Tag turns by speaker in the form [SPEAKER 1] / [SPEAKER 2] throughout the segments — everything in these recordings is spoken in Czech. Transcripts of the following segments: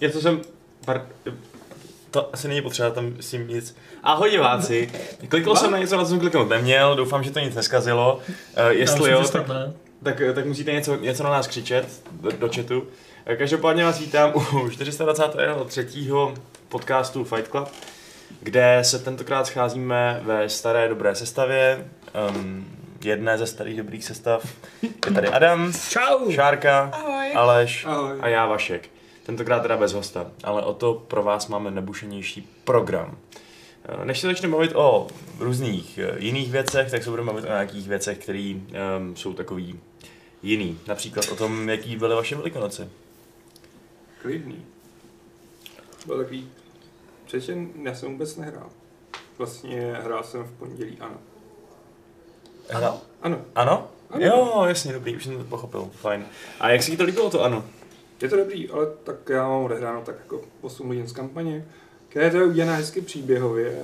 [SPEAKER 1] Já to jsem... Par... To asi není potřeba tam s tím nic. Ahoj diváci, klikl jsem na něco, na co jsem kliknout neměl, doufám, že to nic neskazilo. Eh, Jestli jo, tak, tak, eh, tak musíte něco, něco na nás křičet do, do chatu. Eh, Každopádně vás vítám u 423. podcastu Fight Club, kde se tentokrát scházíme ve staré dobré sestavě, um, jedné ze starých dobrých sestav. Je tady Adam,
[SPEAKER 2] Čau!
[SPEAKER 1] Šárka,
[SPEAKER 3] Ahoj.
[SPEAKER 1] Aleš
[SPEAKER 2] Ahoj.
[SPEAKER 1] a já Vašek. Tentokrát teda bez hosta, ale o to pro vás máme nebušenější program. Eh, Než se začneme mluvit o různých eh, jiných věcech, tak se budeme mluvit o nějakých věcech, které um, jsou takový jiný. Například o tom, jaký byly vaše velikonoce.
[SPEAKER 4] Klidný. Byl takový... Přečen, já jsem vůbec nehrál. Vlastně hrál jsem v pondělí, ano.
[SPEAKER 1] Ano?
[SPEAKER 4] Ano,
[SPEAKER 1] Ano?
[SPEAKER 4] Ano.
[SPEAKER 1] Jo, jasně, dobrý, už jsem to pochopil, fajn. A jak se ti to líbilo to ano?
[SPEAKER 4] je to dobrý, ale tak já mám odehráno tak jako 8 hodin z kampaně, která je teda udělaná hezky příběhově,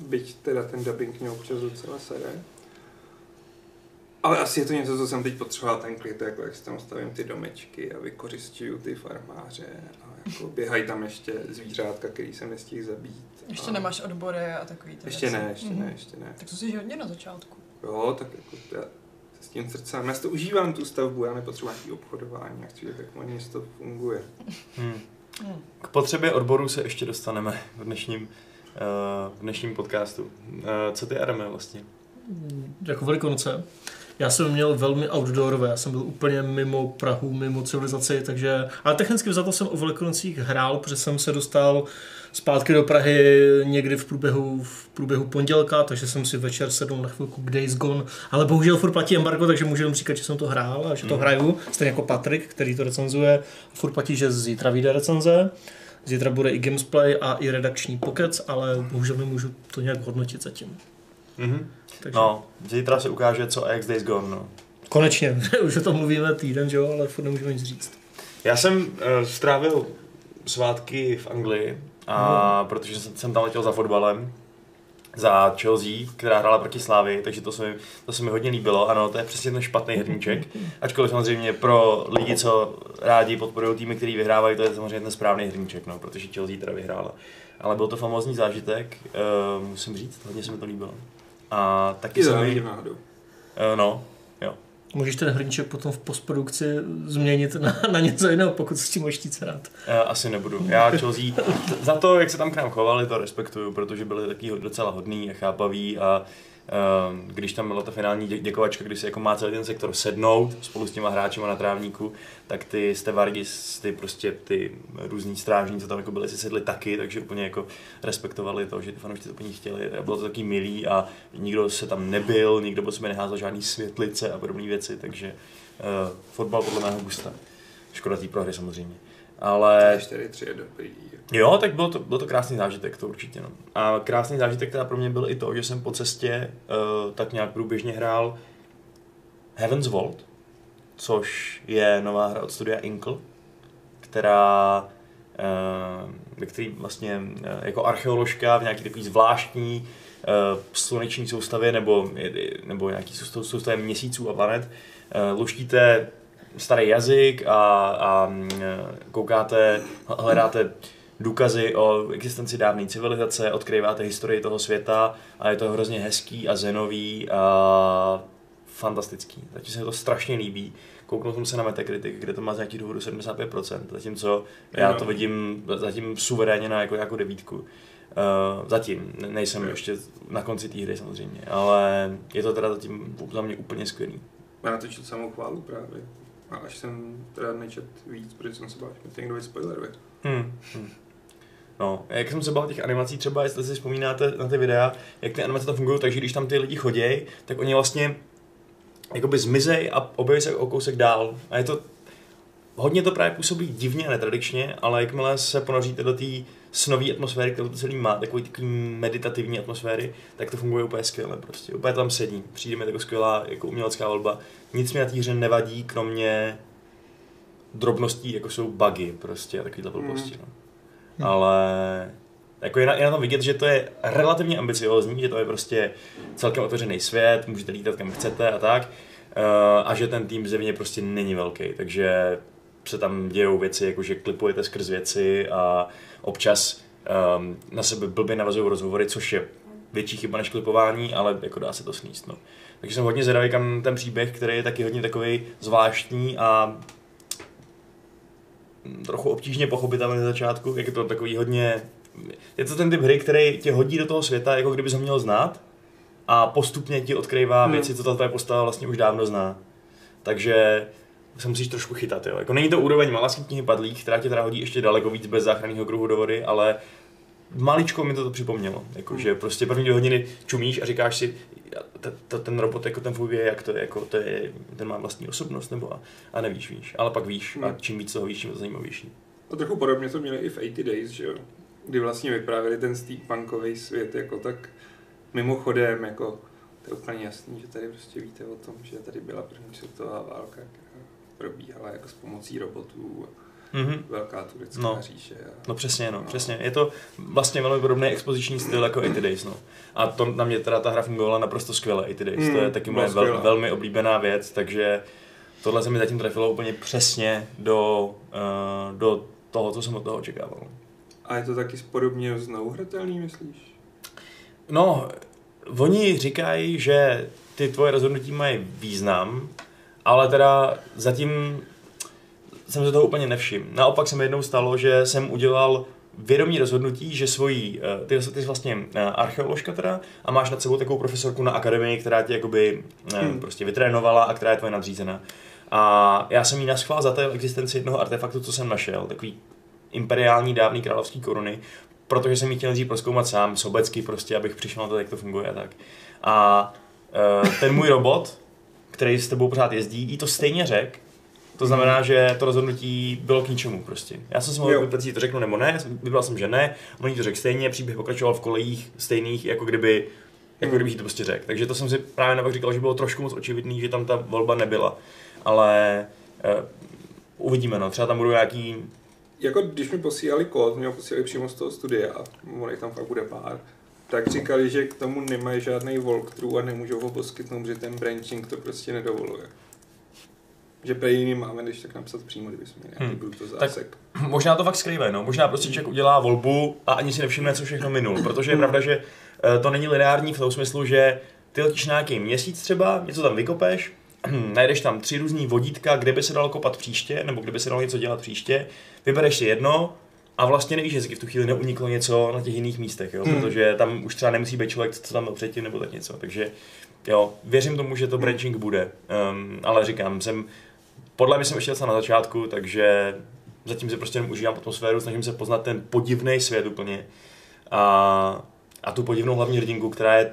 [SPEAKER 4] byť teda ten dubbing mě občas docela sere. Ale asi je to něco, co jsem teď potřeboval ten klid, jako jak si tam stavím ty domečky a vykořišťuju ty farmáře a jako běhají tam ještě zvířátka, který jsem nestihl zabít.
[SPEAKER 3] Ještě
[SPEAKER 4] a...
[SPEAKER 3] nemáš odbory a takový ty
[SPEAKER 4] Ještě
[SPEAKER 3] věci.
[SPEAKER 4] ne, ještě
[SPEAKER 3] Mhm.
[SPEAKER 4] ne, ještě ne.
[SPEAKER 3] Tak to jsi hodně na začátku.
[SPEAKER 4] Jo, tak jako já se s tím srdcem. Já si to užívám, tu stavbu, já nepotřebuji nějaký obchodování, já chci vědět, jak moje město funguje.
[SPEAKER 1] Hmm.
[SPEAKER 3] Hmm.
[SPEAKER 1] K potřebě odboru se ještě dostaneme v dnešním, uh, v dnešním podcastu. Uh, co ty, Adame, vlastně?
[SPEAKER 2] Jako velikonoce. Já jsem měl velmi outdoorové, já jsem byl úplně mimo Prahu, mimo civilizaci, takže... Ale technicky za to jsem o velikonocích hrál, protože jsem se dostal zpátky do Prahy někdy v průběhu, v průběhu pondělka, takže jsem si večer sedl na chvilku k Days Gone, ale bohužel furt platí embargo, takže můžu jenom říkat, že jsem to hrál a že to
[SPEAKER 1] Mhm.
[SPEAKER 2] hraju, stejně jako Patrik, který to recenzuje, furt platí, že zítra vyjde recenze. Zítra bude i gamesplay a i redakční pokec, ale bohužel nemůžu to nějak hodnotit zatím.
[SPEAKER 1] Mm-hmm.
[SPEAKER 2] Takže...
[SPEAKER 1] No, zítra se ukáže, co a jak z Days Gone, no.
[SPEAKER 2] Konečně, už o tom mluvíme týden, že jo, ale furt nemůžeme nic říct.
[SPEAKER 1] Já jsem uh, strávil svátky v Anglii, a protože jsem, jsem tam letěl za fotbalem, za Chelsea, která hrála proti Slávy, takže to se, mi, to se mi hodně líbilo. Ano, to je přesně ten špatný hrníček. Ačkoliv samozřejmě pro lidi, co rádi podporují týmy, který vyhrávají, to je samozřejmě ten správný hrníček, no, protože Chelsea teda vyhrála. Ale byl to famózní zážitek, uh, musím říct, hodně se mi to líbilo. A taky
[SPEAKER 4] Taky
[SPEAKER 1] jsem...
[SPEAKER 4] závidím
[SPEAKER 1] Uh,
[SPEAKER 4] náhodou.
[SPEAKER 1] no,
[SPEAKER 2] Můžeš ten hrníček potom v postprodukci změnit na, na něco jiného, pokud s tím ještě rád.
[SPEAKER 1] Eh, Asi nebudu. Já Chelsea, za to, jak se tam k nám chovali, to respektuju, protože byli taky ho- docela hodný a chápaví a ehm, když tam byla ta finální dě- děkovačka, kdy si jako má celý ten sektor sednout spolu s těma hráčima na trávníku, tak ty stevardi, ty prostě ty různí strážní, co tam jako byli, si sedli taky, takže úplně jako respektovali to, že ty fanoušci to po nich chtěli. A Bylo to taky milý a nikdo se tam nebyl, nikdo po sobě neházel žádný světlice a podobné věci, takže eh, fotbal podle mého gusta. Škoda té prohry samozřejmě. Ale
[SPEAKER 4] 4-3 E, je dobrý.
[SPEAKER 1] Jo, tak byl to, byl to krásný zážitek, to určitě. No. A krásný zážitek teda pro mě byl i to, že jsem po cestě uh, tak nějak průběžně hrál Heaven's Vault, což je nová hra od studia Inkl, která eh, ve který vlastně eh, jako archeoložka v nějaký takový zvláštní eh, sluneční soustavě nebo, nebo nějaký soustav, soustavě měsíců a planet eh, luštíte starý jazyk a, a mm, eh, koukáte, hledáte důkazy o existenci dávné civilizace, odkryváte historii toho světa a je to hrozně hezký a zenový a fantastický. Zatím se mi to strašně líbí. Kouknul jsem se na Metacritic, kde to má z nějakých důvodů 75%, zatímco já
[SPEAKER 4] Jo.
[SPEAKER 1] to vidím zatím suverénně na jako, jako devítku. Uh, zatím, ne- nejsem
[SPEAKER 4] Jo.
[SPEAKER 1] ještě na konci té hry samozřejmě, ale je to teda zatím za mě úplně skvělý.
[SPEAKER 4] Já natočil samou chválu právě. A až jsem teda nečet víc, protože jsem se bál, že mi to někdo vyspoileruje.
[SPEAKER 1] Hmm. Hmm. No, jak jsem se bál těch animací, třeba jestli si vzpomínáte na ty videa, jak ty animace tam fungují, takže když tam ty lidi chodějí, tak oni vlastně jakoby zmizej a objeví se o kousek dál. A je to hodně to právě působí divně a netradičně, ale jakmile se ponoříte do té snové atmosféry, kterou to celý má, takový, takový meditativní atmosféry, tak to funguje úplně skvěle prostě. Úplně tam sedí. Přijde mi jako skvělá jako umělecká volba. Nic mi na té hře nevadí, kromě drobností, jako jsou bugy prostě a takovýhle blbosti. No.
[SPEAKER 2] Hmm.
[SPEAKER 1] Ale jako je na, je na tom vidět, že to je relativně ambiciozní, že to je prostě celkem otevřený svět, můžete lítat kam chcete a tak. eh, A že ten tým zjevně prostě není velký, takže se tam dějou věci, jako že klipujete skrz věci a občas um, na sebe blbě navazují rozhovory, což je větší chyba než klipování, ale jako dá se to sníst. No. Takže jsem hodně zvědavý, kam ten příběh, který je taky hodně takový zvláštní a trochu obtížně pochopitelný na začátku, jak je to takový hodně... Je to ten typ hry, který tě hodí do toho světa, jako kdyby ho měl znát a postupně ti odkrývá
[SPEAKER 4] Hmm.
[SPEAKER 1] hmm. věci, co ta tvoje postava vlastně už dávno zná. Takže se musíš trošku chytat, jo. Jako není to úroveň malasky knihy padlých, která tě teda hodí ještě daleko víc bez záchranného kruhu do vody, ale maličko mi to, to připomnělo. Jako, že prostě první dvě hodiny čumíš a říkáš si, t- t- ten robot jako ten funguje, jak to je, jako to je, ten má vlastní osobnost, nebo a, a nevíš, víš. Ale pak víš a
[SPEAKER 4] Hmm.
[SPEAKER 1] čím víc toho víš, tím je to zajímavější.
[SPEAKER 4] A trochu podobně to měli i v 80 Days, že jo? Kdy vlastně vyprávěli ten steampunkový svět jako tak mimochodem, jako to je úplně jasný, že tady prostě víte o tom, že tady byla první světová válka, která probíhala jako s pomocí robotů a
[SPEAKER 1] Mm-hmm.
[SPEAKER 4] velká turecká
[SPEAKER 1] No.
[SPEAKER 4] říše. A...
[SPEAKER 1] No přesně, no,
[SPEAKER 4] No.
[SPEAKER 1] přesně. Je to vlastně velmi podobný expoziční styl jako 80 Days, no. A to na mě teda ta hra fungovala naprosto skvěle, 80 Days.
[SPEAKER 4] Hmm,
[SPEAKER 1] to je taky
[SPEAKER 4] byla
[SPEAKER 1] moje vel,
[SPEAKER 4] skvělá.
[SPEAKER 1] velmi oblíbená věc, takže tohle se mi zatím trefilo úplně přesně do, uh, do toho, co jsem od toho očekával.
[SPEAKER 4] a je to taky podobně znovu hratelný, myslíš?
[SPEAKER 1] No, oni říkají, že ty tvoje rozhodnutí mají význam, ale teda zatím jsem se toho úplně nevšiml. Naopak se mi jednou stalo, že jsem udělal vědomí rozhodnutí, že svojí, eh, ty, ty jsi vlastně eh, archeoložka teda a máš nad sebou takovou profesorku na akademii, která tě jakoby
[SPEAKER 4] Hmm.
[SPEAKER 1] hmm. prostě vytrénovala a která je tvoje nadřízená. A já jsem jí naschvál za té existenci jednoho artefaktu, co jsem našel, takový imperiální dávný královský koruny, protože jsem ji chtěl nejdřív proskoumat sám, sobecky prostě, abych přišel na to, jak to funguje a tak. A eh, ten můj robot, který s tebou pořád jezdí, jí to stejně řek. To znamená, že to rozhodnutí bylo k ničemu prostě. Já jsem si mohl
[SPEAKER 4] Jo.
[SPEAKER 1] vybrat, jestli to řeknu nebo ne, vybral jsem, že ne, on jí to řekl stejně, příběh pokračoval v kolejích stejných, jako kdyby jako
[SPEAKER 4] Hmm.
[SPEAKER 1] kdyby jí to prostě řekl. Takže to jsem si právě naopak říkal, že bylo trošku moc očividný, že tam ta volba nebyla. Ale eh, uvidíme, no. Třeba tam budou nějaký
[SPEAKER 4] Jako když mi posílali kód, mě ho posílali přímo z toho studia, ono jich tam fakt bude pár, tak říkali, že k tomu nemají žádný walkthrough a nemůžou ho poskytnout, že ten branching to prostě nedovoluje. Že pro jiný máme, když tak napsat přímo, kdyby jsme měli nějaký
[SPEAKER 1] Hmm.
[SPEAKER 4] bruto zásek.
[SPEAKER 1] Možná to fakt skrývají, no. Možná prostě člověk udělá volbu a ani si nevšimne, co všechno minul. Protože je pravda, že eh, to není lineární v tom smyslu, že ty letíš na nějaký měsíc třeba, něco tam vykopeš, najdeš tam tři různý vodítka, kde by se dalo kopat příště, nebo kde by se dalo něco dělat příště, vybereš si jedno a vlastně nevíš, jestli v tu chvíli neuniklo něco na těch jiných místech, jo?
[SPEAKER 4] Hmm.
[SPEAKER 1] protože tam už třeba nemusí být člověk, co tam byl předtím, nebo tak něco. Takže jo, věřím tomu, že to branching bude, um, ale říkám, jsem, podle mě jsem ještě docela na začátku, takže zatím si prostě jenom užívám atmosféru, snažím se poznat ten podivný svět úplně. A, a tu podivnou hlavní hrdinku, která je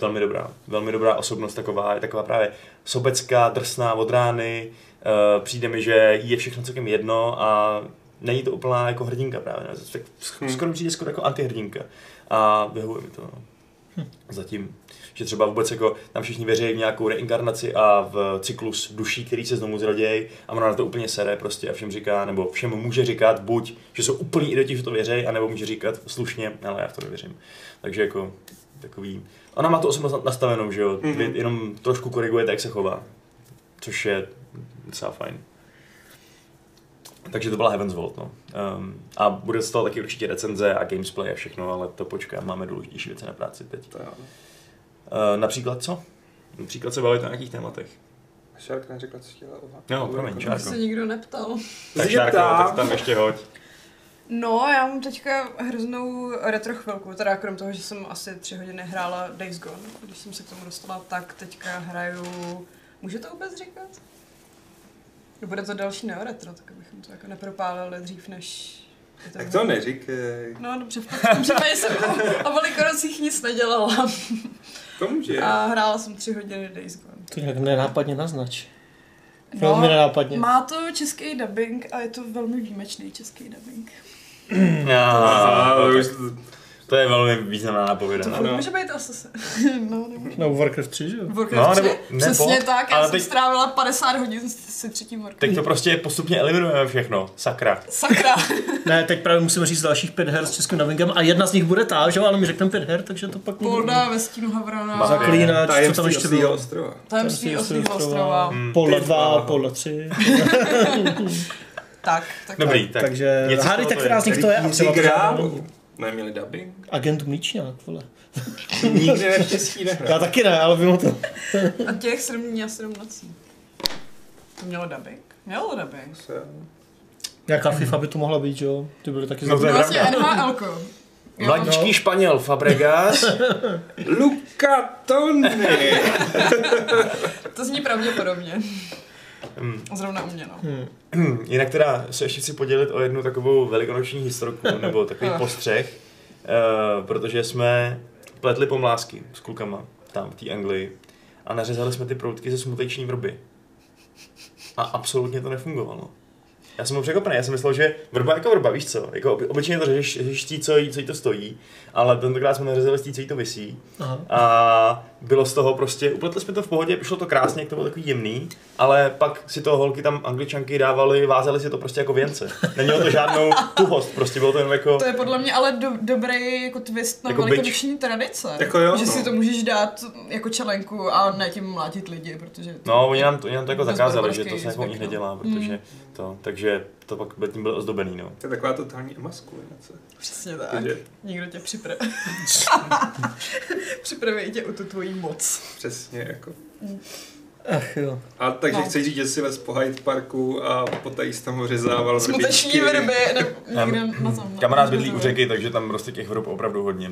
[SPEAKER 1] velmi dobrá. Velmi dobrá osobnost taková, je taková právě sobecká, drsná od rány. E, přijde mi, že jí je všechno celkem jedno a není to úplná jako hrdinka právě. No. Tak
[SPEAKER 4] Hmm.
[SPEAKER 1] sk- skoro mi přijde skoro jako antihrdinka. A vyhovuje mi to. No. Zatím. Že třeba vůbec jako tam všichni věří v nějakou reinkarnaci a v cyklus duší, který se znovu zrodějí a ona na to úplně sere prostě a všem říká, nebo všem může říkat buď, že jsou úplní idioti, že to věří, anebo může říkat slušně, ale já v to nevěřím. Takže jako takový. Ona má tu osobnost na- nastavenou, že jo?
[SPEAKER 4] Mhm.
[SPEAKER 1] Vy jenom trošku korigujete, jak se chová. Což je docela fajn. Takže to byla Heaven's Vault, no. Um, a bude z toho taky určitě recenze a gamesplay a všechno, ale to počkám, máme důležitější věci na práci teď.
[SPEAKER 4] To jo.
[SPEAKER 1] Uh, například co? Například se bavit o nějakých tématech.
[SPEAKER 4] Šark neřekla, co chtěla ova.
[SPEAKER 1] Jo, promiň,
[SPEAKER 3] To
[SPEAKER 1] Šárko.
[SPEAKER 3] se nikdo neptal.
[SPEAKER 1] Tak, Šárko, tak tam ještě hoď.
[SPEAKER 3] No, já mám teďka hroznou retro chvilku, teda krom toho, že jsem asi tři hodiny hrála Days Gone, když jsem se k tomu dostala, tak teďka hraju... Může to vůbec říkat? No, Bude to další neoretro, tak abychom to jako nepropálili dřív, než... je
[SPEAKER 4] Tak to neříkej.
[SPEAKER 3] No dobře, v tom případě jsem o, o velikonocích nic nedělala.
[SPEAKER 4] To může.
[SPEAKER 3] A hrála jsem tři hodiny Days Gone.
[SPEAKER 2] To nějak nenápadně naznač. Velmi nenápadně.
[SPEAKER 3] No, má to český dubbing a je to velmi výjimečný český dubbing.
[SPEAKER 1] Já,
[SPEAKER 4] A,
[SPEAKER 1] no,
[SPEAKER 4] už
[SPEAKER 1] tak
[SPEAKER 4] to-
[SPEAKER 1] To je velmi významná nápověda.
[SPEAKER 3] To
[SPEAKER 1] no.
[SPEAKER 3] furt
[SPEAKER 4] No.
[SPEAKER 3] může být asasin. no, nemůže.
[SPEAKER 5] No, Warcraft 3, že jo?
[SPEAKER 3] Warcraft
[SPEAKER 1] No,
[SPEAKER 3] 3.
[SPEAKER 1] nebo- nebo-
[SPEAKER 3] Přesně tak, já
[SPEAKER 1] ale
[SPEAKER 3] jsem
[SPEAKER 1] teď-
[SPEAKER 3] strávila 50 hodin s- se třetím Warcraft.
[SPEAKER 1] Teď to prostě postupně eliminujeme všechno. Sakra.
[SPEAKER 3] Sakra.
[SPEAKER 5] Ne, teď právě musíme říct dalších pět her s českým dubbingem a jedna z nich bude ta, že jo, ale my řekneme pět her, takže to pak
[SPEAKER 3] Polda ve stínu Havrana.
[SPEAKER 1] Za-
[SPEAKER 5] Zaklínač, co tam
[SPEAKER 4] Tajemství
[SPEAKER 5] ještě
[SPEAKER 4] oslího
[SPEAKER 5] bylo? Hmm,
[SPEAKER 4] ostrova.
[SPEAKER 3] Tajemství oslího ostrova.
[SPEAKER 5] Pole
[SPEAKER 4] Ty
[SPEAKER 5] 2,
[SPEAKER 4] vole.
[SPEAKER 5] pole 3.
[SPEAKER 3] Tak, tak.
[SPEAKER 1] Dobrý, tak.
[SPEAKER 5] Takže
[SPEAKER 1] něco z
[SPEAKER 5] Harry,
[SPEAKER 1] toho
[SPEAKER 5] tak
[SPEAKER 1] to
[SPEAKER 5] která
[SPEAKER 1] je.
[SPEAKER 5] z nich to je? A
[SPEAKER 4] Rytíři
[SPEAKER 5] třeba to žádná
[SPEAKER 4] králu.
[SPEAKER 5] není.
[SPEAKER 4] Neměli dubbing.
[SPEAKER 5] Agent Mlíčňák, vole.
[SPEAKER 4] Nikdy naštěstí nehrál.
[SPEAKER 5] Já taky ne, ale vím o tom.
[SPEAKER 3] A těch 7 dní a 7 nocí. To mělo dubbing? Mělo dubbing.
[SPEAKER 5] Nějaká FIFA by to mohla být, že jo? Ty byly taky
[SPEAKER 1] No to
[SPEAKER 3] To
[SPEAKER 1] je
[SPEAKER 3] je vlastně
[SPEAKER 1] pravda.
[SPEAKER 3] NHLko. Jo.
[SPEAKER 1] Mladíčký Španěl Fabregas.
[SPEAKER 4] Luka Tony!
[SPEAKER 3] To zní pravděpodobně.
[SPEAKER 1] Hm.
[SPEAKER 3] Zrovna u mě, no.
[SPEAKER 1] Hm, Jinak teda se ještě chci podělit o jednu takovou velikonoční historku, nebo takový
[SPEAKER 3] Ach.
[SPEAKER 1] postřeh, eh, protože jsme pletli pomlásky s klukama tam v té Anglii a nařezali jsme ty proutky ze smuteční vrby. A absolutně to nefungovalo. Já jsem byl překvapený, já jsem myslel, že vrba jako vrba, víš co, jako oby- obyčejně to řeš, řeš tí, co, jí, co jí to stojí, ale tentokrát jsme nařezali s tí, co jí to vysí
[SPEAKER 5] Aha.
[SPEAKER 1] a bylo z toho prostě, upletli jsme to v pohodě, šlo to krásně, jak to bylo takový jemný, ale pak si to holky tam angličanky dávali, vázely si to prostě jako věnce. Nemělo to žádnou tuhost, prostě bylo to jen jako...
[SPEAKER 3] To je podle mě ale do, dobrý jako twist na
[SPEAKER 1] Jako
[SPEAKER 3] jako
[SPEAKER 1] byč.
[SPEAKER 3] velikonoční tradice.
[SPEAKER 4] Jako jo,
[SPEAKER 3] že
[SPEAKER 4] no.
[SPEAKER 3] si to můžeš dát jako čelenku a ne tím mlátit lidi, protože... To...
[SPEAKER 1] No, oni nám to, oni nám to jako
[SPEAKER 3] To je Hmm.
[SPEAKER 1] zakázali, že
[SPEAKER 3] barbarský
[SPEAKER 1] to se jako u nich
[SPEAKER 3] zvykno.
[SPEAKER 1] nedělá, protože to, takže to pak byl- tím bylo ozdobený, no.
[SPEAKER 4] To je taková totální emaskulinace.
[SPEAKER 3] Přesně tak.
[SPEAKER 4] Takže
[SPEAKER 3] Nikdo tě připraví. připraví tě o tu tvoji moc.
[SPEAKER 4] přesně jako.
[SPEAKER 5] Ach jo.
[SPEAKER 4] A takže
[SPEAKER 3] No.
[SPEAKER 4] chceš říct, že jsi vez po Hyde Parku a poté jsi tam ořezával
[SPEAKER 3] Smuteční vrby, ne,
[SPEAKER 1] Em,
[SPEAKER 3] nikdo na tom.
[SPEAKER 1] Kamarád bydlí u řeky, takže tam prostě těch vrub opravdu hodně.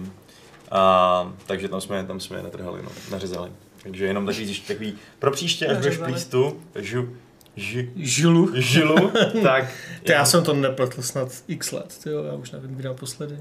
[SPEAKER 1] A, takže tam jsme, tam jsme je natrhali, no, nařezali. Takže jenom takový, zjišť- takový pro příště, až budeš
[SPEAKER 3] Nařezali.
[SPEAKER 1] plíst tu, žu, ži,
[SPEAKER 5] Žilu.
[SPEAKER 1] žilu, tak...
[SPEAKER 5] Ty, já jsem to nepletl snad x let, ty jo, já už nevím, kdy naposledy.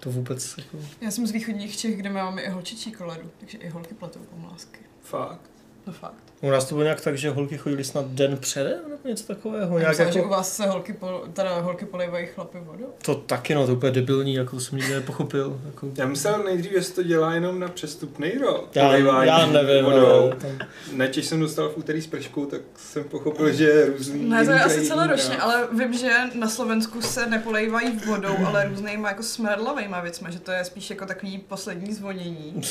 [SPEAKER 5] To vůbec jako...
[SPEAKER 3] Já jsem z východních Čech, kde máme i holčičí koledu, takže i holky platou pomlásky.
[SPEAKER 4] Fakt.
[SPEAKER 3] No fakt.
[SPEAKER 5] U nás to bylo nějak tak, že holky chodily snad den předem, nebo něco takového.
[SPEAKER 3] Já
[SPEAKER 5] Nějak
[SPEAKER 3] myslím, že u
[SPEAKER 5] jako...
[SPEAKER 3] vás se holky, pol, teda holky polejvají chlapy vodou.
[SPEAKER 5] To taky, no, to je úplně debilní, jako to jsem nikdy nepochopil. Jako...
[SPEAKER 4] Já myslel nejdřív, že se to dělá jenom na přestupný rok.
[SPEAKER 5] Já,
[SPEAKER 4] Polejvání
[SPEAKER 5] já nevím,
[SPEAKER 4] vodou.
[SPEAKER 5] ale tam...
[SPEAKER 4] Načež jsem dostal v úterý s prškou, tak jsem pochopil, že různý...
[SPEAKER 3] Ne, to je
[SPEAKER 4] jiný
[SPEAKER 3] asi
[SPEAKER 4] krajín,
[SPEAKER 3] celoročně,
[SPEAKER 4] no.
[SPEAKER 3] ale vím, že na Slovensku se nepolejvají vodou, ale různýma jako smradlavejma věcma, že to je spíš jako takový poslední zvonění,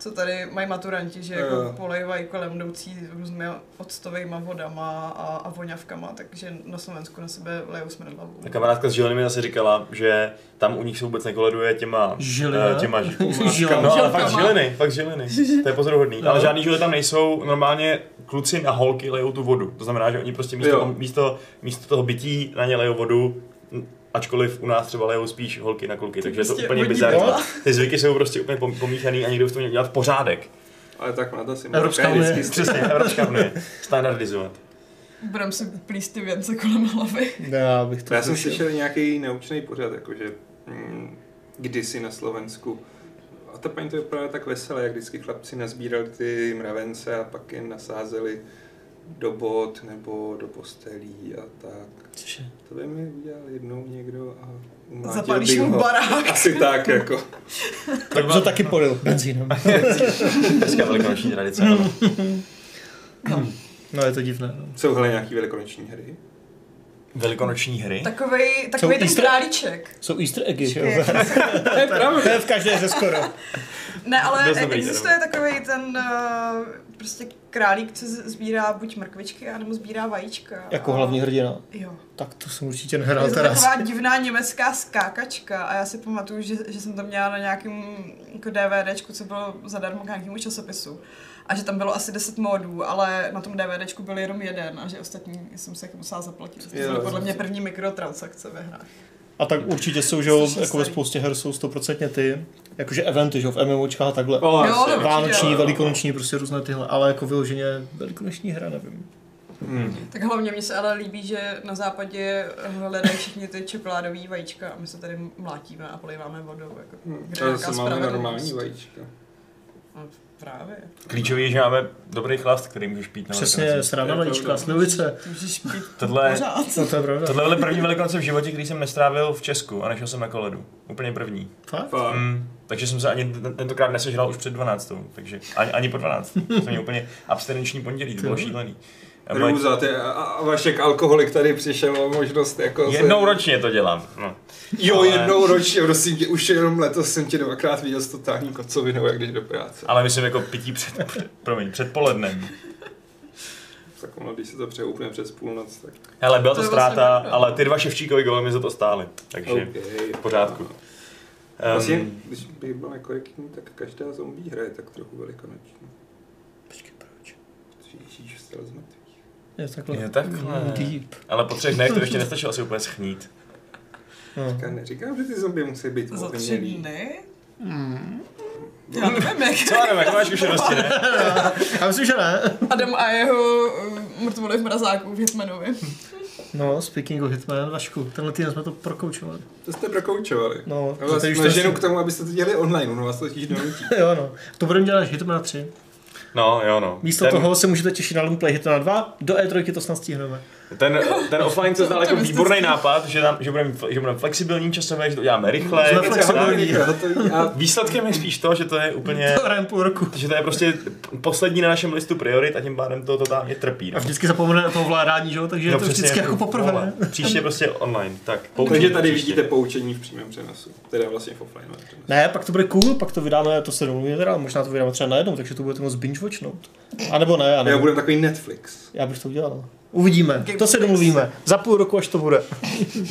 [SPEAKER 3] co tady mají maturanti, že
[SPEAKER 4] Jo.
[SPEAKER 3] jako polejvají kolem jdoucí různými octovejma vodama a, a voňavkama, takže na Slovensku na sebe lejou smradlavou.
[SPEAKER 1] A kamarádka s Žiliny mi zase říkala, že tam u nich se vůbec nekoleduje těma...
[SPEAKER 5] Žilina.
[SPEAKER 1] eh, těma ži-
[SPEAKER 5] Žilina.
[SPEAKER 1] No ale
[SPEAKER 3] Žilkama.
[SPEAKER 1] fakt žiliny, fakt žiliny. To je pozoruhodný.
[SPEAKER 5] No.
[SPEAKER 1] Ale žádný žily tam nejsou, normálně kluci na holky lejou tu vodu. To znamená, že oni prostě místo,
[SPEAKER 4] Jo.
[SPEAKER 1] místo, místo toho bytí na ně lejou vodu, m, ačkoliv u nás třeba lejou spíš holky na kluky, takže je to
[SPEAKER 3] prostě
[SPEAKER 1] úplně
[SPEAKER 3] vodní
[SPEAKER 1] bizarní.
[SPEAKER 5] voda.
[SPEAKER 1] Ty zvyky jsou prostě úplně pom- pomíchaný a někdo v tom měl dělat pořádek.
[SPEAKER 4] Ale tak má to si
[SPEAKER 5] Evropská
[SPEAKER 4] Amerika
[SPEAKER 5] unie.
[SPEAKER 4] je vždycky
[SPEAKER 1] Přesně, Evropská unie. Standardizovat.
[SPEAKER 3] Budeme si plíst ty věnce kolem hlavy.
[SPEAKER 5] Ne, já bych to
[SPEAKER 4] Já jsem
[SPEAKER 5] zrušil.
[SPEAKER 4] slyšel nějaký naučný pořad, jakože mm, kdysi na Slovensku. A ta paní to vypadala tak veselé, jak vždycky chlapci nazbírali ty mravence a pak je nasázeli do bod nebo do postelí a tak.
[SPEAKER 5] Cože?
[SPEAKER 4] To by mi udělal jednou někdo a umlátil
[SPEAKER 3] Zapálíš
[SPEAKER 4] bych
[SPEAKER 3] mu
[SPEAKER 4] ho.
[SPEAKER 3] barák.
[SPEAKER 4] Asi tak, jako.
[SPEAKER 5] Tak by to taky polil benzínem.
[SPEAKER 1] Hezká velikonoční tradice. ano.
[SPEAKER 5] No je to divné. No.
[SPEAKER 4] Jsou hele nějaký velikonoční hry?
[SPEAKER 1] Velikonoční hry.
[SPEAKER 3] Takovej, takovej ten
[SPEAKER 5] Easter-
[SPEAKER 3] králíček.
[SPEAKER 5] Jsou easter eggy, že jo?
[SPEAKER 3] Jak
[SPEAKER 4] To je pravda.
[SPEAKER 5] To je v každé ze skoro.
[SPEAKER 3] Ne, ale
[SPEAKER 1] Dost dobrý
[SPEAKER 3] existuje takový ten eh, prostě králík, co z- sbírá buď mrkvičky, anebo sbírá vajíčka.
[SPEAKER 5] Jako
[SPEAKER 3] A-
[SPEAKER 5] hlavní hrdina.
[SPEAKER 3] Jo.
[SPEAKER 5] Tak to jsem určitě
[SPEAKER 3] Je
[SPEAKER 5] nehrál
[SPEAKER 3] to
[SPEAKER 5] teraz.
[SPEAKER 3] taková divná německá skákačka a já si pamatuju, že, že jsem to měla na nějakém jako DVDčku, co bylo zadarmo k nějakému časopisu. A že tam bylo asi 10 módů, ale na tom DVDčku byl jenom jeden a že ostatní jsem se jako musela zaplatit. To
[SPEAKER 4] Jo.
[SPEAKER 3] byly podle mě první mikrotransakce ve hrách.
[SPEAKER 5] A tak určitě jsou, že jo,
[SPEAKER 3] Což je
[SPEAKER 5] jako ve
[SPEAKER 3] starý.
[SPEAKER 5] spoustě her jsou stoprocentně ty, jakože eventy, že jo, v MMOčkách a takhle.
[SPEAKER 4] O,
[SPEAKER 3] Jo,
[SPEAKER 4] asi.
[SPEAKER 3] dobře.
[SPEAKER 5] Vánoční,
[SPEAKER 3] jo.
[SPEAKER 5] velikonoční, prostě různé tyhle, ale jako vyloženě velikonoční hra, nevím.
[SPEAKER 4] Hmm.
[SPEAKER 3] Tak hlavně mně se ale líbí, že na západě hledají všichni ty čokoládové vajíčka a my se tady mlátíme a poliváme vodou. Jako,
[SPEAKER 4] Hmm.
[SPEAKER 3] kde
[SPEAKER 4] Ale
[SPEAKER 3] je nějaká
[SPEAKER 4] zase máme
[SPEAKER 3] spravedlnost?
[SPEAKER 4] normální vajíčka.
[SPEAKER 3] no, Právě.
[SPEAKER 1] Klíčový je, že máme dobrý chlast, který můžeš pít na
[SPEAKER 5] Přesně,
[SPEAKER 1] Velikonoce.
[SPEAKER 5] srana
[SPEAKER 4] Je
[SPEAKER 5] vajíčka,
[SPEAKER 4] pravda.
[SPEAKER 5] slivovice.
[SPEAKER 3] Ty musíš pít
[SPEAKER 1] Tohle,
[SPEAKER 3] pořád.
[SPEAKER 5] No to je pravda.
[SPEAKER 1] tohle byly první velikonoce v životě, který jsem nestrávil v Česku a nešel jsem na koledu. Úplně první.
[SPEAKER 5] Fakt?
[SPEAKER 4] Fakt.
[SPEAKER 1] Mm, takže jsem se ani ten- tentokrát nesežral už před 12. Takže ani, ani po 12. To mě úplně abstinenční pondělí, to bylo šílený. A moje-
[SPEAKER 4] Růza, ty, a, a Vašek alkoholik tady přišel o možnost jako... se-
[SPEAKER 1] Jednou ročně to dělám. No.
[SPEAKER 4] Jo,
[SPEAKER 1] ale-
[SPEAKER 4] jednou ročně, prosím tě, už jenom letos jsem tě dvakrát viděl s totální kocovinou, jak jdeš do práce.
[SPEAKER 1] Ale myslím jako pití před, před, promiň, před polednem.
[SPEAKER 4] Tak ono, když se to přeje úplně přes půlnoc, tak...
[SPEAKER 1] Hele, byla
[SPEAKER 3] To
[SPEAKER 1] to,
[SPEAKER 3] je
[SPEAKER 1] ztráta,
[SPEAKER 3] vlastně pravda.
[SPEAKER 1] ale ty dva ševčíkovi goly mi za to stály. Takže okay.
[SPEAKER 4] Okay.
[SPEAKER 1] v pořádku.
[SPEAKER 4] Vlastně, když bych byl nekorektní, tak každá zombie hra je tak trochu velikonoční.
[SPEAKER 5] Počkej, proč?
[SPEAKER 4] Protože Ježíš vstal z mrtvých.
[SPEAKER 5] Je takhle. mm,
[SPEAKER 1] Je takhle.
[SPEAKER 5] Deep.
[SPEAKER 1] ale po třech dnech to ještě nestačilo asi úplně schnít.
[SPEAKER 5] No.
[SPEAKER 4] Já neříkám, že ty zombie musí být
[SPEAKER 3] Za tři
[SPEAKER 4] otemnělí.
[SPEAKER 3] dny? Já nevím, jak
[SPEAKER 1] Co já nevím, jak máš zkušenosti, ne?
[SPEAKER 5] Já myslím, že ne.
[SPEAKER 3] Adam a jeho uh, mrtvoly v mrazáku v Hitmanovi.
[SPEAKER 5] No, speaking of Hitman, Vašku, tenhle týden jsme to prokoučovali.
[SPEAKER 4] To jste prokoučovali.
[SPEAKER 5] No,
[SPEAKER 4] A vás
[SPEAKER 5] to je už
[SPEAKER 4] na ženu
[SPEAKER 5] to-
[SPEAKER 4] k tomu, abyste to dělali online, ono vás totiž donutí.
[SPEAKER 5] Jo, no. To budeme dělat až Hitman 3.
[SPEAKER 1] No, jo, no.
[SPEAKER 5] Místo
[SPEAKER 1] ten,
[SPEAKER 5] toho se můžete těšit na Longplay Hitman 2, do E3 to snad stihneme.
[SPEAKER 1] Ten, ten offline se zdál jako
[SPEAKER 3] Optimistický.
[SPEAKER 1] výborný nápad, že, tam, že budeme že budem flexibilní časové, že to uděláme rychle.
[SPEAKER 5] Jsme flexibilní.
[SPEAKER 4] Hotový a
[SPEAKER 1] Výsledkem je spíš to, že to je úplně...
[SPEAKER 5] To hrajeme půl roku.
[SPEAKER 1] Že to je prostě poslední na našem listu priorit a tím pádem to totálně trpí.
[SPEAKER 5] A
[SPEAKER 1] No.
[SPEAKER 5] vždycky zapomene na to ovládání, že jo? Takže je to vždycky jako poprvé.
[SPEAKER 1] vole, Příště prostě online, tak.
[SPEAKER 4] Takže tady
[SPEAKER 1] příště.
[SPEAKER 4] vidíte poučení v přímém přenosu. Teda vlastně v offline přenosu.
[SPEAKER 5] Ne, pak to bude cool, pak to vydáme, to se domluvíme teda, možná to vydáme třeba najednou, takže to budete moc binge watchnout. A nebo ne, a
[SPEAKER 4] Já
[SPEAKER 5] nebo,
[SPEAKER 4] budu takový Netflix.
[SPEAKER 5] já bych to udělal. no. Uvidíme, to se domluvíme. Za půl roku, až to bude.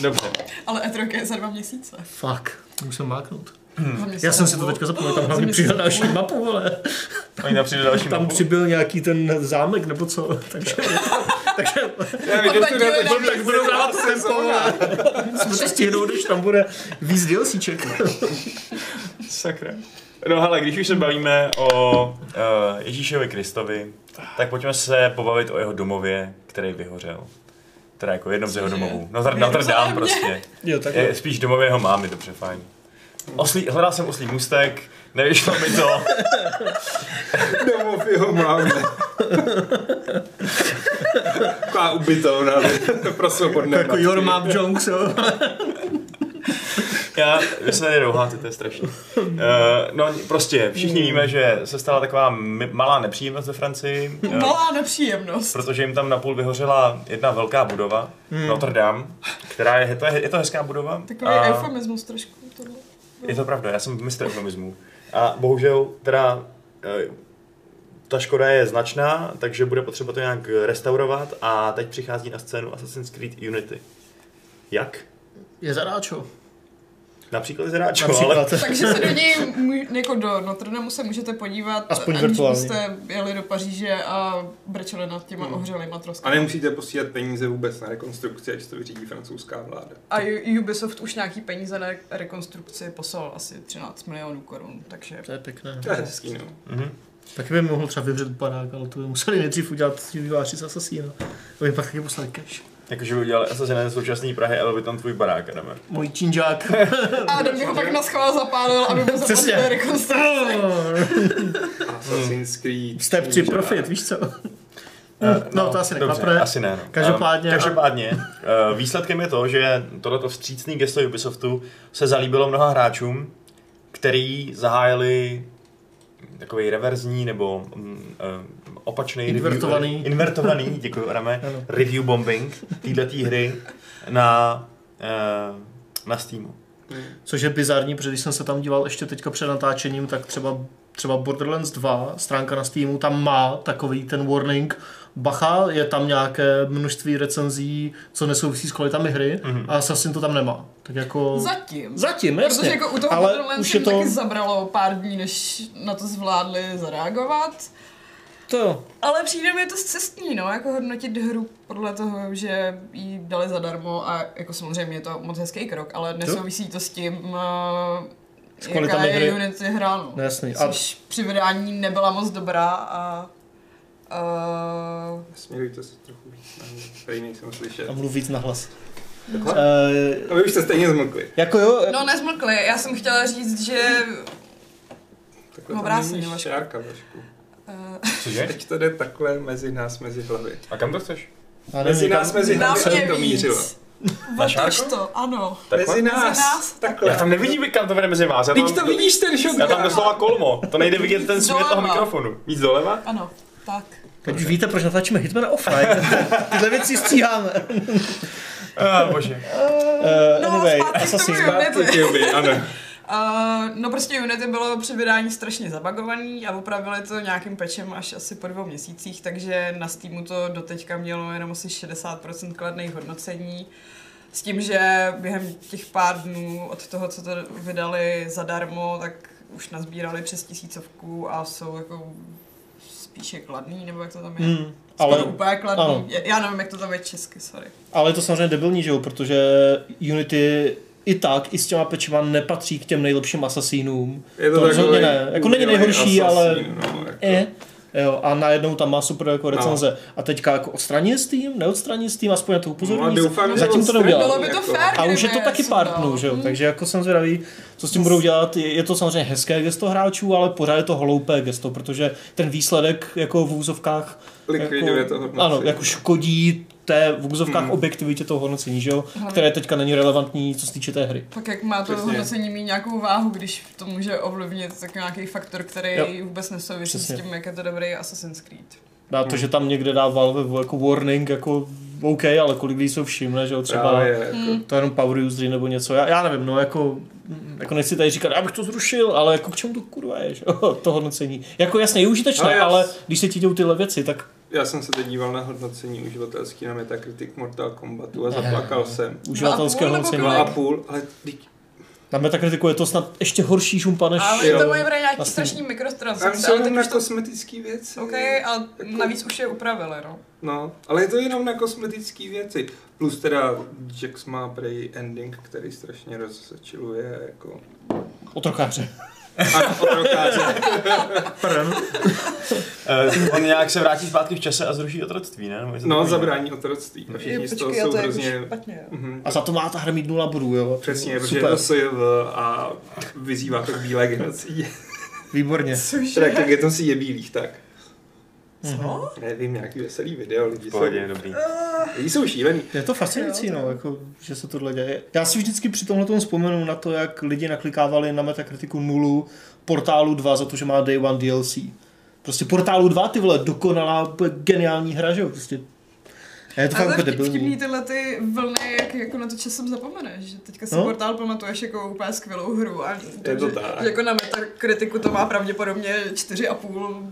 [SPEAKER 1] Dobře.
[SPEAKER 3] Ale E3 je za dva měsíce.
[SPEAKER 5] Fuck, to musím máknout.
[SPEAKER 3] Za měsíc
[SPEAKER 5] Já jsem si to
[SPEAKER 3] sebou.
[SPEAKER 5] teďka zapomněl, tam hlavně přidal další mapu, ale
[SPEAKER 1] Oni tam přijde další
[SPEAKER 5] tam
[SPEAKER 1] mapu.
[SPEAKER 5] přibyl nějaký ten zámek nebo co, takže, takže
[SPEAKER 4] Já
[SPEAKER 3] vidím tu díly Netflix.
[SPEAKER 5] tak budou dávat tempo, ale jsme to stihnout, když tam bude víc DLCček.
[SPEAKER 1] Sakra. No hele, když už se bavíme o uh, Ježíšovi Kristovi, tak pojďme se pobavit o jeho domově, který vyhořel. Teda jako jednom z jeho
[SPEAKER 3] Cože?
[SPEAKER 1] domovů. Notre, Notre Dame
[SPEAKER 3] Jeruzalémě.
[SPEAKER 1] prostě.
[SPEAKER 5] Jo, tak
[SPEAKER 1] Je, spíš domově jeho mámy, dobře, fajn. Oslí, hledal jsem oslý můstek, nevyšlo mi to.
[SPEAKER 4] Domov jeho mám. Taková ubytovna. To prosím pod
[SPEAKER 5] jako Your Map Jonks, jo.
[SPEAKER 1] Já, vy se tady rouháte, to je strašný. Uh, no prostě, všichni víme, že se stala taková mi- malá nepříjemnost ve Francii. Eh,
[SPEAKER 3] Malá nepříjemnost.
[SPEAKER 1] Protože jim tam napůl vyhořela jedna velká budova, hmm. Notre Dame, která je, to je, je to hezká budova.
[SPEAKER 3] Takový
[SPEAKER 1] a
[SPEAKER 3] eufemismus trošku. Tohle.
[SPEAKER 1] Je to pravda, já jsem mistr eufemismů. A bohužel teda eh, ta škoda je značná, takže bude potřeba to nějak restaurovat a teď přichází na scénu Assassin's Creed Unity. Jak?
[SPEAKER 5] Je zadáčo.
[SPEAKER 1] Například Zeráčo, ale
[SPEAKER 5] Například.
[SPEAKER 3] Takže se do něj, mu- jako do Notre Dame se můžete podívat,
[SPEAKER 5] Aspoň
[SPEAKER 3] aniž
[SPEAKER 5] virtuálně.
[SPEAKER 3] byste jeli do Paříže a brečeli nad těma ohřelýma troskami.
[SPEAKER 4] A nemusíte posílat peníze vůbec na rekonstrukci, ať to vyřídí francouzská vláda.
[SPEAKER 3] A U- Ubisoft už nějaký peníze na rekonstrukci poslal asi 13 milionů korun, takže...
[SPEAKER 5] To je pěkné.
[SPEAKER 4] To je hezký, no.
[SPEAKER 1] Mhm.
[SPEAKER 5] Taky by mohl třeba vyvřet barák, ale to by museli nejdřív udělat ti výváři z Asasína. Aby pak taky poslali cash.
[SPEAKER 1] Jakože by udělali Assassin's současný Prahy, ale by tam tvůj barák, Adame.
[SPEAKER 5] Můj činžák.
[SPEAKER 3] A Adam by ho pak na schvál zapálil, aby mu
[SPEAKER 5] Přesně.
[SPEAKER 3] zaplatil rekonstrukci.
[SPEAKER 4] Assassin's Creed.
[SPEAKER 5] Hmm. Step 3 profit, víš co?
[SPEAKER 1] Eh,
[SPEAKER 5] No, to asi
[SPEAKER 1] dobře,
[SPEAKER 5] nekvapne.
[SPEAKER 1] asi ne. No.
[SPEAKER 5] Každopádně-
[SPEAKER 1] Eh, každopádně eh, výsledkem je to, že tohleto vstřícný gesto Ubisoftu se zalíbilo mnoha hráčům, který zahájili takový reverzní nebo mm, eh, opačný
[SPEAKER 5] Invertovaný.
[SPEAKER 1] review, invertovaný děkuji, Rame,
[SPEAKER 5] Ano.
[SPEAKER 1] review bombing této hry na, eh, na Steamu.
[SPEAKER 5] Což je bizarní, protože když jsem se tam díval ještě teďka před natáčením, tak třeba, třeba Borderlands 2, stránka na Steamu, tam má takový ten warning, bacha, je tam nějaké množství recenzí, co nesouvisí s kvalitami hry mm-hmm. a Assassin to tam nemá. Tak jako...
[SPEAKER 3] Zatím.
[SPEAKER 5] Zatím, jasně.
[SPEAKER 3] Protože jako u toho
[SPEAKER 5] ale
[SPEAKER 3] Borderlands
[SPEAKER 5] už je
[SPEAKER 3] jim
[SPEAKER 5] to,
[SPEAKER 3] taky zabralo pár dní, než na to zvládli zareagovat.
[SPEAKER 5] to jo.
[SPEAKER 3] Ale přijde mi to cestní, no, jako hodnotit hru podle toho, že ji dali zadarmo a jako samozřejmě je to moc hezký krok, ale nesouvisí to s tím,
[SPEAKER 5] S
[SPEAKER 3] uh, jaká
[SPEAKER 5] kvalitami
[SPEAKER 3] je
[SPEAKER 5] hry.
[SPEAKER 3] Unity hra, no.
[SPEAKER 5] No jasný. A
[SPEAKER 3] Což při vydání nebyla moc dobrá a uh,
[SPEAKER 4] Směrujte se trochu víc na mě. Tady nejsem slyšet.
[SPEAKER 5] a mluv víc na hlas.
[SPEAKER 4] Takhle?
[SPEAKER 5] Eh,
[SPEAKER 4] A vy už jste stejně zmlkli.
[SPEAKER 5] jako jo,
[SPEAKER 3] No, nezmlkli. Já jsem chtěla říct, že
[SPEAKER 4] Tak takhle.
[SPEAKER 3] No,
[SPEAKER 4] tam
[SPEAKER 3] vrásil,
[SPEAKER 4] není
[SPEAKER 3] Vašku.
[SPEAKER 4] šárka, Vašku.
[SPEAKER 3] Uh,
[SPEAKER 1] Cože?
[SPEAKER 4] Teď to jde takhle mezi nás, mezi hlavy.
[SPEAKER 1] A kam to chceš?
[SPEAKER 5] Já nevím,
[SPEAKER 4] Mezi
[SPEAKER 5] někam-
[SPEAKER 4] nás, mezi
[SPEAKER 3] na
[SPEAKER 4] hlavy
[SPEAKER 3] mě
[SPEAKER 4] jsem to
[SPEAKER 3] víc.
[SPEAKER 4] mířila.
[SPEAKER 1] Na
[SPEAKER 3] Otoč
[SPEAKER 1] šárku?
[SPEAKER 3] to, ano.
[SPEAKER 4] Mezi nás,
[SPEAKER 3] nás,
[SPEAKER 4] takhle.
[SPEAKER 1] Já tam nevidím, kam to vede mezi vás. Já
[SPEAKER 4] Teď
[SPEAKER 1] tam,
[SPEAKER 4] to vidíš ten šok.
[SPEAKER 1] já tam doslova kolmo. To nejde vidět ten směr toho
[SPEAKER 3] Doleva.
[SPEAKER 1] mikrofonu. Víc doleva?
[SPEAKER 3] Ano, tak.
[SPEAKER 5] Teď už víte, proč natáčíme Hitmana offline. Tyhle věci stříháme.
[SPEAKER 1] Ah, bože.
[SPEAKER 5] Uh,
[SPEAKER 3] No,
[SPEAKER 5] anyway,
[SPEAKER 3] zpátky k
[SPEAKER 5] Assassin's
[SPEAKER 3] tomu
[SPEAKER 5] Creed.
[SPEAKER 3] Unity.
[SPEAKER 4] ano.
[SPEAKER 3] Uh, no prostě Unity bylo při vydání strašně zabagovaný a opravili to nějakým pečem až asi po dvou měsících, takže na Steamu to doteďka mělo jenom asi 60% kladných hodnocení. S tím, že během těch pár dnů od toho, co to vydali zadarmo, tak už nazbírali přes tisícovku a jsou jako spíše kladný, nebo jak to tam je.
[SPEAKER 5] Hmm,
[SPEAKER 3] Skoro
[SPEAKER 5] ale,
[SPEAKER 3] úplně kladný.
[SPEAKER 5] ano.
[SPEAKER 3] Já- Já nevím, jak to tam je česky, sorry.
[SPEAKER 5] ale je to samozřejmě debilní, že jo, protože Unity i tak, i s těma pečema nepatří k těm nejlepším asasínům.
[SPEAKER 4] Je
[SPEAKER 5] To rozhodně
[SPEAKER 4] takový
[SPEAKER 5] ne. Jako není
[SPEAKER 4] umělej
[SPEAKER 5] nejhorší,
[SPEAKER 4] asasín, no, jako.
[SPEAKER 5] E, jo, a najednou tam má super jako
[SPEAKER 4] No.
[SPEAKER 5] recenze. A teďka jako odstraní Steam, neodstraní Steam, aspoň na to
[SPEAKER 4] No a
[SPEAKER 5] upozorní.
[SPEAKER 4] doufám, že
[SPEAKER 5] Zatím to
[SPEAKER 4] odstraní,
[SPEAKER 5] neudělal.
[SPEAKER 3] Bylo by to
[SPEAKER 4] jako.
[SPEAKER 3] fér,
[SPEAKER 5] A už je to
[SPEAKER 3] kdyby
[SPEAKER 5] taky
[SPEAKER 3] se
[SPEAKER 5] pár
[SPEAKER 3] dalo.
[SPEAKER 5] dnů, že jo?
[SPEAKER 3] Mm.
[SPEAKER 5] Takže jako jsem zvědavý, co s tím budou dělat. Je, je to samozřejmě hezké gesto hráčů, ale pořád je to hloupé gesto, protože ten výsledek jako v úzovkách
[SPEAKER 4] Likviduje
[SPEAKER 5] jako,
[SPEAKER 4] to hodnocení.
[SPEAKER 5] Ano, jako škodí té v úzovkách
[SPEAKER 4] Mm.
[SPEAKER 5] objektivitě toho hodnocení, že jo?
[SPEAKER 3] Hlavně-
[SPEAKER 5] Které teďka není relevantní, co se týče té hry.
[SPEAKER 3] Pak jak má to
[SPEAKER 4] Přesně.
[SPEAKER 3] hodnocení mít nějakou váhu, když to může ovlivnit tak nějaký faktor, který
[SPEAKER 5] Jo.
[SPEAKER 3] jo. vůbec nesouvisí
[SPEAKER 5] Přesně.
[SPEAKER 3] Přesně. s tím, jak je to dobrý Assassin's Creed.
[SPEAKER 5] Dá to,
[SPEAKER 4] Mm.
[SPEAKER 5] že tam někde dá Valve jako warning, jako OK, ale kolik lidí se ho všimne, že jo? Třeba...
[SPEAKER 4] Právě, jako.
[SPEAKER 3] Hmm.
[SPEAKER 5] To je jenom power usery nebo něco, já, já nevím, no jako, mm, jako nechci tady říkat, abych to zrušil, ale jako k čemu to kurva je, že? jo, to hodnocení. Jako jasně, je užitečné,
[SPEAKER 4] Ale
[SPEAKER 5] ale,
[SPEAKER 4] jas-
[SPEAKER 5] ale když se ti jdou tyhle věci, tak
[SPEAKER 4] Já jsem se teď díval na hodnocení uživatelský na Metacritic Mortal Kombatu a
[SPEAKER 5] Ne.
[SPEAKER 4] zaplakal jsem.
[SPEAKER 5] uživatelské
[SPEAKER 3] nebo
[SPEAKER 5] hodnocení. no.
[SPEAKER 4] Dva No a
[SPEAKER 3] kolik?
[SPEAKER 4] půl, ale teď
[SPEAKER 5] Na metakritiku je to snad ještě horší žumpa než...
[SPEAKER 3] Ale
[SPEAKER 4] jo,
[SPEAKER 3] to mají brát nějaký
[SPEAKER 5] vlastně.
[SPEAKER 3] strašný
[SPEAKER 4] tam
[SPEAKER 3] mikrotransakce,
[SPEAKER 4] jsou
[SPEAKER 3] ale teď
[SPEAKER 4] jenom na
[SPEAKER 3] už to...
[SPEAKER 4] kosmetické věci.
[SPEAKER 3] OK, a
[SPEAKER 4] Jako-
[SPEAKER 3] navíc už je upravili, no.
[SPEAKER 4] No, ale je to jenom na kosmetické věci. Plus teda Jax má prej ending, který strašně rozčiluje, jako...
[SPEAKER 5] Otrokáře.
[SPEAKER 4] Ano, otrokáře.
[SPEAKER 1] Eh, on nějak se vrátí zpátky v čase a zruší otroctví, ne? Nebo něco
[SPEAKER 4] no,
[SPEAKER 1] takového.
[SPEAKER 4] zabrání otroctví.
[SPEAKER 5] No,
[SPEAKER 4] A všichni z toho
[SPEAKER 3] a
[SPEAKER 4] jsou
[SPEAKER 3] to je jako
[SPEAKER 4] hrozně...
[SPEAKER 3] špatně. jo.
[SPEAKER 4] Mhm.
[SPEAKER 5] A za to má ta hra mít nula bodů, jo.
[SPEAKER 4] Přesně, protože je
[SPEAKER 5] Super,
[SPEAKER 4] to SJV a vyzývá to k bílé genocidě.
[SPEAKER 5] výborně.
[SPEAKER 3] Cože?
[SPEAKER 4] Teda k genocidě bílých, tak.
[SPEAKER 5] Mhm.
[SPEAKER 3] Co?
[SPEAKER 4] Nevím, nějaký veselý video, lidi
[SPEAKER 1] V
[SPEAKER 4] jsou,
[SPEAKER 1] pohodě, dobrý.
[SPEAKER 4] lidi jsou šílený.
[SPEAKER 5] Je to fascinující, no, jako, že se tohle děje. Já si vždycky při tomhle tomu vzpomenu na to, jak lidi naklikávali na Metacritiku 0, portálu 2 za to, že má Day One DLC. Prostě portálu 2, ty vole, dokonalá, úplně geniální hra, že jo, prostě. A je to fakt
[SPEAKER 3] Ale
[SPEAKER 5] úplně
[SPEAKER 3] vtip- vtipný
[SPEAKER 5] debilní.
[SPEAKER 3] tyhle ty vlny, jak jako na to časem zapomeneš, že teďka si
[SPEAKER 5] No.
[SPEAKER 3] portál pamatuješ jako úplně skvělou hru a
[SPEAKER 4] Je to
[SPEAKER 3] že,
[SPEAKER 4] tak.
[SPEAKER 3] že jako na metakritiku to má pravděpodobně 4,5,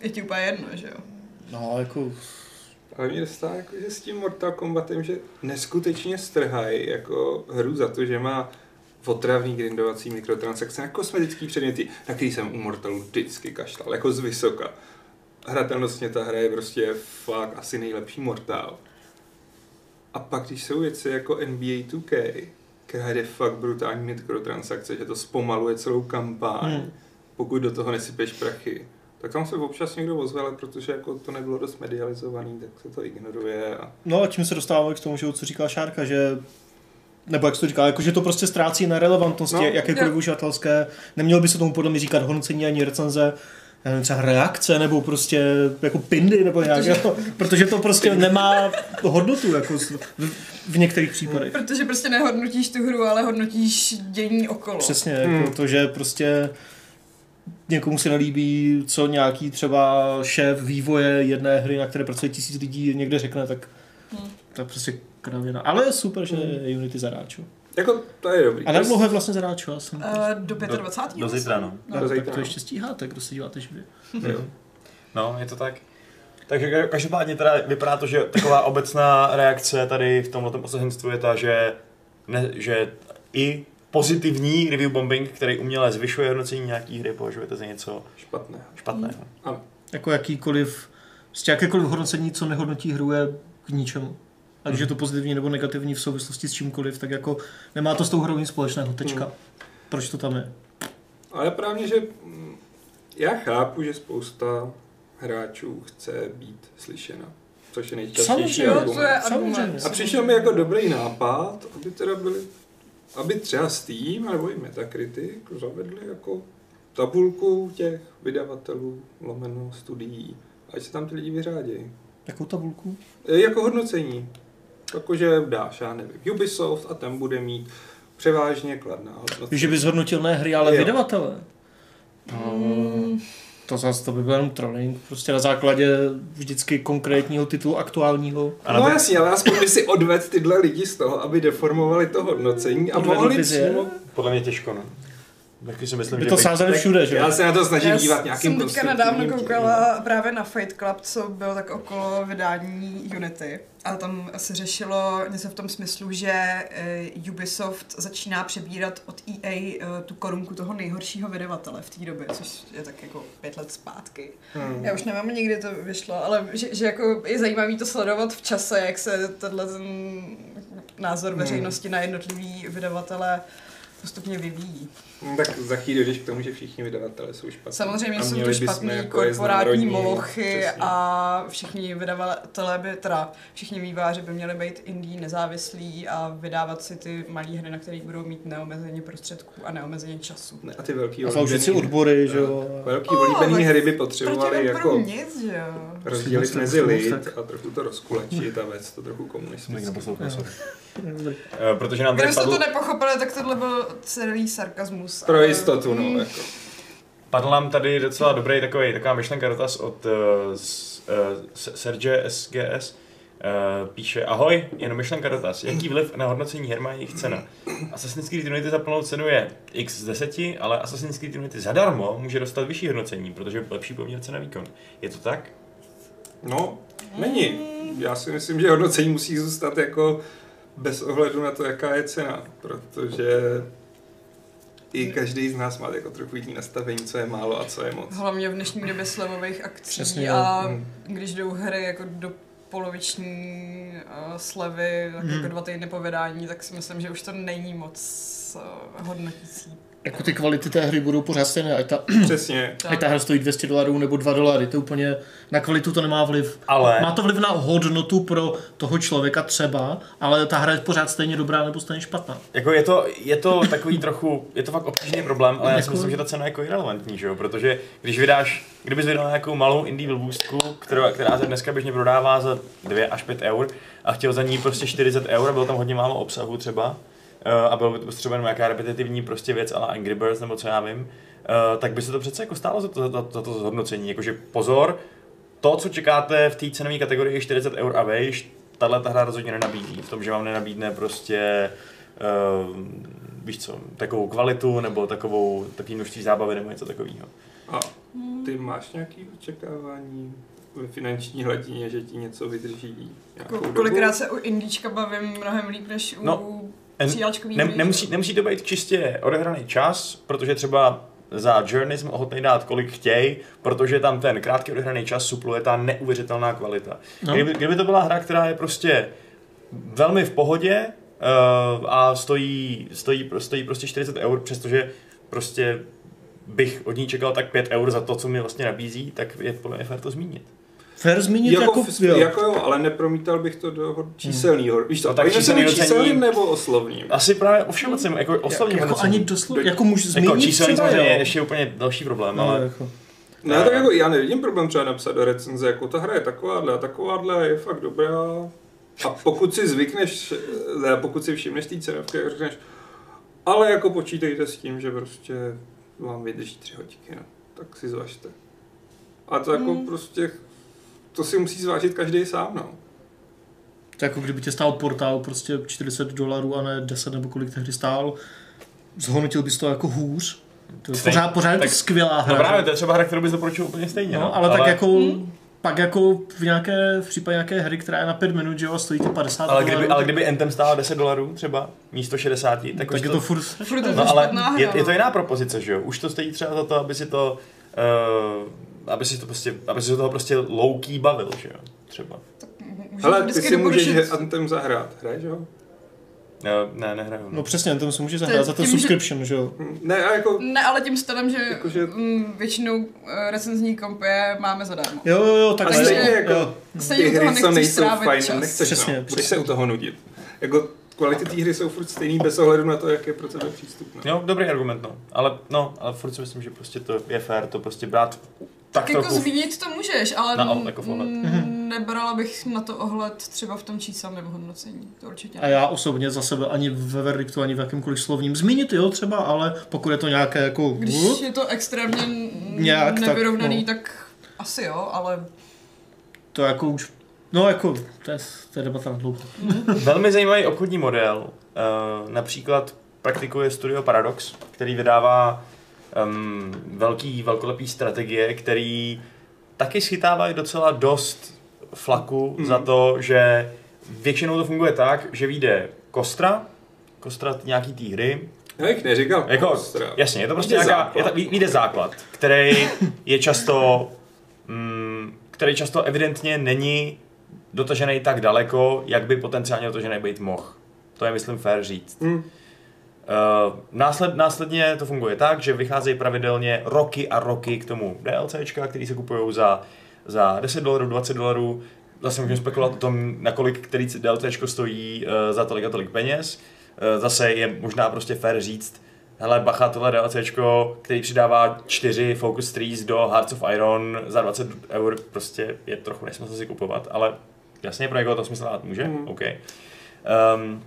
[SPEAKER 3] je ti úplně jedno, že jo.
[SPEAKER 5] No, jako,
[SPEAKER 4] Ale mě dostává jako, že s tím Mortal Kombatem, že neskutečně strhají jako hru za to, že má otravný grindovací mikrotransakce na kosmetický předměty, na který jsem u Mortalu vždycky kašlal, jako z vysoka. Hratelnostně ta hra je prostě fakt asi nejlepší Mortal. A pak, když jsou věci jako NBA 2K, která jde fakt brutální mikrotransakce, že to zpomaluje celou kampaň,
[SPEAKER 5] Hmm.
[SPEAKER 4] hmm. pokud do toho nesypeš prachy, tak tam se občas někdo ozve, ale protože jako to nebylo dost medializovaný, tak se to ignoruje. A...
[SPEAKER 5] no a tím se dostáváme k tomu, že jo, co říká Šárka, že nebo jak jsi to říkal, jako, že to prostě ztrácí na relevantnosti no,
[SPEAKER 4] No,
[SPEAKER 5] jakékoliv
[SPEAKER 3] jo.
[SPEAKER 5] uživatelské. Nemělo by se tomu podle mě říkat hodnocení ani recenze, já nevím, třeba reakce, nebo prostě jako pindy, nebo nějak, protože, protože to prostě nemá hodnotu, jako s- v, v některých případech.
[SPEAKER 3] Protože prostě nehodnotíš tu hru, ale hodnotíš dění okolo.
[SPEAKER 5] Přesně,
[SPEAKER 4] Hmm.
[SPEAKER 5] jako to, že prostě někomu se nelíbí, co nějaký třeba šéf vývoje jedné hry, na které pracuje tisíc lidí, někde řekne, tak
[SPEAKER 3] Hmm.
[SPEAKER 5] to je prostě kravěna. Ale je super, že je Unity zadáčo.
[SPEAKER 4] Jako to je dobrý.
[SPEAKER 5] A na dlouho je vlastně zadáčo, já jsem...
[SPEAKER 3] Uh, do 25.
[SPEAKER 1] Do zítra, no.
[SPEAKER 5] No,
[SPEAKER 4] To
[SPEAKER 5] tak
[SPEAKER 4] zajímavé.
[SPEAKER 5] to ještě stíháte, kdo se díváte živě.
[SPEAKER 4] Jo.
[SPEAKER 1] No, je to tak. Takže ka- každopádně teda vypadá to, že taková obecná reakce tady v tomhle osazenstvu je ta, že, ne, že i pozitivní review bombing, který uměle zvyšuje hodnocení nějaký hry, považujete za něco
[SPEAKER 4] Špatné.
[SPEAKER 1] špatného.
[SPEAKER 5] Jako jakýkoliv, prostě jakékoliv hodnocení, co nehodnotí hru, je k ničemu. Ať už je to pozitivní nebo negativní v souvislosti s čímkoliv, tak jako nemá to s tou hrou nic společného, tečka. Proč to tam je?
[SPEAKER 4] Ale právě, že mm, já chápu, že spousta hráčů chce být slyšena. Což je nejčastější
[SPEAKER 5] Samozřejmě,
[SPEAKER 3] Jo, to
[SPEAKER 4] argument.
[SPEAKER 3] je argument.
[SPEAKER 5] Samozřejmě.
[SPEAKER 4] A přišel mi jako dobrý nápad, aby teda byli, aby třeba Steam nebo i Metacritic zavedli jako tabulku těch vydavatelů, lomeno studií, ať se tam ty lidi vyřádějí.
[SPEAKER 2] Jakou tabulku?
[SPEAKER 4] E, Jako hodnocení. Jakože dáš, já nevím, Ubisoft a ten bude mít převážně kladná hodnocení.
[SPEAKER 2] Že by zhodnotil ne hry, ale
[SPEAKER 4] Jo.
[SPEAKER 2] vydavatele. No, to zase to by byl jenom trolling. Prostě na základě vždycky konkrétního titulu aktuálního.
[SPEAKER 1] A na
[SPEAKER 4] No
[SPEAKER 1] to-
[SPEAKER 4] jasně, ale aspoň by si odvedl tyhle lidi z toho, aby deformovali to hodnocení a
[SPEAKER 2] Odvedl
[SPEAKER 4] mohli
[SPEAKER 2] bys je?
[SPEAKER 4] přímo...
[SPEAKER 1] Podle mě těžko, no. Taky si myslím,
[SPEAKER 2] By
[SPEAKER 1] že
[SPEAKER 2] to
[SPEAKER 1] by-
[SPEAKER 2] sázeli všude, že?
[SPEAKER 4] Já
[SPEAKER 2] jo?
[SPEAKER 4] se na to snažím
[SPEAKER 3] Já
[SPEAKER 4] dívat nějakým
[SPEAKER 3] jsem teďka
[SPEAKER 4] konstruktivním
[SPEAKER 3] nedávno
[SPEAKER 4] tím.
[SPEAKER 3] koukala právě na Fight Club, co byl tak okolo vydání Unity. A tam se řešilo něco v tom smyslu, že eh, Ubisoft začíná přebírat od EA eh, tu korunku toho nejhoršího vydavatele v té době, což je tak jako pět let zpátky.
[SPEAKER 4] Hmm.
[SPEAKER 3] Já už nevím, ani kdy to vyšlo, ale že, že jako je zajímavý to sledovat v čase, jak se tenhle ten
[SPEAKER 4] Hmm.
[SPEAKER 3] názor veřejnosti na jednotlivý vydavatele postupně vyvíjí.
[SPEAKER 4] No, tak za chvíli dojdeš k tomu, že všichni vydavatelé jsou špatní.
[SPEAKER 3] Samozřejmě
[SPEAKER 4] A
[SPEAKER 3] jsou to
[SPEAKER 4] měli bychom
[SPEAKER 3] špatný
[SPEAKER 4] jako je
[SPEAKER 3] korporátní
[SPEAKER 4] znárodnit.
[SPEAKER 3] molochy
[SPEAKER 4] Přesně.
[SPEAKER 3] a všichni vydavatelé by, teda všichni výváři by měli být indí nezávislí a vydávat si ty malé hry, na kterých budou mít neomezeně prostředků a neomezeně času.
[SPEAKER 4] Ne, a ty velký
[SPEAKER 2] A sloužit si
[SPEAKER 4] oblíbený-
[SPEAKER 2] odbory, že jo?
[SPEAKER 4] Velký
[SPEAKER 3] No,
[SPEAKER 4] oblíbený
[SPEAKER 3] tak
[SPEAKER 4] hry by
[SPEAKER 3] Proti
[SPEAKER 4] potřebovaly
[SPEAKER 3] jako...
[SPEAKER 4] jako
[SPEAKER 3] nic, že jo?
[SPEAKER 4] rozdělit
[SPEAKER 2] Musím
[SPEAKER 4] mezi
[SPEAKER 2] tak,
[SPEAKER 4] lid
[SPEAKER 2] musím tak.
[SPEAKER 4] a trochu to rozkulačit a vést to trochu
[SPEAKER 1] Jsem tak
[SPEAKER 4] komunisticky.
[SPEAKER 1] neposlouchal, sorry. Eh, Protože nám tady
[SPEAKER 3] Kdo jste
[SPEAKER 1] padl,
[SPEAKER 3] to nepochopili, tak tohle byl celý sarkazmus.
[SPEAKER 4] Pro
[SPEAKER 3] ale-
[SPEAKER 4] jistotu, no,
[SPEAKER 3] Mm.
[SPEAKER 4] jako.
[SPEAKER 1] padl nám tady docela dobrý takový, taková myšlenka dotaz od uh, s, uh, Serge SGS. Uh, píše, ahoj, jen myšlenka dotaz. Jaký vliv na hodnocení her má jejich cena? Assassin's Creed Unity za plnou cenu je x z 10, ale Assassin's Creed Unity zadarmo může dostat vyšší hodnocení, protože je lepší poměr cena výkon. Je to tak?
[SPEAKER 4] No, není. Já si myslím, že hodnocení musí zůstat jako bez ohledu na to, jaká je cena, protože i každý z nás má jako trochu jiný nastavení, co je málo a co je moc.
[SPEAKER 3] Hlavně v dnešní době slevových akcí
[SPEAKER 2] Přesně,
[SPEAKER 3] a
[SPEAKER 4] jo.
[SPEAKER 3] když jdou hry jako do poloviční uh, slevy, tak
[SPEAKER 2] Mm.
[SPEAKER 3] jako dva týdny po vydání, tak si myslím, že už to není moc uh, hodnotící.
[SPEAKER 2] Jako ty kvality té hry budou pořád stejné, ať ta,
[SPEAKER 4] Přesně.
[SPEAKER 2] ať ta hra stojí 200 dolarů nebo 2 dolary, to úplně na kvalitu to nemá vliv.
[SPEAKER 1] Ale-
[SPEAKER 2] Má to vliv na hodnotu pro toho člověka třeba, ale ta hra je pořád stejně dobrá nebo stejně špatná.
[SPEAKER 1] Jako je to, je to takový trochu, je to fakt obtížný problém, ale já si
[SPEAKER 2] Jako-
[SPEAKER 1] myslím, že ta cena je jako irrelevantní, že jo? Protože když vydáš, kdybys vydal nějakou malou indie blbůstku, která, která se dneska běžně prodává za 2 až 5 eur a chtěl za ní prostě 40 eur a bylo tam hodně málo obsahu třeba, eh, a bylo by to třeba jenom nějaká repetitivní prostě věc, ale Angry Birds nebo co já vím, eh, tak by se to přece jako stálo za to, za, za to zhodnocení. Jakože pozor, to, co čekáte v té cenové kategorii 40 eur a vejš, tahle ta hra rozhodně nenabízí. V tom, že vám nenabídne prostě uh, víš co, takovou kvalitu nebo takovou, takový množství zábavy nebo něco takového.
[SPEAKER 4] A ty máš nějaké očekávání ve finanční hladině, že ti něco vydrží nějakou
[SPEAKER 3] Ko-
[SPEAKER 4] dobu?
[SPEAKER 3] Jako Kolikrát se u indíčka bavím mnohem líp, než u
[SPEAKER 1] Jako No,
[SPEAKER 3] no,
[SPEAKER 1] en-
[SPEAKER 3] příjáčkových
[SPEAKER 1] Ne, nemusí, nemusí to být čistě odehraný čas, protože třeba za Journey jsme ochotný dát kolik chtěj, protože tam ten krátký odehraný čas supluje ta neuvěřitelná kvalita. No.
[SPEAKER 2] No.
[SPEAKER 1] Kdyby, kdyby to byla hra, která je prostě velmi v pohodě uh, a stojí, stojí, stojí prostě 40 eur, přestože prostě bych od ní čekal tak 5 eur za to, co mi vlastně nabízí, tak je podle mě fér to zmínit.
[SPEAKER 2] Fair zmínit jako,
[SPEAKER 4] Jako,
[SPEAKER 2] jako,
[SPEAKER 4] f-
[SPEAKER 2] jo.
[SPEAKER 4] jako jo, ale nepromítal bych to do
[SPEAKER 3] Hmm.
[SPEAKER 4] hod- číselného. Víš
[SPEAKER 1] No
[SPEAKER 4] to,
[SPEAKER 1] tak
[SPEAKER 4] tak číselným,
[SPEAKER 1] číselný docení-
[SPEAKER 4] číselným nebo oslovním?
[SPEAKER 1] Asi právě o všem ocem, jako oslavním
[SPEAKER 2] jako
[SPEAKER 1] hodnocení.
[SPEAKER 2] ani doslova, jako můžu zmínit
[SPEAKER 1] Jako číselný
[SPEAKER 2] třeba,
[SPEAKER 1] samozřejmě
[SPEAKER 2] jo.
[SPEAKER 1] je ještě úplně další problém,
[SPEAKER 2] No,
[SPEAKER 1] ale
[SPEAKER 2] jako.
[SPEAKER 4] No já tak jako, já nevidím problém třeba napsat do recenze, jako ta hra je takováhle a takováhle, je fakt dobrá. A pokud si zvykneš, ne, pokud si všimneš té cenovky, jak řekneš, ale jako počítejte s tím, že prostě vám vydrží tři hodinky, no. Tak si zvažte. A to jako
[SPEAKER 3] Hmm.
[SPEAKER 4] prostě, to si musí zvážit každý sám, no.
[SPEAKER 2] To je jako kdyby tě stál portál prostě 40 dolarů a ne 10 nebo kolik tehdy stál, zhodnotil bys to jako hůř. To je
[SPEAKER 1] Stejně.
[SPEAKER 2] pořád, pořád je to
[SPEAKER 1] Tak-
[SPEAKER 2] skvělá hra.
[SPEAKER 1] no právě to je třeba hra, kterou bys doporučil úplně stejně.
[SPEAKER 2] no, ale, tak jako
[SPEAKER 3] Hmm?
[SPEAKER 2] pak jako v nějaké, v případě nějaké hry, která je na 5 minut, že jo, a stojí to 50
[SPEAKER 1] ale kdyby,
[SPEAKER 2] dolarů,
[SPEAKER 1] ale kdyby Anthem stála 10 dolarů třeba, místo 60, tak, prostě
[SPEAKER 2] tak,
[SPEAKER 1] už
[SPEAKER 2] tak je Jako, to furt...
[SPEAKER 3] Furt je to
[SPEAKER 1] No ale
[SPEAKER 3] špatná hra.
[SPEAKER 1] je, je, to jiná propozice, že jo? Už to stojí třeba za to, aby si to, uh, aby si to prostě, aby si do toho prostě louký bavil, že jo? Třeba.
[SPEAKER 3] Můžeš
[SPEAKER 4] Hele, ty
[SPEAKER 3] vždycky
[SPEAKER 4] si můžeš
[SPEAKER 3] doporučit.
[SPEAKER 4] Anthem zahrát, hraješ ho?
[SPEAKER 1] Uh, ne, nehraju.
[SPEAKER 2] No
[SPEAKER 1] No.
[SPEAKER 2] přesně, tam se může zahrát
[SPEAKER 3] je
[SPEAKER 2] za ten
[SPEAKER 3] tím, že-
[SPEAKER 2] subscription, že jo.
[SPEAKER 4] Hm, Ne, a jako,
[SPEAKER 3] Ne, ale tím stylem, že
[SPEAKER 4] Jakože-
[SPEAKER 3] Jakože... většinou eh, recenzní kompie máme zadarmo.
[SPEAKER 2] Jo, jo, jo, tak
[SPEAKER 4] ale
[SPEAKER 3] stejně
[SPEAKER 4] stejně jako,
[SPEAKER 2] jo.
[SPEAKER 4] ty
[SPEAKER 3] Stejně u toho
[SPEAKER 4] hry, co
[SPEAKER 3] nechceš
[SPEAKER 4] nejsou
[SPEAKER 3] strávit
[SPEAKER 4] fajn,
[SPEAKER 3] čas.
[SPEAKER 4] nechceš,
[SPEAKER 2] Přesně,
[SPEAKER 4] no, budeš
[SPEAKER 2] přesně.
[SPEAKER 4] se u toho nudit. Jako, kvality té hry jsou furt stejný bez ohledu na to, jak je pro tebe přístupné.
[SPEAKER 1] Jo, dobrý argument, no. Ale, no, ale furt si myslím, že prostě to je fér to prostě brát tak,
[SPEAKER 3] Tak, jako
[SPEAKER 1] trochu...
[SPEAKER 3] zmínit to můžeš, ale
[SPEAKER 1] Na ohled, jako v ohled.
[SPEAKER 2] Mhm.
[SPEAKER 3] mm, nebrala bych na to ohled třeba v tom číselném hodnocení, to určitě
[SPEAKER 2] A
[SPEAKER 3] ne.
[SPEAKER 2] já osobně za sebe ani ve verdiktu, ani v jakémkoliv slovním zmínit, jo, třeba, ale pokud je to nějaké jako...
[SPEAKER 3] Když je to extrémně n-
[SPEAKER 2] Nějak tak, no.
[SPEAKER 3] nevyrovnaný, tak, asi jo, ale
[SPEAKER 2] To jako už... No jako, to je, to je debata na dlouho.
[SPEAKER 1] Velmi zajímavý obchodní model eh, například praktikuje studio Paradox, který vydává um, velký, velkolepý strategie, který taky schytávají docela dost flaku
[SPEAKER 4] Mhm.
[SPEAKER 1] za to, že většinou to funguje tak, že vyjde Kostra, Kostra nějaký té hry,
[SPEAKER 4] Já bych neříkal.
[SPEAKER 1] Jako,
[SPEAKER 4] ostra.
[SPEAKER 1] Jasně, je to prostě
[SPEAKER 4] Jde
[SPEAKER 1] nějaká,
[SPEAKER 4] základ.
[SPEAKER 1] je ta, ví- vyjde základ, který je často, mm, který často evidentně není dotažený tak daleko, jak by potenciálně dotažený být mohl. To je, myslím, fér říct.
[SPEAKER 4] Hm.
[SPEAKER 1] Uh, násled, následně to funguje tak, že vycházejí pravidelně roky a roky k tomu DLCčka, který se kupují za, za 10 dolarů, 20 dolarů. Zase můžeme spekulovat o tom, nakolik který DLCčko stojí uh, za tolik a tolik peněz. Uh, zase je možná prostě fér říct, hele bacha, tohle DLCčko, který přidává 4 Focus Trees do Hearts of Iron za 20 eur, prostě je trochu nesmysl si kupovat, ale jasně, pro někoho to smysl dát může,
[SPEAKER 4] Mm.
[SPEAKER 1] mm. OK. Um,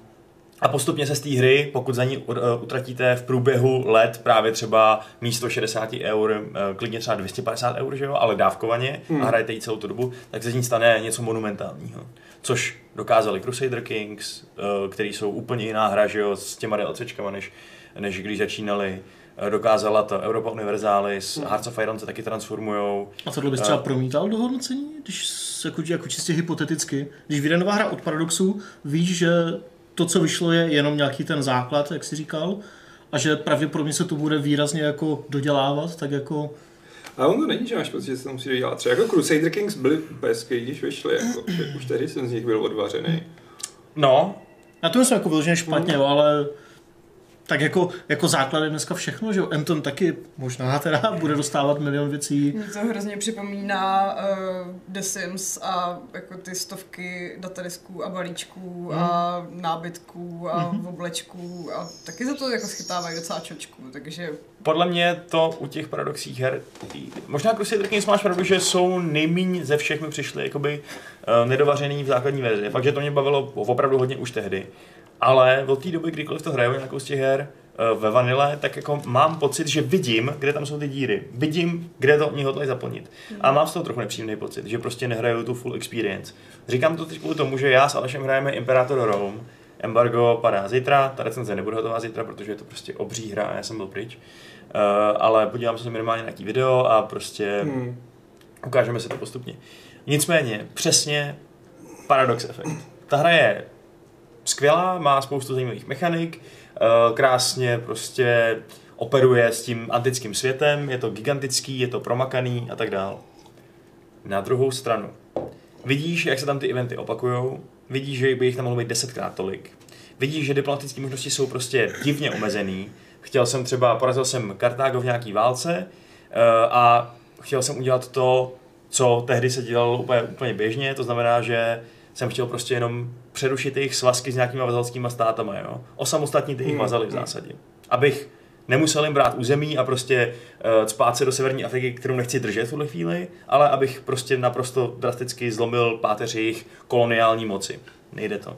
[SPEAKER 1] a postupně se z té hry, pokud za ní uh, utratíte v průběhu let právě třeba místo 60 eur, uh, klidně třeba 250 eur, že jo, ale dávkovaně
[SPEAKER 4] Hmm.
[SPEAKER 1] hmm. a hrajete ji celou tu dobu, tak se z ní stane něco monumentálního. Což dokázali Crusader Kings, uh, který jsou úplně jiná hra, že jo, s těma DLCčkama, než, než když začínali. Eh, Dokázala to Europa Universalis,
[SPEAKER 4] Hmm.
[SPEAKER 1] Hearts of Iron se taky transformujou.
[SPEAKER 2] A tohle bys třeba promítal do hodnocení, když s- jako, jako čistě hypoteticky. Když vyjde nová hra od Paradoxu, víš, že to, co vyšlo, je jenom nějaký ten základ, jak jsi říkal, a že pravděpodobně se to bude výrazně jako dodělávat, tak jako...
[SPEAKER 4] Ale on to není, že máš pocit, že se to musí dodělat. Třeba jako Crusader Kings byli peský, když vyšli, jako, že už tehdy jsem z nich byl odvařený.
[SPEAKER 1] No,
[SPEAKER 2] Já to myslím jako vyloženě špatně, jo, ale tak jako, jako základ je dneska všechno, že jo? Anton taky možná teda bude dostávat milion věcí.
[SPEAKER 3] mě to hrozně připomíná uh, The Sims a jako ty stovky datadisků a balíčků a
[SPEAKER 2] Mhm.
[SPEAKER 3] nábytků a oblečků a taky za to jako schytávají docela čočku, takže
[SPEAKER 1] Podle mě to u těch paradoxních her, možná Crusader Kings máš pravdu, že jsou nejmíň ze všech mi přišly jakoby eh, nedovařený v základní verzi. Fakt, že to mě bavilo opravdu hodně už tehdy. Ale od té doby, kdykoliv to hraju nějakou z těch her eh, ve vanile, tak jako mám pocit, že vidím, kde tam jsou ty díry. Vidím, kde to mě hodlají zaplnit. A mám z toho trochu nepříjemný pocit, že prostě nehraju tu full experience. Říkám to teď kvůli tomu, že já s Alešem hrajeme Imperator Rome, Embargo padá zítra, ta recenze nebude hotová zítra, protože je to prostě obří hra a já jsem byl pryč. Uh, ale podívám se minimálně na nějaký video a prostě hmm.
[SPEAKER 4] Hmm.
[SPEAKER 1] ukážeme se to postupně. Nicméně, přesně paradox efekt. Ta hra je skvělá, má spoustu zajímavých mechanik, eh, krásně prostě operuje s tím antickým světem, je to gigantický, je to promakaný a tak dál. Na druhou stranu, vidíš, jak se tam ty eventy opakujou, vidíš, že by jich tam mohlo být desetkrát tolik, vidíš, že diplomatické možnosti jsou prostě divně omezený, chtěl jsem třeba, porazil jsem Kartágo v nějaký válce eh, a chtěl jsem udělat to, co tehdy se dělalo úplně, úplně běžně, to znamená, že jsem chtěl prostě jenom přerušit jejich svazky s nějakýma vazalskýma státama, jo. Osamostatnit jejich
[SPEAKER 4] Hmm.
[SPEAKER 1] vazaly v zásadě. Abych nemusel jim brát území a prostě uh, cpát se do severní Afriky, kterou nechci držet v tuhle chvíli, ale abych prostě naprosto drasticky zlomil páteř jejich koloniální moci. Nejde to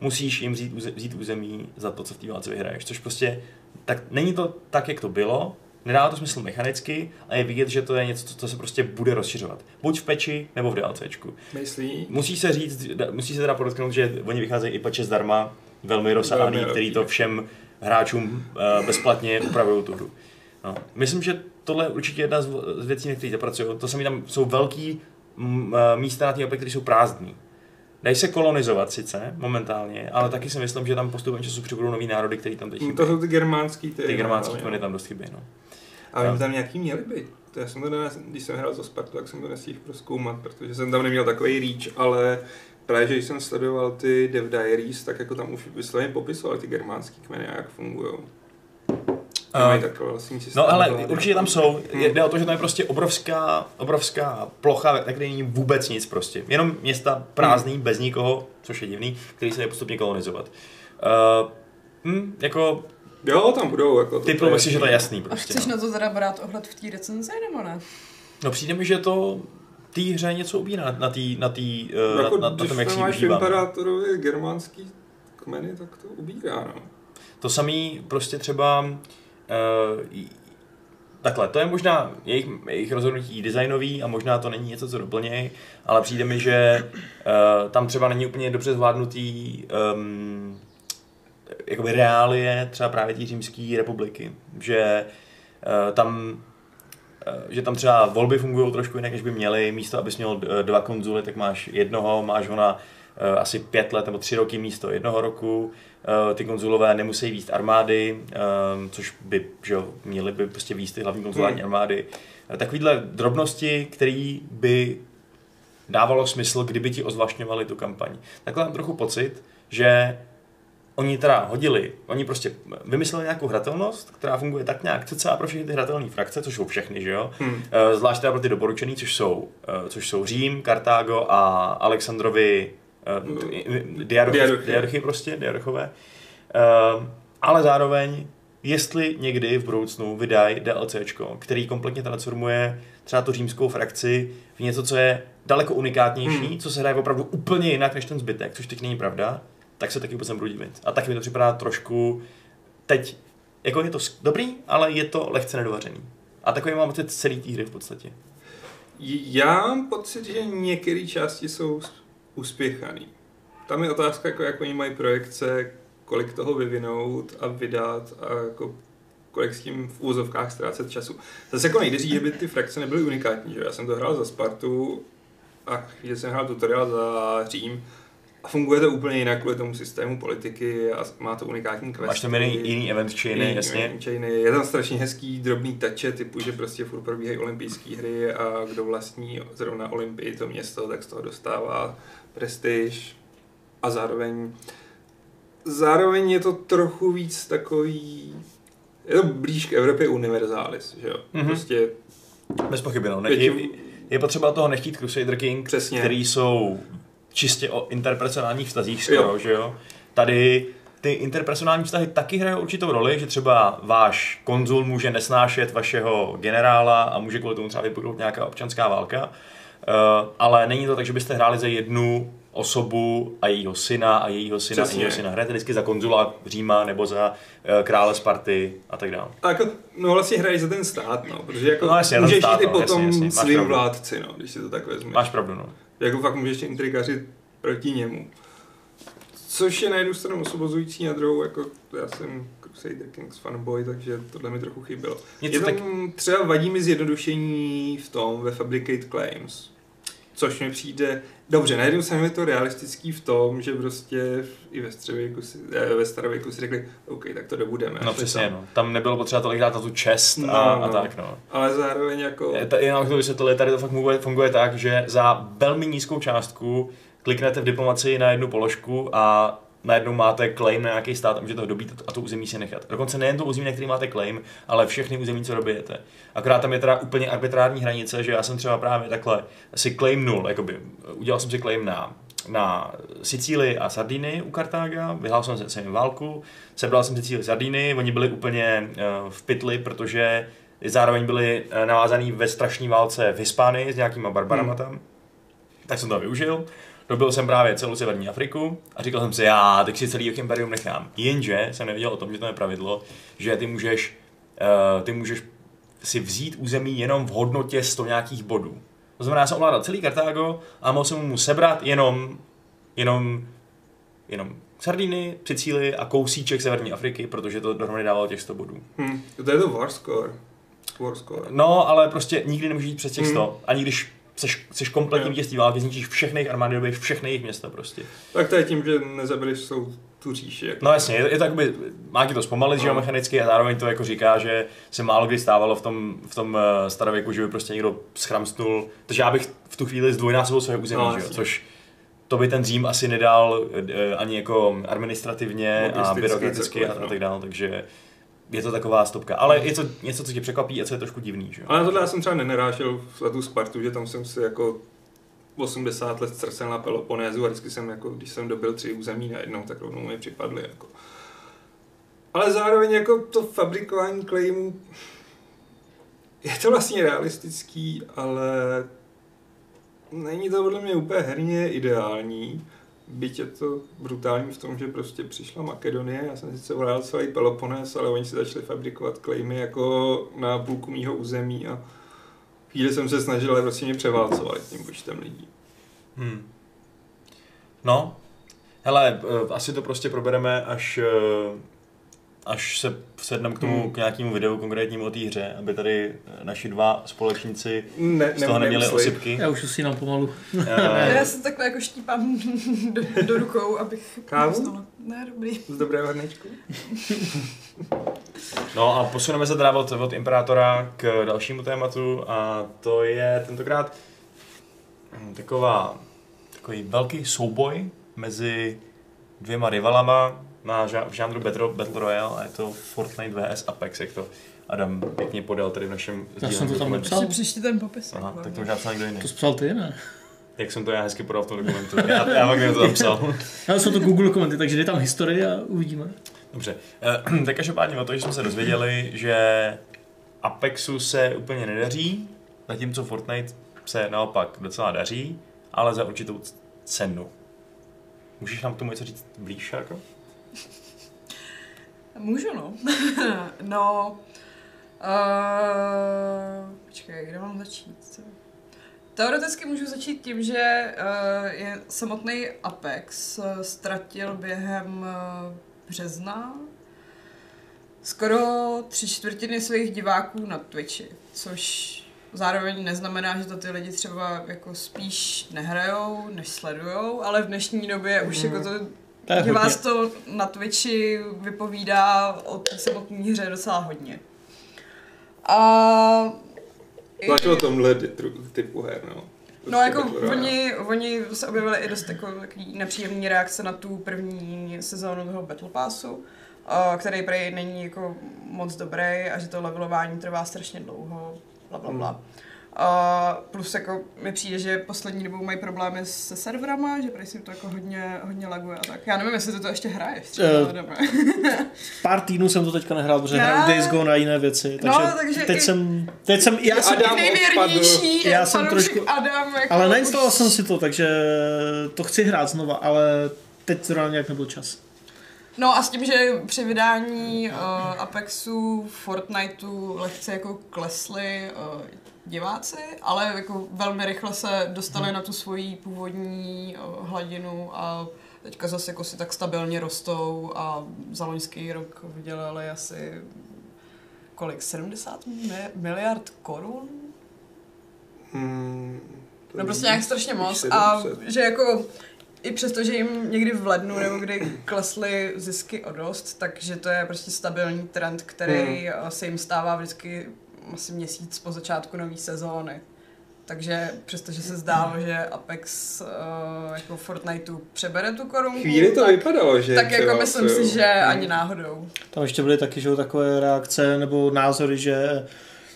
[SPEAKER 1] musíš jim vzít, úze- vzít území za to, co v té válce vyhraješ. Což prostě, tak není to tak, jak to bylo, nedává to smysl mechanicky a je vidět, že to je něco, co, co se prostě bude rozšiřovat. Buď v peči, nebo v DLCčku.
[SPEAKER 4] Myslí?
[SPEAKER 1] Musí se říct, da- musí se teda podotknout, že oni vycházejí i peče zdarma, velmi rozsáhlý,
[SPEAKER 4] Velmi
[SPEAKER 1] který
[SPEAKER 4] velký.
[SPEAKER 1] to všem hráčům eh, bezplatně upravují tu hru. No. Myslím, že tohle je určitě jedna z z věcí, na které zapracují. To samé tam jsou velký mm, eh, místa na té mapě, které jsou prázdní. Dají se kolonizovat sice momentálně, ale taky si myslím, že tam postupem času přibudou nový národy, který tam teď
[SPEAKER 4] Hm,
[SPEAKER 1] chybí.
[SPEAKER 4] To jsou ty germánský ty.
[SPEAKER 1] Ty germánské
[SPEAKER 4] ale-
[SPEAKER 1] kmeny tam dost chybí. No.
[SPEAKER 4] A oni tam nějaký měli být. To já jsem to nes, když jsem hrál za Spartu, tak jsem to nestihl proskoumat, protože jsem tam neměl takový reach, ale právě, že když jsem sledoval ty Dev Diaries, tak jako tam už vysloveně popisovali ty germánský kmeny a jak fungují.
[SPEAKER 1] Eh,
[SPEAKER 4] Mají takové vlastní systém.
[SPEAKER 1] No ale
[SPEAKER 4] Tohle-
[SPEAKER 1] určitě tam jsou. Je,
[SPEAKER 4] Hmm.
[SPEAKER 1] jde o to, že to je prostě obrovská, obrovská plocha, na které není
[SPEAKER 4] Hmm.
[SPEAKER 1] vůbec nic prostě. Jenom města prázdný, bez nikoho, což je divný, který se jde postupně kolonizovat. Uh, hm, jako,
[SPEAKER 4] Jo, tam budou, jako to.
[SPEAKER 1] ty pro si, že to je jasný
[SPEAKER 3] A
[SPEAKER 1] prostě.
[SPEAKER 3] chceš
[SPEAKER 1] no.
[SPEAKER 3] na to teda brát ohled v té recenzi, nebo ne?
[SPEAKER 1] no přijde mi, že to té hře něco ubírá na, tý, na, tý, uh,
[SPEAKER 4] Jako,
[SPEAKER 1] na, na, na
[SPEAKER 4] když
[SPEAKER 1] tom, jak
[SPEAKER 4] tam
[SPEAKER 1] si ji
[SPEAKER 4] máš
[SPEAKER 1] užívám.
[SPEAKER 4] imperátorovi germánský kmeny, tak to ubírá, no.
[SPEAKER 1] To samý prostě třeba uh, takhle, to je možná jejich, jejich rozhodnutí designový a možná to není něco, co doplněj, ale přijde mi, že uh, tam třeba není úplně dobře zvládnutý um, jakoby reálie třeba právě té římské republiky, že uh, tam eh, že tam třeba volby fungují trošku jinak, než by měly. Místo, abys měl eh, dva konzuly, tak máš jednoho, máš ho na eh, asi pět let nebo tři roky místo jednoho roku. Eh, Ty konzulové nemusí výst armády, eh, což by, že jo, měly by prostě výst ty hlavní konzulární
[SPEAKER 4] Hmm.
[SPEAKER 1] armády. Eh, Takovýhle drobnosti, které by dávalo smysl, kdyby ti ozvlášňovali tu kampaň. Takhle mám trochu pocit, že oni teda hodili, oni prostě vymysleli nějakou hratelnost, která funguje tak nějak cca pro všechny ty hratelné frakce, což jsou všechny, že jo?
[SPEAKER 4] Hm.
[SPEAKER 1] Eh, Zvlášť teda pro ty doporučený, což jsou, eh, což jsou Řím, Kartágo a Alexandrovi
[SPEAKER 4] Diadochy.
[SPEAKER 1] Diarchy prostě, Diarchové. Ehm, Ale zároveň, jestli někdy v budoucnu vydají DLCčko, který kompletně transformuje třeba tu římskou frakci v něco, co je daleko unikátnější,
[SPEAKER 4] Hmm.
[SPEAKER 1] co se hraje opravdu úplně jinak než ten zbytek, což teď není pravda, tak se taky vůbec nebudu divit. A taky mi to připadá trošku teď, jako je to sk- dobrý, ale je to lehce nedovařený. A takový mám pocit celý té hry v podstatě.
[SPEAKER 4] Já mám pocit, že některé části jsou s- uspěchaný. Tam je otázka, jako jak oni mají projekce, kolik toho vyvinout a vydat a jako kolik s tím v úzovkách ztrácet času. Zase jako nejde říct, že by ty frakce nebyly unikátní. Že? jo? Já jsem to hrál za Spartu a chvíli jsem hrál tutoriál za Řím a funguje to úplně jinak kvůli tomu systému politiky a má to unikátní questy.
[SPEAKER 1] Máš tam jiný, jiný event chainy,
[SPEAKER 4] Jiný-
[SPEAKER 1] jasně.
[SPEAKER 4] jiný Chainy. Je tam strašně hezký drobný tače, typu, že prostě furt probíhají olympijské hry a kdo vlastní zrovna olympii to město, tak z toho dostává prestiž a zároveň zároveň je to trochu víc takový je to blíž k Evropě universalis, že jo?
[SPEAKER 1] Mhm.
[SPEAKER 4] Mm-hmm. Prostě
[SPEAKER 1] Bez pochyby, no. Ne,
[SPEAKER 4] Pěti-
[SPEAKER 1] je, je, potřeba toho nechtít Crusader King,
[SPEAKER 4] Přesně.
[SPEAKER 1] který jsou čistě o interpersonálních vztazích skoro, jo.
[SPEAKER 4] Jo.
[SPEAKER 1] že jo? Tady ty interpersonální vztahy taky hrají určitou roli, že třeba váš konzul může nesnášet vašeho generála a může kvůli tomu třeba vypuknout nějaká občanská válka, Eh, ale není to tak, že byste hráli za jednu osobu a jejího syna a jejího syna a
[SPEAKER 4] Přesně.
[SPEAKER 1] jejího syna. Hrajete vždycky za konzula Říma nebo za eh, krále Sparty a tak dále.
[SPEAKER 4] a jako, no vlastně hraješ za ten stát, no, protože jako
[SPEAKER 1] No, jasně, ten
[SPEAKER 4] můžeš
[SPEAKER 1] stát,
[SPEAKER 4] jít i
[SPEAKER 1] no, jasně,
[SPEAKER 4] potom
[SPEAKER 1] jasně, máš
[SPEAKER 4] svým
[SPEAKER 1] pravdu.
[SPEAKER 4] vládci, no, když si to tak vezmeš.
[SPEAKER 1] Máš pravdu, no.
[SPEAKER 4] Jako fakt můžeš intrikařit proti němu. Což je na jednu stranu osvobozující, na druhou, jako já jsem Crusader Kings fanboy, takže tohle mi trochu chybělo.
[SPEAKER 1] Něco
[SPEAKER 4] Něco
[SPEAKER 1] tak-
[SPEAKER 4] je tam třeba vadí mi zjednodušení v tom, ve Fabricate Claims. Což mi přijde, dobře, najednou se mi to realistický v tom, že prostě v- i ve středověku si, eh, ve starověku si řekli, OK, tak to dobudeme.
[SPEAKER 1] No
[SPEAKER 4] až
[SPEAKER 1] přesně,
[SPEAKER 4] tam.
[SPEAKER 1] no. Tam nebylo potřeba tolik dát na tu čest a, no,
[SPEAKER 4] No,
[SPEAKER 1] a
[SPEAKER 4] no.
[SPEAKER 1] tak, no.
[SPEAKER 4] Ale zároveň jako...
[SPEAKER 1] Je ta- Jenom jak to vysvětlili, tady to fakt funguje, funguje tak, že za velmi nízkou částku kliknete v diplomacii na jednu položku a najednou máte claim na nějaký stát a můžete ho dobít a to území si nechat. Dokonce nejen to území, na který máte claim, ale všechny území, co dobijete. Akorát tam je teda úplně arbitrární hranice, že já jsem třeba právě takhle si claim nul, jakoby udělal jsem si claim na na Sicílii a Sardiny u Kartága, vyhrál jsem se svým válku, sebral jsem Sicílii Sardiny, oni byli úplně eh, v pytli, protože zároveň byli eh, navázaný ve strašné válce v Hispánii s nějakýma barbarama
[SPEAKER 4] Hmm.
[SPEAKER 1] tam, tak jsem to využil. Dobil jsem právě celou severní Afriku a říkal jsem si, já teď si celý imperium nechám. Jenže jsem nevěděl o tom, že to je pravidlo, že ty můžeš, eh, ty můžeš si vzít území jenom v hodnotě 100 nějakých bodů. To znamená, já jsem ovládal celý Kartágo a mohl jsem mu sebrat jenom, jenom, jenom Sardiny, Sicílii a kousíček Severní Afriky, protože to dohromady dávalo těch 100 bodů.
[SPEAKER 4] Hm, to je to Warscore. Warscore.
[SPEAKER 1] No, ale prostě nikdy nemůžeš jít přes těch
[SPEAKER 4] Hmm.
[SPEAKER 1] 100. Ani když seš, seš kompletně
[SPEAKER 4] Jo.
[SPEAKER 1] vítěz té války, zničíš všechny jejich armády, dobiješ všechny jejich města prostě.
[SPEAKER 4] Tak to je tím, že nezabiješ jsou tu říši. Jako.
[SPEAKER 1] No jasně, je, je to jakoby, má ti to zpomalit, že jo,
[SPEAKER 4] No.
[SPEAKER 1] mechanicky a zároveň to jako říká, že se málo kdy stávalo v tom, v tom eh, starověku, že by prostě někdo schramstnul, takže já bych v tu chvíli zdvojnásobil své území,
[SPEAKER 4] No,
[SPEAKER 1] že jo,
[SPEAKER 4] jasně.
[SPEAKER 1] což to by ten Řím asi nedal eh, ani jako administrativně a
[SPEAKER 4] Logisticky,
[SPEAKER 1] byrokraticky a,
[SPEAKER 4] cokoliv,
[SPEAKER 1] a
[SPEAKER 4] no.
[SPEAKER 1] tak dále, takže je to taková stopka. Ale je to něco, co tě překvapí a co je trošku divný, že jo.
[SPEAKER 4] Ale na tohle já jsem třeba nenarážel v- za tu Spartu, že tam jsem si jako 80 let ztrsel na Peloponézu a vždycky jsem, jako, když jsem dobil tři území na jednou, tak rovnou mi připadly. Jako. Ale zároveň jako to fabrikování claimů je to vlastně realistický, ale není to podle mě úplně herně ideální. Byť je to brutální v tom, že prostě přišla Makedonie, já jsem sice volal celý Pelopones, ale oni si začali fabrikovat klejmy jako na půlku mýho území a chvíli jsem se snažil, ale prostě mě převálcovali tím počtem lidí.
[SPEAKER 1] Hmm. No, hele, eh, asi to prostě probereme, až, eh, až se sedneme k tomu,
[SPEAKER 4] Hmm.
[SPEAKER 1] k nějakému videu konkrétnímu o té hře, aby tady eh, naši dva společníci
[SPEAKER 4] Ne,
[SPEAKER 1] z toho neměli
[SPEAKER 4] nemuseli.
[SPEAKER 1] osypky.
[SPEAKER 2] Já už usínám pomalu.
[SPEAKER 1] Eh,
[SPEAKER 3] Já se takhle jako štípám do, do rukou, abych...
[SPEAKER 4] Kávu?
[SPEAKER 3] dostala- Ne, dobrý.
[SPEAKER 4] Z dobrého hrnečku?
[SPEAKER 1] No a posuneme se teda od, od Imperátora k dalšímu tématu a to je tentokrát hm, taková, takový velký souboj mezi dvěma rivalama na, ža- v žánru Battle, Battle Royale a je to Fortnite vs Apex, jak to Adam pěkně podal tady v našem
[SPEAKER 2] jsem
[SPEAKER 1] sdíleném
[SPEAKER 2] to tam
[SPEAKER 1] dokumentu.
[SPEAKER 2] Psal?
[SPEAKER 3] Ještě příště ten popis.
[SPEAKER 1] Aha, tak to možná psal někdo jiný.
[SPEAKER 2] To jsi psal ty, ne?
[SPEAKER 1] Jak jsem to já hezky podal v tom dokumentu. Já, já pak nevím, co tam psal.
[SPEAKER 2] Ale jsou to Google komenty, takže jde tam historie a uvidíme.
[SPEAKER 1] Dobře, eh, tak každopádně o to, že jsme se dozvěděli, že Apexu se úplně nedaří, zatímco Fortnite se naopak docela daří, ale za určitou c- cenu. Můžeš nám k tomu něco říct blíž, jako?
[SPEAKER 3] Můžu, no. no. Uh, počkej, kde mám začít? co? Teoreticky můžu začít tím, že uh, je samotný Apex uh, ztratil během uh, března skoro tři čtvrtiny svých diváků na Twitchi, což zároveň neznamená, že to ty lidi třeba jako spíš nehrajou, než sledujou, ale v dnešní době už jako to
[SPEAKER 2] To je
[SPEAKER 3] že
[SPEAKER 2] hodně.
[SPEAKER 3] vás to na Twitchi vypovídá o té samotné hře docela hodně. A... no, i-
[SPEAKER 4] Zvlášť o tomhle detru- typu her, no.
[SPEAKER 3] No jako
[SPEAKER 4] Battle Royale.
[SPEAKER 3] oni, oni se objevili i dost jako, takový nepříjemný reakce na tu první sezónu toho Battle Passu, a, který prej není jako moc dobrý a že to levelování trvá strašně dlouho, bla bla
[SPEAKER 2] Hmm.
[SPEAKER 3] bla. A plus jako mi přijde, že poslední dobou mají problémy se serverama, že prej si to jako hodně, hodně laguje a tak. Já nevím, jestli ty to ještě hraješ třeba,
[SPEAKER 2] Eh,
[SPEAKER 3] ale dobré.
[SPEAKER 2] Pár týdnů jsem to teďka nehrál, protože
[SPEAKER 3] Já-
[SPEAKER 2] hraju Days Gone a jiné věci. Takže,
[SPEAKER 3] No, takže
[SPEAKER 2] teď,
[SPEAKER 3] i-
[SPEAKER 2] jsem, teď jsem... Já jsem
[SPEAKER 4] Adam
[SPEAKER 3] Nejvěrnější
[SPEAKER 2] odpadl. Já jsem
[SPEAKER 3] fanoušek
[SPEAKER 2] trošku-
[SPEAKER 3] Adam, jako
[SPEAKER 2] ale
[SPEAKER 3] už-
[SPEAKER 2] nainstaloval jsem si to, takže to chci hrát znova, ale teď zrovna nějak nebyl čas.
[SPEAKER 3] No a s tím, že při vydání uh, Apexu, Fortniteu lehce jako klesly uh, diváci, ale jako velmi rychle se
[SPEAKER 2] Mhm.
[SPEAKER 3] dostali na tu svoji původní uh, hladinu a teďka zase jako si tak stabilně rostou a za loňský rok vydělali asi kolik, 70 mi- miliard korun?
[SPEAKER 4] Hmm, to
[SPEAKER 3] No prostě
[SPEAKER 4] není-
[SPEAKER 3] nějak strašně moc
[SPEAKER 4] sedm
[SPEAKER 3] a
[SPEAKER 4] set.
[SPEAKER 3] že jako i přesto, že jim někdy v lednu nebo kdy klesly zisky o dost, takže to je prostě stabilní trend, který
[SPEAKER 4] Hmm.
[SPEAKER 3] eh, se jim stává vždycky asi měsíc po začátku nové sezóny. Takže přestože se zdálo, že Apex uh, jako Fortniteu přebere tu korunku,
[SPEAKER 4] Chvíli to vypadalo, že...
[SPEAKER 3] tak jako
[SPEAKER 4] třeba
[SPEAKER 3] myslím
[SPEAKER 4] to-
[SPEAKER 3] si, že
[SPEAKER 4] Hmm.
[SPEAKER 3] ani náhodou.
[SPEAKER 2] Tam ještě byly taky že, jo, takové reakce nebo názory, že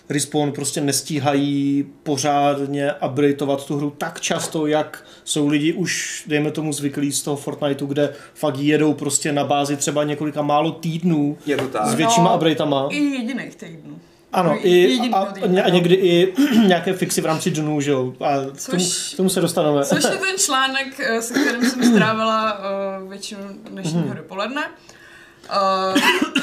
[SPEAKER 2] Respawn prostě nestíhají pořádně updateovat tu hru tak často, jak jsou lidi už, dejme tomu, zvyklí z toho Fortniteu, kde fakt jedou prostě na bázi třeba několika málo týdnů
[SPEAKER 4] Je to tak.
[SPEAKER 2] s většíma
[SPEAKER 3] No,
[SPEAKER 2] updatama.
[SPEAKER 3] I jediných týdnů.
[SPEAKER 2] Ano,
[SPEAKER 3] jako
[SPEAKER 2] i,
[SPEAKER 3] jediný
[SPEAKER 2] a,
[SPEAKER 3] týden,
[SPEAKER 2] a
[SPEAKER 3] no.
[SPEAKER 2] někdy i nějaké fixy v rámci dnů, že jo? A k tomu,
[SPEAKER 3] Což-
[SPEAKER 2] k tomu se dostaneme.
[SPEAKER 3] Což je ten článek, eh, se kterým jsem strávila eh, většinu dnešního dopoledne. Eh,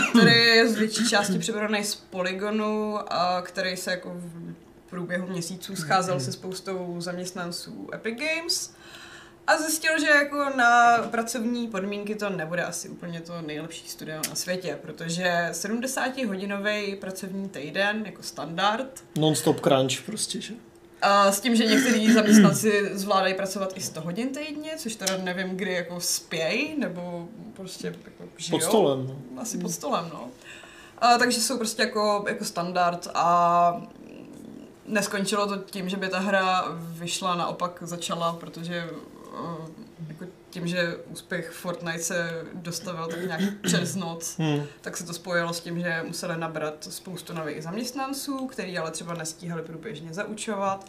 [SPEAKER 3] Který je z větší části přebraný z Polygonu, eh, který se jako v průběhu měsíců scházel se spoustou zaměstnanců Epic Games. A zjistil, že jako na pracovní podmínky to nebude asi úplně to nejlepší studio na světě, protože 70-hodinový pracovní týden jako standard
[SPEAKER 2] Non-stop crunch prostě, že?
[SPEAKER 3] a s tím, že někteří zaměstnanci zvládají pracovat i 100 hodin týdně, což teda nevím, kdy jako spěj, nebo prostě jako žijou.
[SPEAKER 2] Pod stolem. no.
[SPEAKER 3] Asi pod stolem, no. A, takže jsou prostě jako, jako standard a neskončilo to tím, že by ta hra vyšla, naopak začala, protože eh, jako tím, že úspěch Fortnite se dostavil tak nějak přes noc,
[SPEAKER 2] Hmm.
[SPEAKER 3] tak se to spojilo s tím, že museli nabrat spoustu nových zaměstnanců, který ale třeba nestíhali průběžně zaučovat.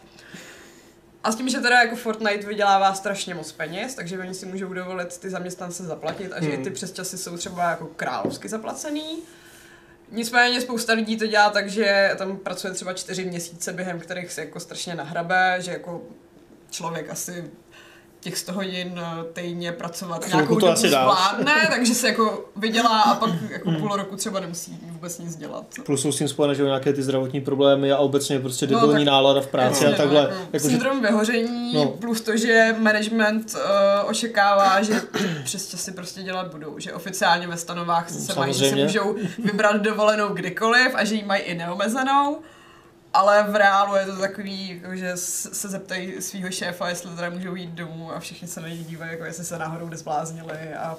[SPEAKER 3] A s tím, že teda jako Fortnite vydělává strašně moc peněz, takže oni si můžou dovolit ty zaměstnance zaplatit a že
[SPEAKER 4] Hmm.
[SPEAKER 3] i ty přesčasy jsou třeba jako královsky zaplacený. Nicméně spousta lidí to dělá tak, že tam pracuje třeba čtyři měsíce, během kterých se jako strašně nahrabe, že jako člověk asi těch 100 hodin eh, týdně pracovat
[SPEAKER 5] Chvilku
[SPEAKER 3] nějakou
[SPEAKER 5] to
[SPEAKER 3] dobu
[SPEAKER 5] asi dá.
[SPEAKER 3] zvládne, takže se jako vydělá a pak jako půl roku třeba nemusí vůbec nic dělat.
[SPEAKER 5] Plus jsou s tím spojené, že jo, nějaké ty zdravotní problémy a obecně prostě
[SPEAKER 3] No,
[SPEAKER 5] debilní
[SPEAKER 3] tak-
[SPEAKER 5] nálada v práci a
[SPEAKER 3] Jasně, no,
[SPEAKER 5] takhle.
[SPEAKER 3] Jako,
[SPEAKER 5] Jakože
[SPEAKER 3] syndrom vyhoření,
[SPEAKER 5] No.
[SPEAKER 3] no. plus to, že management uh, očekává, že přes časy prostě dělat budou, že oficiálně ve stanovách se mají, že si
[SPEAKER 5] Samozřejmě.
[SPEAKER 3] můžou vybrat dovolenou kdykoliv a že ji mají i neomezenou. Ale v reálu je to takový, jako že s- se zeptají svého šéfa, jestli teda můžou jít domů a všichni se na ně dívají, jako jestli se náhodou nezbláznili a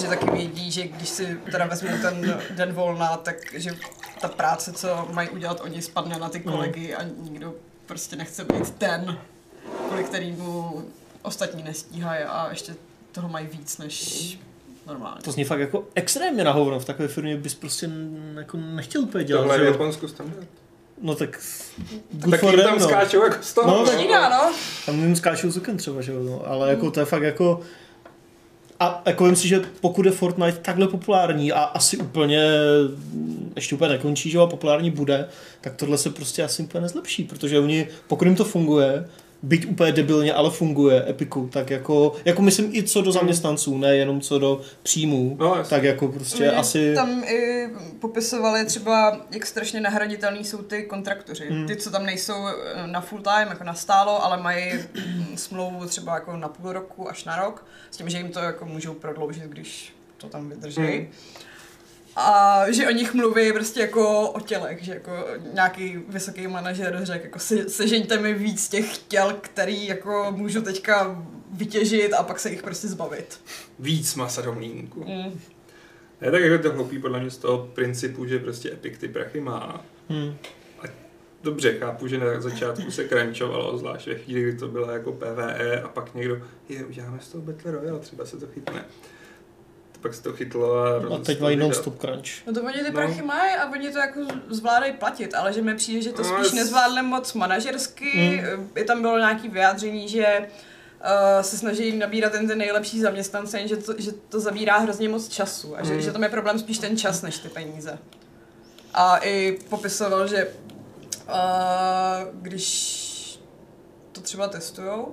[SPEAKER 3] že taky vědí, že když si teda vezmou ten den volna, tak že ta práce, co mají udělat oni, spadne na ty kolegy a nikdo prostě nechce být ten, kvůli kterýmu ostatní nestíhají a ještě toho mají víc než normálně.
[SPEAKER 2] To zní fakt jako extrémně na hovno. V takové firmě bys prostě n- jako nechtěl úplně dělat.
[SPEAKER 4] Tohle je
[SPEAKER 2] že
[SPEAKER 4] v
[SPEAKER 2] jo?
[SPEAKER 4] Japonsku standard.
[SPEAKER 2] No tak
[SPEAKER 4] Good tak jim tam skáčou jako z toho.
[SPEAKER 2] No, tak-
[SPEAKER 3] Jiná, no.
[SPEAKER 2] Tam jim skáčou cukem třeba, že jo, no. ale
[SPEAKER 4] Hmm.
[SPEAKER 2] jako to je fakt jako... A jako vím si, že pokud je Fortnite takhle populární a asi úplně, mm, ještě úplně nekončí, že jo, a populární bude, tak tohle se prostě asi úplně nezlepší, protože oni, pokud jim to funguje, byť úplně debilně, ale funguje Epiku, tak jako, jako myslím i co do zaměstnanců, ne jenom co do příjmů,
[SPEAKER 4] Hmm. No, jasně.
[SPEAKER 2] tak jako prostě
[SPEAKER 3] Mě
[SPEAKER 2] asi...
[SPEAKER 3] Tam i popisovali třeba, jak strašně nahraditelný jsou ty kontraktoři.
[SPEAKER 2] Hmm.
[SPEAKER 3] Ty, co tam nejsou eh, na full time, jako na stálo, ale mají mm, smlouvu třeba jako na půl roku až na rok, s tím, že jim to jako můžou prodloužit, když to tam vydrží.
[SPEAKER 4] Hmm.
[SPEAKER 3] A že o nich mluví prostě jako o tělech, že jako nějaký vysoký manažer řekl, jako se, sežeňte mi víc těch těl, který jako můžu teďka vytěžit a pak se jich prostě zbavit.
[SPEAKER 4] Víc masa do mlínku.
[SPEAKER 2] Hmm.
[SPEAKER 3] Mm.
[SPEAKER 4] Ne, tak jako to hloupý podle mě z toho principu, že prostě Epic ty prachy má.
[SPEAKER 2] Hmm.
[SPEAKER 4] A dobře, chápu, že na začátku se crunchovalo, zvlášť ve chvíli, kdy to bylo jako PvE a pak někdo, je, uděláme z toho Battle Royale, třeba se to chytne. Pak se to chytlo a...
[SPEAKER 5] a
[SPEAKER 4] rozhodl se
[SPEAKER 5] No, teď
[SPEAKER 4] to
[SPEAKER 5] mají
[SPEAKER 4] vydat.
[SPEAKER 5] non-stop crunch.
[SPEAKER 3] No to oni ty
[SPEAKER 4] No.
[SPEAKER 3] no. prachy mají a oni to jako zvládají platit, ale že mi přijde, že to
[SPEAKER 4] No,
[SPEAKER 3] spíš
[SPEAKER 4] s-
[SPEAKER 3] nezvládli moc manažersky, mm. tam bylo nějaký vyjádření, že uh, se snaží nabírat ten, ten nejlepší zaměstnance, jenže to, že to zabírá hrozně moc času a že,
[SPEAKER 4] Mm.
[SPEAKER 3] mm. že tam je problém spíš ten čas než ty peníze. A i popisoval, že uh, když to třeba testujou,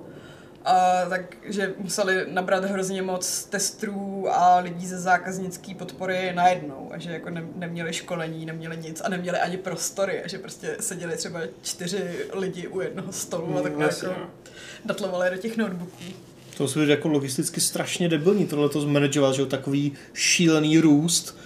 [SPEAKER 3] a takže museli nabrat hrozně moc testrů a lidí ze zákaznické podpory najednou a že jako ne, neměli školení, neměli nic a neměli ani prostory a že prostě seděli třeba čtyři lidi u jednoho stolu a
[SPEAKER 4] Mm,
[SPEAKER 3] takhle
[SPEAKER 4] jasně,
[SPEAKER 3] jako
[SPEAKER 4] no.
[SPEAKER 3] datlovali do těch notebooků.
[SPEAKER 5] To musí být jako logisticky strašně debilní, tohle to zmanagovat, že jo, takový šílený růst.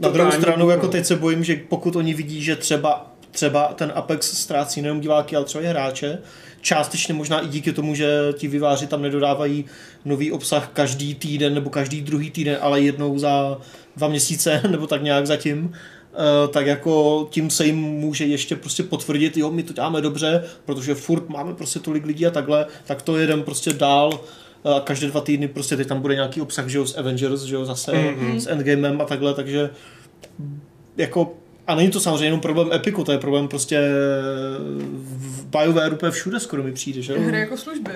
[SPEAKER 5] Na
[SPEAKER 4] Totální
[SPEAKER 5] druhou stranu,
[SPEAKER 4] bubl.
[SPEAKER 5] jako teď se bojím, že pokud oni vidí, že třeba třeba ten Apex ztrácí nejenom diváky, ale třeba i hráče. Částečně možná i díky tomu, že ti vyváři tam nedodávají nový obsah každý týden nebo každý druhý týden, ale jednou za dva měsíce nebo tak nějak zatím, eh, tak jako tím se jim může ještě prostě potvrdit, jo, my to děláme dobře, protože furt máme prostě tolik lidí a takhle, tak to jedem prostě dál a každé dva týdny prostě teď tam bude nějaký obsah, že jo, z Avengers, že jo, zase mm-hmm. s Endgamem a takhle, takže jako, a není to samozřejmě jenom problém Epiku, to je problém prostě v BioWare úplně všude skoro mi přijde, že jo?
[SPEAKER 3] Hry jako služby.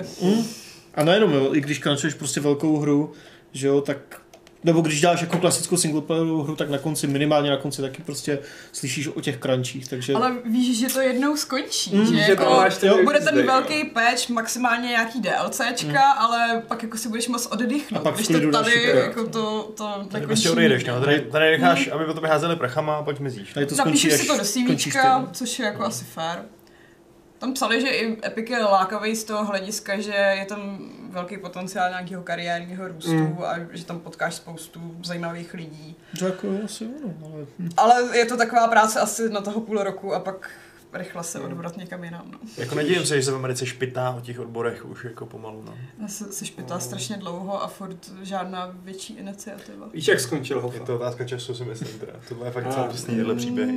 [SPEAKER 5] A nejenom, jo, i když crunchuješ prostě velkou hru, že jo, tak nebo když dáš jako klasickou singleplayerovou hru, tak na konci, minimálně na konci, taky prostě slyšíš o těch crunchích, takže...
[SPEAKER 3] Ale víš, že to jednou skončí,
[SPEAKER 5] Mm,
[SPEAKER 3] že,
[SPEAKER 4] že
[SPEAKER 3] jako,
[SPEAKER 4] to máš ten
[SPEAKER 3] jo, bude
[SPEAKER 4] release
[SPEAKER 3] ten
[SPEAKER 4] day,
[SPEAKER 3] velký patch, maximálně nějaký DLCčka, ale pak jako si budeš moc
[SPEAKER 5] Mm. A
[SPEAKER 3] oddychnout,
[SPEAKER 5] pak v
[SPEAKER 3] když
[SPEAKER 5] klidu
[SPEAKER 3] to
[SPEAKER 5] další
[SPEAKER 3] tady
[SPEAKER 4] krát.
[SPEAKER 3] jako to, to
[SPEAKER 1] Tady prostě odejdeš, no. Tady, tady necháš, aby potom házeli prachama a pak no. mizíš.
[SPEAKER 5] Tady to skončí,
[SPEAKER 3] Napíšeš
[SPEAKER 5] až
[SPEAKER 3] si to do
[SPEAKER 5] skončíš ty,
[SPEAKER 3] CVčka,
[SPEAKER 5] no.
[SPEAKER 3] což je jako asi fair. Tam psali, že i Epic je lákavý z toho hlediska, že je tam velký potenciál nějakého kariérního růstu
[SPEAKER 4] Mm.
[SPEAKER 3] mm. a že tam potkáš spoustu zajímavých lidí.
[SPEAKER 5] To jako asi ono, ale...
[SPEAKER 3] Ale je to taková práce asi na toho půl roku a pak rychle se
[SPEAKER 5] Mm.
[SPEAKER 3] odvrat někam jinam. No.
[SPEAKER 1] Jako nedivím se, že se v Americe špitá o těch odborech už jako pomalu, no.
[SPEAKER 3] Já se, se špitá strašně dlouho a furt žádná větší iniciativa.
[SPEAKER 4] Víš, jak skončil
[SPEAKER 1] Je
[SPEAKER 4] Hofa?
[SPEAKER 1] to otázka času, si myslím teda. Tohle je fakt
[SPEAKER 4] A.
[SPEAKER 1] celostní tyhle příběhy.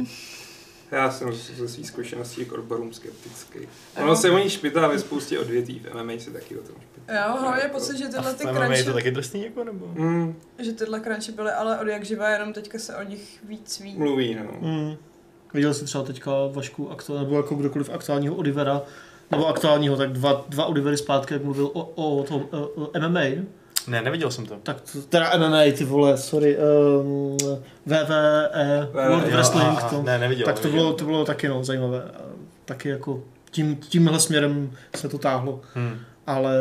[SPEAKER 4] Já jsem ze svých zkušeností k odborům skeptický. Ono
[SPEAKER 3] Ano.
[SPEAKER 4] se o ní špitá ve spoustě odvětví, v MMA se taky o tom špitá.
[SPEAKER 3] Já mám hlavně pocit, že
[SPEAKER 1] jako A
[SPEAKER 3] tyhle
[SPEAKER 1] v
[SPEAKER 3] ty
[SPEAKER 1] MMA je to
[SPEAKER 3] crunchy,
[SPEAKER 1] taky trestný jako, nebo?
[SPEAKER 4] Mm,
[SPEAKER 3] že tyhle crunchy byly ale od jak živá, jenom teďka se o nich víc ví.
[SPEAKER 4] mluví, no.
[SPEAKER 5] Hmm. Mm. Viděl jsi třeba teďka Vašku, aktu, nebo jako kdokoliv aktuálního Olivera, nebo aktuálního, tak dva, dva Olivery zpátky, jak mluvil o, o tom o, o MMA,
[SPEAKER 1] Ne, neviděl jsem to.
[SPEAKER 5] tak to- teda MMA, ty vole, sorry, um, WWE, E, World
[SPEAKER 4] Jo,
[SPEAKER 5] Wrestling,
[SPEAKER 1] E, aha,
[SPEAKER 5] to,
[SPEAKER 1] ne, neviděl.
[SPEAKER 5] tak to
[SPEAKER 1] neviděl.
[SPEAKER 5] bylo, to bylo taky no, zajímavé, A taky jako tím, tímhle směrem se to táhlo,
[SPEAKER 1] Hm.
[SPEAKER 5] ale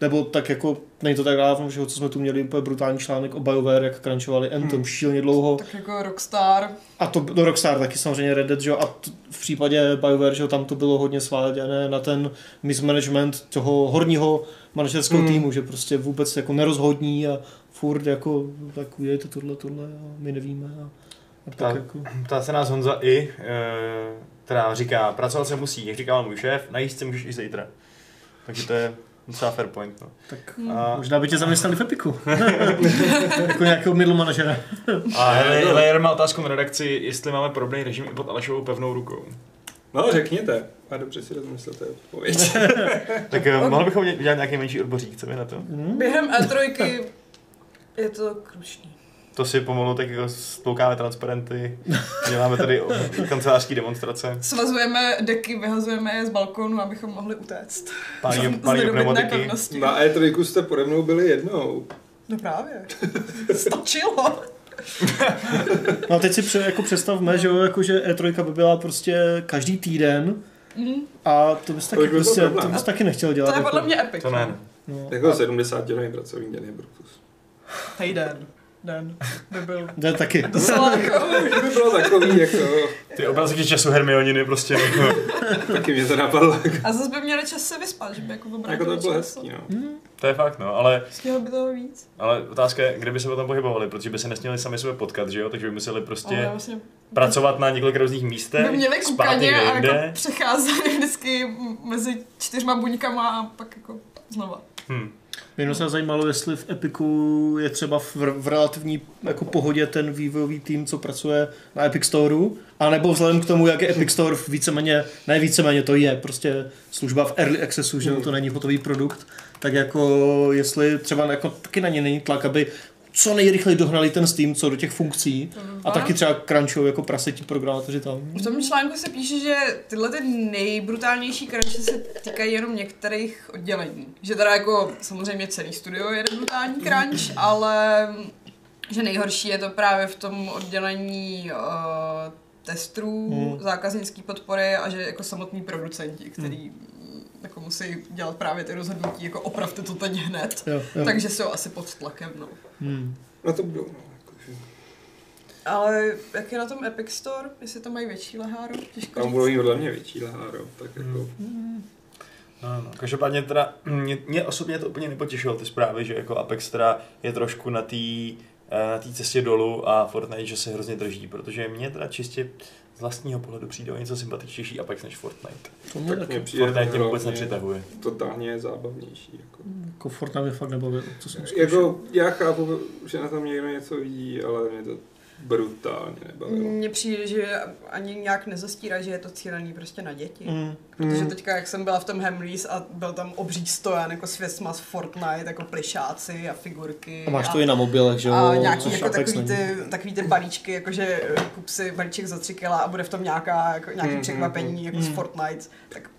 [SPEAKER 5] nebo tak jako, není to tak dávno, že jo, co jsme tu měli úplně brutální článek o BioWare, jak crunčovali
[SPEAKER 1] Hmm.
[SPEAKER 5] Anthem šíleně dlouho,
[SPEAKER 3] Tak jako Rockstar.
[SPEAKER 5] a to do Rockstar taky samozřejmě Red Dead, že jo, a t- v případě BioWare, že jo, tam to bylo hodně sváděné na ten mismanagement toho horního manažerského
[SPEAKER 4] Hmm.
[SPEAKER 5] hmm. týmu, že prostě vůbec jako nerozhodní a furt jako tak udělejte tohle, tohle a my nevíme a, a tak
[SPEAKER 1] Tak.
[SPEAKER 5] jako.
[SPEAKER 1] Ptá se nás Honza i, eh, která říká, pracovat se musí, jak říkal můj šéf, najíst se můžeš i zítra. Takže to je docela fair point. No.
[SPEAKER 5] Tak
[SPEAKER 3] Mm.
[SPEAKER 1] A,
[SPEAKER 5] možná by tě zaměstnali v Epiku. jako nějakého middle manažera.
[SPEAKER 1] a Lejer má otázku na redakci, jestli máme podobný režim i pod Alešovou pevnou rukou.
[SPEAKER 4] No, řekněte. A dobře si rozmyslete odpověď.
[SPEAKER 1] Tak eh, mohli bychom udělat nějaký menší odbořík, co by na to?
[SPEAKER 3] Během E3 je to krušný.
[SPEAKER 1] To si pomalu tak jako stloukáme transparenty, děláme tady o- kancelářský demonstrace,
[SPEAKER 3] Svazujeme deky, vyhazujeme je z balkónu, abychom mohli utéct.
[SPEAKER 1] pálíme
[SPEAKER 3] Z
[SPEAKER 1] pálíme
[SPEAKER 3] nedobytné
[SPEAKER 1] pneumatiky.
[SPEAKER 3] pevnosti.
[SPEAKER 4] Na E3 jste pode mnou byli jednou.
[SPEAKER 3] No právě. Stačilo.
[SPEAKER 5] No a teď si pře- jako představme, že, jo, jako, že E3 by byla prostě každý týden
[SPEAKER 3] Mm,
[SPEAKER 5] a to bys
[SPEAKER 4] To
[SPEAKER 5] taky,
[SPEAKER 4] už by byl
[SPEAKER 5] prostě,
[SPEAKER 4] problém.
[SPEAKER 5] to bys taky nechtěl dělat.
[SPEAKER 3] to je podle
[SPEAKER 5] jako.
[SPEAKER 3] mě epic.
[SPEAKER 1] To ne.
[SPEAKER 5] No.
[SPEAKER 4] Jako 70 hodin pracovní den je brutus.
[SPEAKER 3] Hejden. Den. By byl.
[SPEAKER 5] To je taky.
[SPEAKER 3] Docela jako...
[SPEAKER 4] To by bylo takový, jako...
[SPEAKER 1] Ty obrazy času Hermioniny prostě. No.
[SPEAKER 4] Taky mě to napadlo.
[SPEAKER 3] A zase by měli čas se vyspat, že by jako
[SPEAKER 4] Jako to by
[SPEAKER 3] obrátili
[SPEAKER 4] bylo
[SPEAKER 3] čas.
[SPEAKER 4] hezký, no.
[SPEAKER 1] To je fakt, no, ale
[SPEAKER 3] Stihlo by toho víc.
[SPEAKER 1] Ale otázka je, kde by se potom pohybovali, protože by se nesměli sami sebe potkat, že jo? Takže by museli prostě
[SPEAKER 3] Ale
[SPEAKER 1] oh,
[SPEAKER 3] vlastně
[SPEAKER 1] pracovat na několika různých místech,
[SPEAKER 3] by měli
[SPEAKER 1] spát
[SPEAKER 3] kukaně
[SPEAKER 1] někde
[SPEAKER 3] a
[SPEAKER 1] jinde.
[SPEAKER 3] jako přecházeli vždycky mezi čtyřma buňkama a pak jako znova.
[SPEAKER 1] Hm.
[SPEAKER 5] Mě jenom se zajímalo, jestli v Epiku je třeba v, v relativní jako pohodě ten vývojový tým, co pracuje na Epic Storeu, anebo vzhledem k tomu, jak je Epic Store víceméně, ne víceméně, to je prostě služba v Early Accessu, že jo, to není hotový produkt, tak jako jestli třeba jako taky na ně není tlak, aby co nejrychleji dohnali ten Steam, co do těch funkcí a taky třeba crunchou jako prasetí programátoři tam.
[SPEAKER 3] V tom článku se píše, že tyhle ty nejbrutálnější crunche se týkají jenom některých oddělení. Že teda jako samozřejmě celý studio je jeden brutální crunch, ale že nejhorší je to právě v tom oddělení uh, testů,
[SPEAKER 5] Hmm.
[SPEAKER 3] zákaznické podpory a že jako samotní producenti, který mm, jako musí dělat právě ty rozhodnutí, jako opravte to teď hned.
[SPEAKER 5] Jo, jo.
[SPEAKER 3] Takže jsou asi pod tlakem, no.
[SPEAKER 5] Hmm.
[SPEAKER 4] No to bylo, no. jakože.
[SPEAKER 3] Ale jak je na tom Epic Store, jestli tam mají větší leháru, těžko
[SPEAKER 4] Tam
[SPEAKER 3] říct.
[SPEAKER 4] budou mít podle mě větší leháro, tak jako...
[SPEAKER 3] Hmm.
[SPEAKER 1] No, no. Každopádně teda, mě, mě, osobně to úplně nepotěšilo ty zprávy, že jako Apex teda je trošku na té na té cestě dolů a Fortnite, že se hrozně drží, protože mě teda čistě z vlastního pohledu přijde o něco sympatičtější Apex než Fortnite.
[SPEAKER 5] To mě
[SPEAKER 4] Tak mě
[SPEAKER 5] taky.
[SPEAKER 1] No,
[SPEAKER 4] přijde
[SPEAKER 1] Fortnite tě vůbec
[SPEAKER 4] hrozně-
[SPEAKER 1] nepřitahuje.
[SPEAKER 4] Totálně je zábavnější, jako.
[SPEAKER 3] Hmm.
[SPEAKER 5] Jako Fortnite mě fakt nebavil, co jsem zkoušel.
[SPEAKER 4] Jako, já chápu, že na tom někdo něco vidí, ale mě to brutálně nebavilo. Hmm.
[SPEAKER 3] Mně přijde, že ani nějak nezastírá, že je to cílený prostě na děti. Mm.
[SPEAKER 5] Hmm.
[SPEAKER 3] Protože
[SPEAKER 4] Mm.
[SPEAKER 3] teďka, jak jsem byla v tom Hamleys a byl tam obří stojan jako s věcma z Fortnite, jako plišáci a figurky.
[SPEAKER 5] A máš to i na mobilech, že jo?
[SPEAKER 3] a nějaký
[SPEAKER 5] což
[SPEAKER 3] jako
[SPEAKER 5] Apex
[SPEAKER 3] takový
[SPEAKER 5] není.
[SPEAKER 3] ty, takový ty balíčky, jakože eh, kup si balíček za tři kila a bude v tom nějaká, jako, nějaký
[SPEAKER 1] Mm-hmm.
[SPEAKER 4] Mhm,
[SPEAKER 3] překvapení jako z
[SPEAKER 1] Mm.
[SPEAKER 5] mhm.
[SPEAKER 3] Fortnite. Tak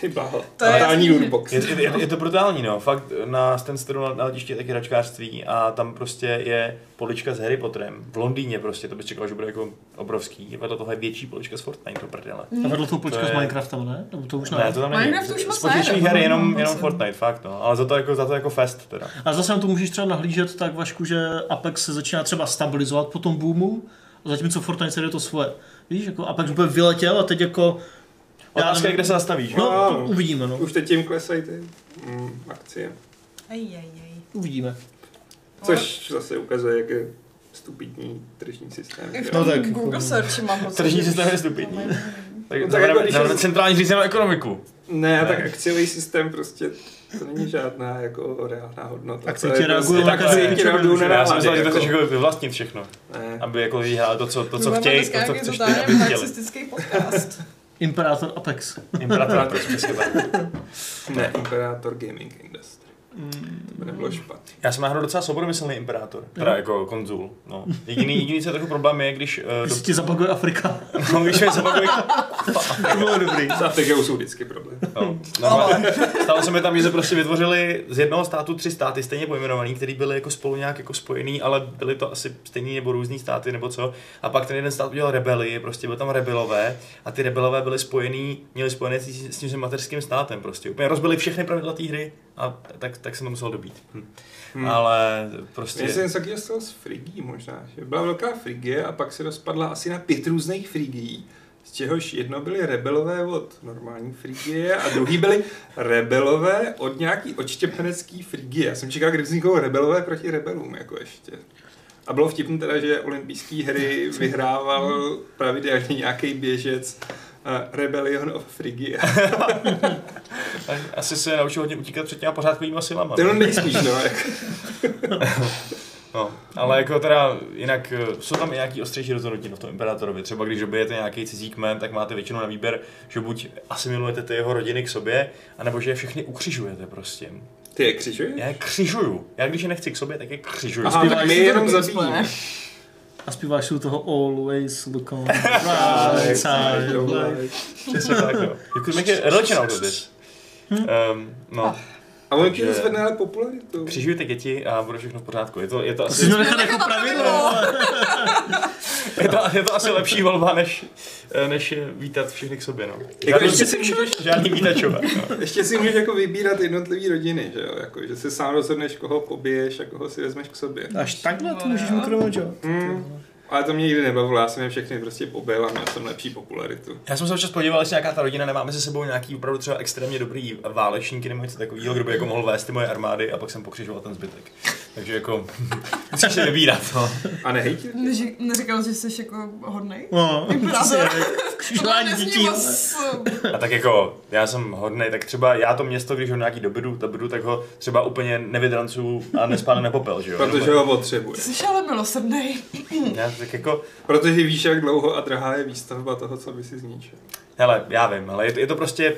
[SPEAKER 4] Ty báho.
[SPEAKER 3] To je-
[SPEAKER 4] Totální lootbox.
[SPEAKER 1] Je, je, je to brutální, no. Fakt na Stansteru na, na letišti je taky hračkářství a tam prostě je polička s Harry Potterem. V Londýně prostě, to bych čekal, že bude jako obrovský. Vedle toho je větší polička s Fortnite, to prdele.
[SPEAKER 5] A vedl tu
[SPEAKER 1] To
[SPEAKER 5] počku
[SPEAKER 1] je-
[SPEAKER 5] s Minecraftem, ne? Nebo to už ne.
[SPEAKER 1] Ne, to tam není.
[SPEAKER 3] no. Minecraft už moc
[SPEAKER 1] Z počítačních
[SPEAKER 3] ne,
[SPEAKER 1] her je
[SPEAKER 3] no,
[SPEAKER 1] jenom,
[SPEAKER 3] moc
[SPEAKER 1] jenom
[SPEAKER 3] ne.
[SPEAKER 1] Fortnite, fakt, no. Ale za to jako, za to jako fest, teda.
[SPEAKER 5] A zase na to můžeš třeba nahlížet tak, Vašku, že Apex se začíná třeba stabilizovat po tom boomu, a zatímco Fortnite se jde to svoje. Víš, jako Apex úplně vyletěl a teď jako... Já
[SPEAKER 1] Otázka je,
[SPEAKER 5] nevím.
[SPEAKER 1] kde se zastavíš.
[SPEAKER 5] No,
[SPEAKER 1] No.
[SPEAKER 5] to uvidíme, no.
[SPEAKER 4] Už teď jim klesají ty mm, akcie.
[SPEAKER 3] Ej, ej, ej.
[SPEAKER 5] Uvidíme.
[SPEAKER 4] Což zase ukazuje, jak je stupidní tržní systém.
[SPEAKER 3] I v
[SPEAKER 4] že
[SPEAKER 5] No
[SPEAKER 3] tom
[SPEAKER 4] jo.
[SPEAKER 5] tak,
[SPEAKER 3] tak, Google
[SPEAKER 5] jako-
[SPEAKER 3] searchi mám pocit.
[SPEAKER 1] Tržní
[SPEAKER 3] že
[SPEAKER 1] systém
[SPEAKER 3] už-
[SPEAKER 1] je stupidní.
[SPEAKER 4] No
[SPEAKER 1] Tak
[SPEAKER 4] tak
[SPEAKER 1] zavedeme-
[SPEAKER 4] jako když
[SPEAKER 1] zavedeme
[SPEAKER 4] je-
[SPEAKER 1] centrální řízenou ekonomiku.
[SPEAKER 4] Ne,
[SPEAKER 1] Ne.
[SPEAKER 4] tak akciový systém prostě to není žádná jako reálná hodnota.
[SPEAKER 5] Akcie
[SPEAKER 4] To je
[SPEAKER 5] ti reagují
[SPEAKER 4] prostě-
[SPEAKER 5] na každý
[SPEAKER 4] akcie ti
[SPEAKER 5] účet,
[SPEAKER 4] reagují na
[SPEAKER 1] Já jsem
[SPEAKER 4] reálně,
[SPEAKER 1] myslel, že to
[SPEAKER 4] jako.
[SPEAKER 1] chceš jako vyvlastnit všechno.
[SPEAKER 4] Ne.
[SPEAKER 1] Aby jako lidi hráli to, co, to,
[SPEAKER 3] My
[SPEAKER 1] co
[SPEAKER 3] máme
[SPEAKER 1] chtějí,
[SPEAKER 3] dneska
[SPEAKER 1] to, co
[SPEAKER 3] nějaký
[SPEAKER 1] chceš ty,
[SPEAKER 3] totálně
[SPEAKER 1] aby chtěli.
[SPEAKER 3] marxistický podcast.
[SPEAKER 5] Imperátor Apex.
[SPEAKER 1] No, Imperator, prostě tak.
[SPEAKER 4] Ne, Imperator Gaming Industry. To by nebylo špatně.
[SPEAKER 1] Já jsem náhodou docela svobodomyslný imperátor, teda jako konzul. No. Jediný, jediný, co je trochu problém je, když... Uh,
[SPEAKER 2] Když ti zabaguje Afrika.
[SPEAKER 1] do, no, když mě zabavili...
[SPEAKER 5] To bylo dobrý.
[SPEAKER 4] S Afrikou jsou vždycky problém.
[SPEAKER 1] No, normálně. Stalo se mi tam, že se prostě vytvořili z jednoho státu tři státy stejně pojmenovaný, které byly jako spolu nějak jako spojený, ale byly to asi stejný nebo různý státy nebo co. A pak ten jeden stát udělal rebelii, prostě byly tam rebelové a ty rebelové byly spojený, měli spojené s, s tím svým mateřským státem prostě. Úplně rozbili všechny pravidla té hry a t- tak, tak jsem to musel dobít. Hm.
[SPEAKER 4] Hm.
[SPEAKER 1] Ale
[SPEAKER 4] Já jsem
[SPEAKER 1] prostě...
[SPEAKER 4] něco takového stalo s Frigií možná, že byla velká Frigie a pak se rozpadla asi na pět různých Frigií, z čehož jedno byly rebelové od normální Frigie a druhý byly rebelové od nějaký odštěpenecký Frigie. Já jsem čekal, kdy vzniknou rebelové proti rebelům, jako ještě. A bylo vtipné teda, že olympijské hry vyhrával pravidelně nějaký běžec eh, Rebellion of Frigia.
[SPEAKER 1] Asi se naučil hodně utíkat před těma pořádkovýma silama.
[SPEAKER 4] To je nejspíš, no. Jako.
[SPEAKER 1] No, ale jako teda jinak eh, jsou tam i nějaký ostřejší rozhodnutí no, v tom imperátorovi. Třeba když dobijete nějaký cizí kmen, tak máte většinou na výběr, že buď asimilujete ty jeho rodiny k sobě, anebo že je všechny ukřižujete prostě.
[SPEAKER 4] Ty je křižuješ?
[SPEAKER 1] Já je křižuju. Já když je nechci k sobě, tak je křižuju.
[SPEAKER 4] Aha, tak
[SPEAKER 2] zpíváš
[SPEAKER 4] my
[SPEAKER 2] si
[SPEAKER 4] je
[SPEAKER 2] to
[SPEAKER 4] jenom
[SPEAKER 3] dobrý,
[SPEAKER 4] zabijíme.
[SPEAKER 3] ne?
[SPEAKER 2] A zpíváš u toho Always look on the
[SPEAKER 4] Right
[SPEAKER 2] bright
[SPEAKER 4] side of
[SPEAKER 2] side.
[SPEAKER 4] life.
[SPEAKER 1] Přesně tak, jo. Jako You could make a religion out of this. Um, no,
[SPEAKER 4] Hm? A on
[SPEAKER 1] Takže-
[SPEAKER 4] ti zvedne ale popularitu.
[SPEAKER 1] křižujte děti a bude všechno v pořádku. Je to, je to, asi,
[SPEAKER 2] Jsi měl nechat jako
[SPEAKER 3] no.
[SPEAKER 2] pravidlo.
[SPEAKER 1] je to, je to asi lepší volba, než, eh, než je vítat všechny k sobě. No.
[SPEAKER 4] Jako
[SPEAKER 1] Žádný,
[SPEAKER 4] ještě, si můžeš,
[SPEAKER 1] žádný vítačové. No.
[SPEAKER 4] ještě si můžeš jako vybírat jednotlivý rodiny, že jo? Jako, že si sám rozhodneš, koho pobiješ a koho si vezmeš k sobě.
[SPEAKER 5] Až takhle to můžeš mrknout, jo?
[SPEAKER 4] Hmm. Ale to mě nikdy nebavilo, já jsem je všechny prostě pobil a měl jsem lepší popularitu.
[SPEAKER 1] Já jsem se občas podíval, jestli nějaká ta rodina nemá mezi sebou nějaký opravdu třeba extrémně dobrý válečníky nebo něco takového, kdo by jako mohl vést ty moje armády a pak jsem pokřižoval ten zbytek. Takže jako musíš si vybírat. No.
[SPEAKER 4] A nehejtil?
[SPEAKER 3] Neži- Neříkal, že jsi jako hodnej?
[SPEAKER 5] No,
[SPEAKER 3] Imperátor.
[SPEAKER 5] křižování dětí.
[SPEAKER 1] A tak jako já jsem hodnej, tak třeba já to město, když ho nějaký dobydu, dobydu tak ho třeba úplně nevydrancuju a nespánu nepopel, že jo?
[SPEAKER 4] Protože ho potřebuje.
[SPEAKER 3] Jsi ale milosrdnej.
[SPEAKER 1] Já, tak jako,
[SPEAKER 4] Protože víš, jak dlouho a drahá je výstavba toho, co by si zničil.
[SPEAKER 1] hele, já vím, ale je to, je to prostě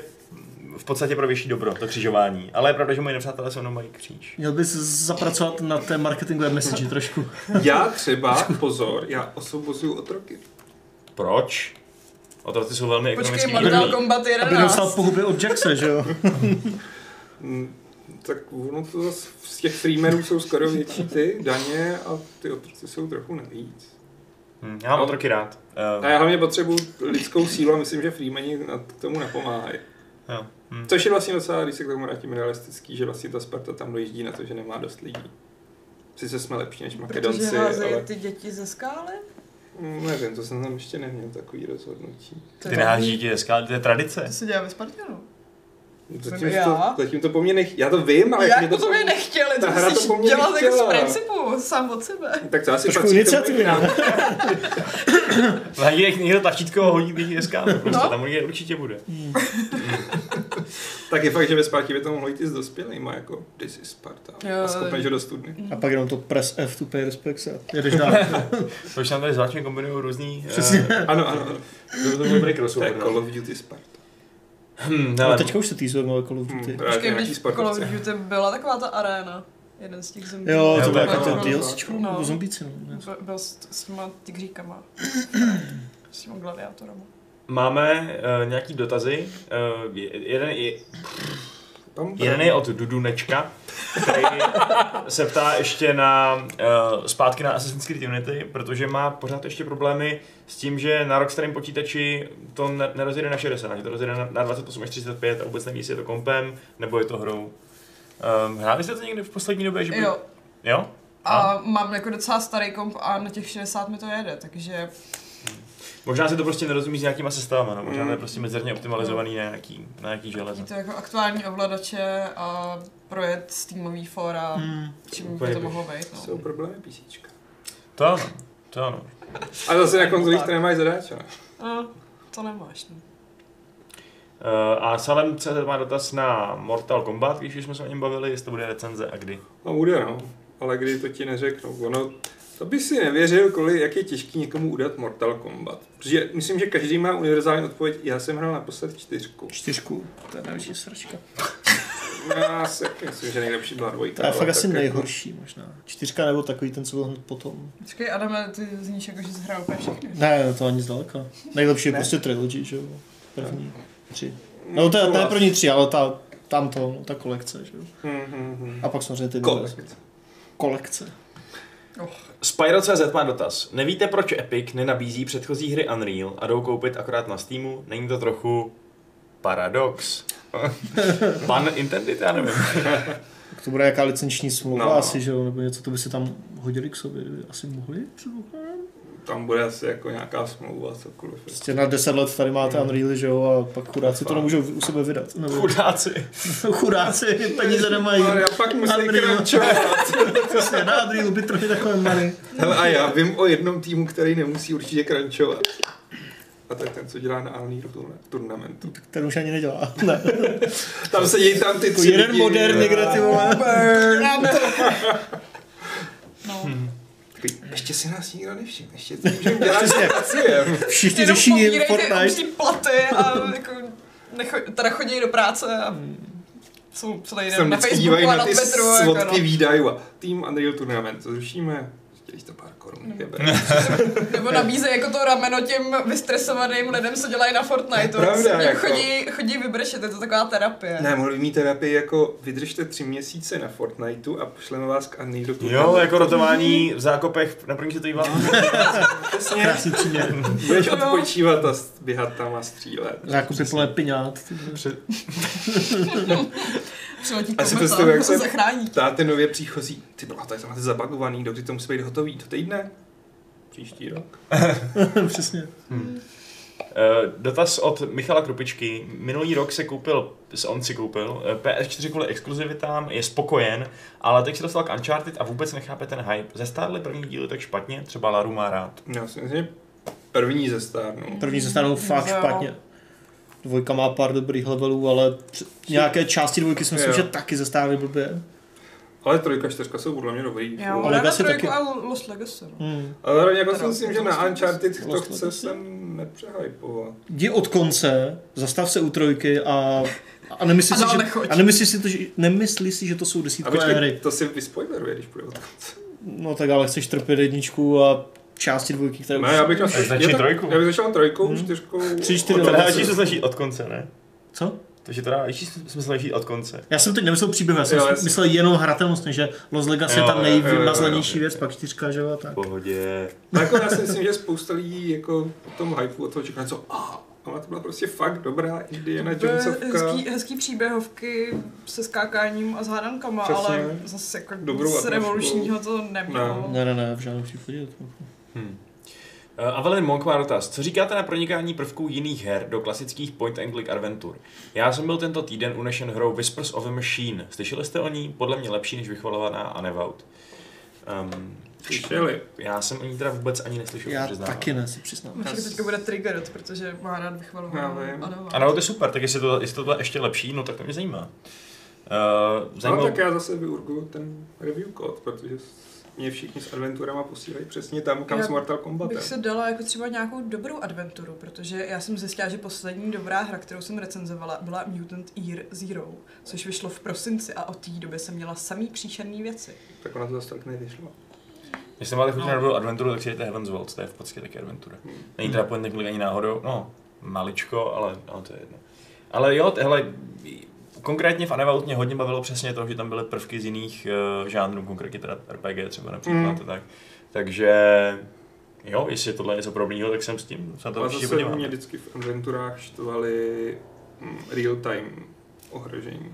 [SPEAKER 1] v podstatě pro vyšší dobro, to křižování. Ale je pravda, že moji nepřátelé se mnou mají kříž.
[SPEAKER 2] Měl bys zapracovat na té marketingové message trošku.
[SPEAKER 4] Já třeba, pozor, já osvobozuju otroky.
[SPEAKER 1] Proč? Otroci jsou velmi ekonomicky
[SPEAKER 3] Počkej,
[SPEAKER 1] výhodní.
[SPEAKER 3] Mortal Kombat
[SPEAKER 5] Aby
[SPEAKER 3] 11.
[SPEAKER 5] dostal pohuby od Jackse, že jo?
[SPEAKER 4] Hmm, Tak ono to zas, z těch freemenů jsou skoro větší ty daně a ty otroci jsou trochu navíc.
[SPEAKER 1] Hm, já mám otroky rád.
[SPEAKER 4] A já hlavně potřebuji lidskou sílu a myslím, že Freemani na- k tomu napomáhají.
[SPEAKER 1] Jo. Hm.
[SPEAKER 4] Což je vlastně docela, když se k tomu vrátím, realistický, že vlastně ta Sparta tam dojíždí na to, že nemá dost lidí. Sice jsme lepší než
[SPEAKER 3] Protože
[SPEAKER 4] Makedonci, ale
[SPEAKER 3] házejí ty děti ze skály?
[SPEAKER 4] Mm, nevím, to jsem tam ještě neměl takový rozhodnutí.
[SPEAKER 3] To
[SPEAKER 1] Ty
[SPEAKER 3] je
[SPEAKER 1] neháží
[SPEAKER 3] dobrý.
[SPEAKER 1] dítě ze skály, to je tradice.
[SPEAKER 3] To se dělá ve Spartanu.
[SPEAKER 4] Zatím to,
[SPEAKER 3] já?
[SPEAKER 4] zatím to po mně nech... Já No, to vím, ale
[SPEAKER 3] Jak jako to
[SPEAKER 4] po-
[SPEAKER 3] po mě nechtěli,
[SPEAKER 4] Ta
[SPEAKER 3] to
[SPEAKER 4] hra to
[SPEAKER 3] musíš
[SPEAKER 4] po mně
[SPEAKER 3] dělat jako
[SPEAKER 4] nechtěla.
[SPEAKER 3] z principu, sám od sebe.
[SPEAKER 4] Tak to asi
[SPEAKER 5] Trošku
[SPEAKER 4] patří k tomu
[SPEAKER 5] iniciativy,
[SPEAKER 4] jako-
[SPEAKER 5] no.
[SPEAKER 1] Hlavně jak někdo tlačítko hodí dítě ze skály, prostě
[SPEAKER 3] No.
[SPEAKER 1] tam někde určitě bude.
[SPEAKER 4] Tak je fakt, že ve Spartě by to mohlo jít i s dospělýma, jako this is Sparta.
[SPEAKER 3] Jo,
[SPEAKER 4] a skopeš
[SPEAKER 3] jo.
[SPEAKER 4] ho do studny.
[SPEAKER 5] A pak jenom to press F to pay respects a jedeš dál.
[SPEAKER 1] To už nám tady zvláštně kombinují různý...
[SPEAKER 5] Přesně.
[SPEAKER 1] eh,
[SPEAKER 4] Ano, ano, ano.
[SPEAKER 1] to byl dobrý
[SPEAKER 4] To je
[SPEAKER 1] crossover. no.
[SPEAKER 4] Call of Duty Sparta.
[SPEAKER 1] Hm,
[SPEAKER 5] Ale
[SPEAKER 1] hele,
[SPEAKER 5] No, teďka už se týzujeme o Call of Duty.
[SPEAKER 4] Hmm, právě
[SPEAKER 3] Počkej,
[SPEAKER 4] nějaký
[SPEAKER 3] když v Call of
[SPEAKER 4] Spartovce.
[SPEAKER 3] Duty byla taková ta arena. Jeden z těch zemí.
[SPEAKER 5] Jo, to bylo
[SPEAKER 1] Jo, tak
[SPEAKER 5] jako to
[SPEAKER 1] jo.
[SPEAKER 5] DLC,
[SPEAKER 3] No.
[SPEAKER 5] no. zombíci, no.
[SPEAKER 3] Byl- Byl s, s těma tigříkama. s těma gladiátorama.
[SPEAKER 1] Máme eh, nějaký dotazy. Eh, je- jeden, je,
[SPEAKER 4] Pam, pam.
[SPEAKER 1] jeden je od Dudunečka, který se ptá ještě na eh, zpátky na Assassin's Creed Unity, protože má pořád ještě problémy s tím, že na Rockstarém počítači to ne- nerozjede na 60, že to rozjede na, na 28 až 35 a vůbec neví, jestli je to kompem nebo je to hrou. Um, hráli jste to někdy v poslední době? Že by...
[SPEAKER 3] Jo,
[SPEAKER 1] jo?
[SPEAKER 3] a, mám jako docela starý komp a na těch 60 mi to jede, takže
[SPEAKER 1] Možná se to prostě nerozumí s nějakýma sestavama, no? možná to je
[SPEAKER 4] Mm.
[SPEAKER 1] prostě mezerně optimalizovaný na nějaký, na nějaký železo.
[SPEAKER 3] je to jako aktuální ovladače a projet Steamový fora,
[SPEAKER 5] Hmm.
[SPEAKER 3] čím by
[SPEAKER 1] Úplně
[SPEAKER 3] to
[SPEAKER 1] bych-
[SPEAKER 3] mohlo být. No.
[SPEAKER 4] Jsou problémy písíčka.
[SPEAKER 1] To ano, to ano.
[SPEAKER 4] A zase na konzolích to nemáš zadáčeno.
[SPEAKER 3] A, to nemáš. No.
[SPEAKER 1] Uh, a Salem CZ má dotaz na Mortal Kombat, když už jsme se o něm bavili, jestli to bude recenze a kdy.
[SPEAKER 4] No bude no, ale kdy to ti neřeknu. Ono, to by si nevěřil, kolik, jak je těžký někomu udat Mortal Kombat. Protože myslím, že každý má univerzální odpověď. Já jsem hrál naposled čtyřku.
[SPEAKER 5] Čtyřku, to je největší sračka.
[SPEAKER 4] Já si myslím, že nejlepší byla dvojka.
[SPEAKER 5] To je
[SPEAKER 4] ale
[SPEAKER 5] fakt asi
[SPEAKER 4] tak jako-
[SPEAKER 5] nejhorší možná. Čtyřka nebo takový ten, co byl hned potom.
[SPEAKER 3] Počkej, Adame, ty zníš jako, že jsi hrál úplně všechny.
[SPEAKER 5] Ne, to ani zdaleka. Nejlepší je
[SPEAKER 4] Ne.
[SPEAKER 5] prostě trilogy, že jo? První tři. No to je,
[SPEAKER 4] Hmm,
[SPEAKER 5] to je první tři, ale ta, tam to, no, ta kolekce, že jo?
[SPEAKER 4] Hm, hm, hm.
[SPEAKER 5] A pak samozřejmě ty
[SPEAKER 4] Kolekt.
[SPEAKER 5] dvě. kolekce.
[SPEAKER 1] Spyro.cz má dotaz. Nevíte, proč Epic nenabízí předchozí hry Unreal a jdou koupit akorát na Steamu? Není to trochu paradox? Pan intendit, já nevím.
[SPEAKER 5] Tak to bude jaká licenční smlouva
[SPEAKER 4] No,
[SPEAKER 5] no,
[SPEAKER 4] no.
[SPEAKER 5] asi, že jo? Nebo něco, to by si tam hodili k sobě, asi mohli předpokládám.
[SPEAKER 4] Tam bude asi jako nějaká smlouva, cokoliv.
[SPEAKER 5] Prostě na 10 let tady máte
[SPEAKER 4] Hmm.
[SPEAKER 5] Unreal, že jo? No, A pak chudáci to
[SPEAKER 4] Fakt.
[SPEAKER 5] nemůžou u sebe vydat. Nebo...
[SPEAKER 1] Chudáci.
[SPEAKER 5] chudáci, peníze nemají.
[SPEAKER 4] Ale já pak musím
[SPEAKER 5] Unreal.
[SPEAKER 4] krančovat.
[SPEAKER 5] Přesně, na Unreal by trochu takové many.
[SPEAKER 4] Hele, a já vím o jednom týmu, který nemusí určitě krančovat. A tak ten, co dělá na Alnýru turnamentu.
[SPEAKER 5] Ten už ani nedělá. Ne.
[SPEAKER 4] Tam se dějí tam ty
[SPEAKER 5] Jako
[SPEAKER 4] tři
[SPEAKER 5] jeden
[SPEAKER 4] lidi,
[SPEAKER 5] modern
[SPEAKER 4] a-
[SPEAKER 5] někde ty vole.
[SPEAKER 3] No,
[SPEAKER 4] Hmm. Takový, Ještě si nás nikdo nevšiml, ještě to můžeme dělat,
[SPEAKER 5] Přesně.
[SPEAKER 4] že pracujeme.
[SPEAKER 5] Všichni
[SPEAKER 3] jenom
[SPEAKER 5] řeší
[SPEAKER 3] pobírejte
[SPEAKER 5] Fortnite.
[SPEAKER 3] ty platy a jako necho, teda chodí do práce a
[SPEAKER 4] Hmm.
[SPEAKER 3] jsou celý
[SPEAKER 4] Jsem
[SPEAKER 3] den na
[SPEAKER 4] vždycky
[SPEAKER 3] Facebooku
[SPEAKER 4] dívají
[SPEAKER 3] a
[SPEAKER 4] na
[SPEAKER 3] na
[SPEAKER 4] ty
[SPEAKER 3] Twitteru. Jako, no.
[SPEAKER 4] svodky výdajů a tým Unreal Tournament, to zrušíme. Chtěli to pár korun, jebe.
[SPEAKER 3] Nebo nabízejí jako to rameno těm vystresovaným lidem, co dělají na Fortnite.
[SPEAKER 4] To je pravda,
[SPEAKER 3] Se
[SPEAKER 4] jako.
[SPEAKER 3] chodí, chodí vybršet, je to taková terapie.
[SPEAKER 4] Ne, mohli by mít terapii jako vydržte tři měsíce na Fortniteu a pošleme vás k Unreal Tournamentu.
[SPEAKER 1] Jo, jako rotování v zákopech na první světový válce.
[SPEAKER 4] Přesně,
[SPEAKER 5] Krásný příměr.
[SPEAKER 4] budeš odpočívat a s- běhat tam a střílet.
[SPEAKER 5] Zákupy plné piňát.
[SPEAKER 3] Přiletí
[SPEAKER 4] A si
[SPEAKER 3] kometa,
[SPEAKER 4] představuji, jak se-
[SPEAKER 3] zachrání.
[SPEAKER 4] Ptáte nově příchozí, ty byla, tady to máte zabagovaný, dokdy to musí být hotový, do týdne? Příští rok.
[SPEAKER 5] Přesně.
[SPEAKER 1] Eh, Dotaz od Michala Krupičky. Minulý rok se koupil, s- on si koupil, eh, PS4 kvůli exkluzivitám, je spokojen, ale teď se dostal k Uncharted a vůbec nechápe ten hype. Zestárli první díly tak špatně, třeba Laru má rád.
[SPEAKER 4] Já si myslím, že první zestárnu.
[SPEAKER 5] První se stanou fakt
[SPEAKER 3] Jo.
[SPEAKER 5] špatně. Dvojka má pár dobrých levelů, ale př- nějaké části dvojky si myslím,
[SPEAKER 4] Jo.
[SPEAKER 5] že taky zastávali blbě.
[SPEAKER 4] Ale trojka, čtyřka jsou podle mě dobrý.
[SPEAKER 3] Já
[SPEAKER 5] Ale
[SPEAKER 3] mám ráda
[SPEAKER 4] vlastně
[SPEAKER 5] Legacy
[SPEAKER 3] trojku
[SPEAKER 5] taky.
[SPEAKER 3] a Lost Legacy. No.
[SPEAKER 5] Hmm.
[SPEAKER 4] Ale zároveň jako si
[SPEAKER 3] Teda,
[SPEAKER 4] myslím,
[SPEAKER 3] to
[SPEAKER 4] že
[SPEAKER 3] to
[SPEAKER 4] na
[SPEAKER 3] myslím,
[SPEAKER 4] Uncharted
[SPEAKER 5] to
[SPEAKER 4] to
[SPEAKER 5] vlastně
[SPEAKER 4] chce
[SPEAKER 5] myslím.
[SPEAKER 4] sem nepřehypovat.
[SPEAKER 5] Jdi od konce, zastav se u trojky a, a nemyslí
[SPEAKER 3] A
[SPEAKER 5] si,
[SPEAKER 3] dál
[SPEAKER 5] že,
[SPEAKER 3] nechoď.
[SPEAKER 5] a nemyslí si, to, že, nemyslí si, že to jsou
[SPEAKER 4] A
[SPEAKER 5] desítkové
[SPEAKER 4] počkej,
[SPEAKER 5] hry.
[SPEAKER 4] to si vyspoileruje, když půjde od konce.
[SPEAKER 5] No tak ale chceš trpět jedničku a části dvojky, které
[SPEAKER 4] Ne, já bych na
[SPEAKER 1] Tak začni trojku.
[SPEAKER 4] Já bych začal trojkou,
[SPEAKER 5] Hmm.
[SPEAKER 4] čtyřkou. Jako
[SPEAKER 5] Tři, čtyři, no,
[SPEAKER 4] od
[SPEAKER 1] To
[SPEAKER 5] To
[SPEAKER 4] konce.
[SPEAKER 1] dá
[SPEAKER 5] dává
[SPEAKER 1] se snaží od konce, ne?
[SPEAKER 5] Co?
[SPEAKER 1] Takže to dává smysl snaží od konce.
[SPEAKER 5] Já jsem teď nemyslel příběh, já jsem
[SPEAKER 4] Jo,
[SPEAKER 5] jo,
[SPEAKER 4] jasně.
[SPEAKER 5] myslel jenom hratelnost, že Los Legacy
[SPEAKER 1] Jo,
[SPEAKER 5] je tam
[SPEAKER 1] jo,
[SPEAKER 5] nejvymazlenější
[SPEAKER 4] jo, jo, jo.
[SPEAKER 5] věc, pak čtyřka, že jo, a tak.
[SPEAKER 1] Pohodě.
[SPEAKER 4] No jako já si myslím, že spousta lidí jako po tom hypeu od toho čeká něco a ona to byla prostě fakt dobrá Indiana
[SPEAKER 3] To je
[SPEAKER 4] Jonesovka.
[SPEAKER 3] hezký, hezký příběhovky se skákáním a s hádankama,
[SPEAKER 4] Přesně.
[SPEAKER 3] ale zase jako
[SPEAKER 4] Dobrou
[SPEAKER 3] nic
[SPEAKER 4] atmosféru. No.
[SPEAKER 3] revolučního to nemělo.
[SPEAKER 5] Ne, ne, ne, v žádném případě.
[SPEAKER 1] Hmm. Eh, Avelin Monk má dotaz. Co říkáte na pronikání prvků jiných her do klasických point and click adventur? Já jsem byl tento týden unešen hrou Whispers of a Machine. Slyšeli jste o ní? Podle mě lepší než vychvalovaná Anevout. Um,
[SPEAKER 4] Slyšeli.
[SPEAKER 1] já jsem o ní teda vůbec ani neslyšel,
[SPEAKER 5] Já
[SPEAKER 1] přiznávám.
[SPEAKER 5] taky ne, si přiznám.
[SPEAKER 3] Možná teďka bude triggered, protože má rád vychvalovanou.
[SPEAKER 4] Já vím.
[SPEAKER 3] Ano.
[SPEAKER 1] Ano, to je super, tak jestli to, jestli to bude ještě lepší, no tak to mě zajímá. Uh,
[SPEAKER 4] No
[SPEAKER 1] zajímalo...
[SPEAKER 4] tak já zase vyurguju ten review kód, protože s- mě všichni s adventurama posílají přesně tam, kam
[SPEAKER 3] Já
[SPEAKER 4] s Mortal Kombatem.
[SPEAKER 3] Bych se dala jako třeba nějakou dobrou adventuru, protože já jsem zjistila, že poslední dobrá hra, kterou jsem recenzovala, byla Mutant Year Zero, což vyšlo v prosinci a od té doby jsem měla samý příšerný věci.
[SPEAKER 4] Tak ona to zase tak nevyšla.
[SPEAKER 1] Jestli máte chuť
[SPEAKER 3] No.
[SPEAKER 1] na dobrou adventuru, tak si jdete Heaven's Walls, to je v podstatě taky adventura. Není teda point and click ani náhodou, no, maličko, ale, ale to je jedno. Ale jo, t- hele, konkrétně v Anevaut mě hodně bavilo přesně to, že tam byly prvky z jiných uh, žánrů, konkrétně teda RPG třeba například,
[SPEAKER 4] Mm.
[SPEAKER 1] mm. tak. Takže jo, jestli tohle je něco podobného, tak jsem s tím, se na to
[SPEAKER 4] Ale
[SPEAKER 1] určitě
[SPEAKER 4] zase
[SPEAKER 1] podívám.
[SPEAKER 4] mě vždycky v adventurách štvali mm, real-time ohrožení.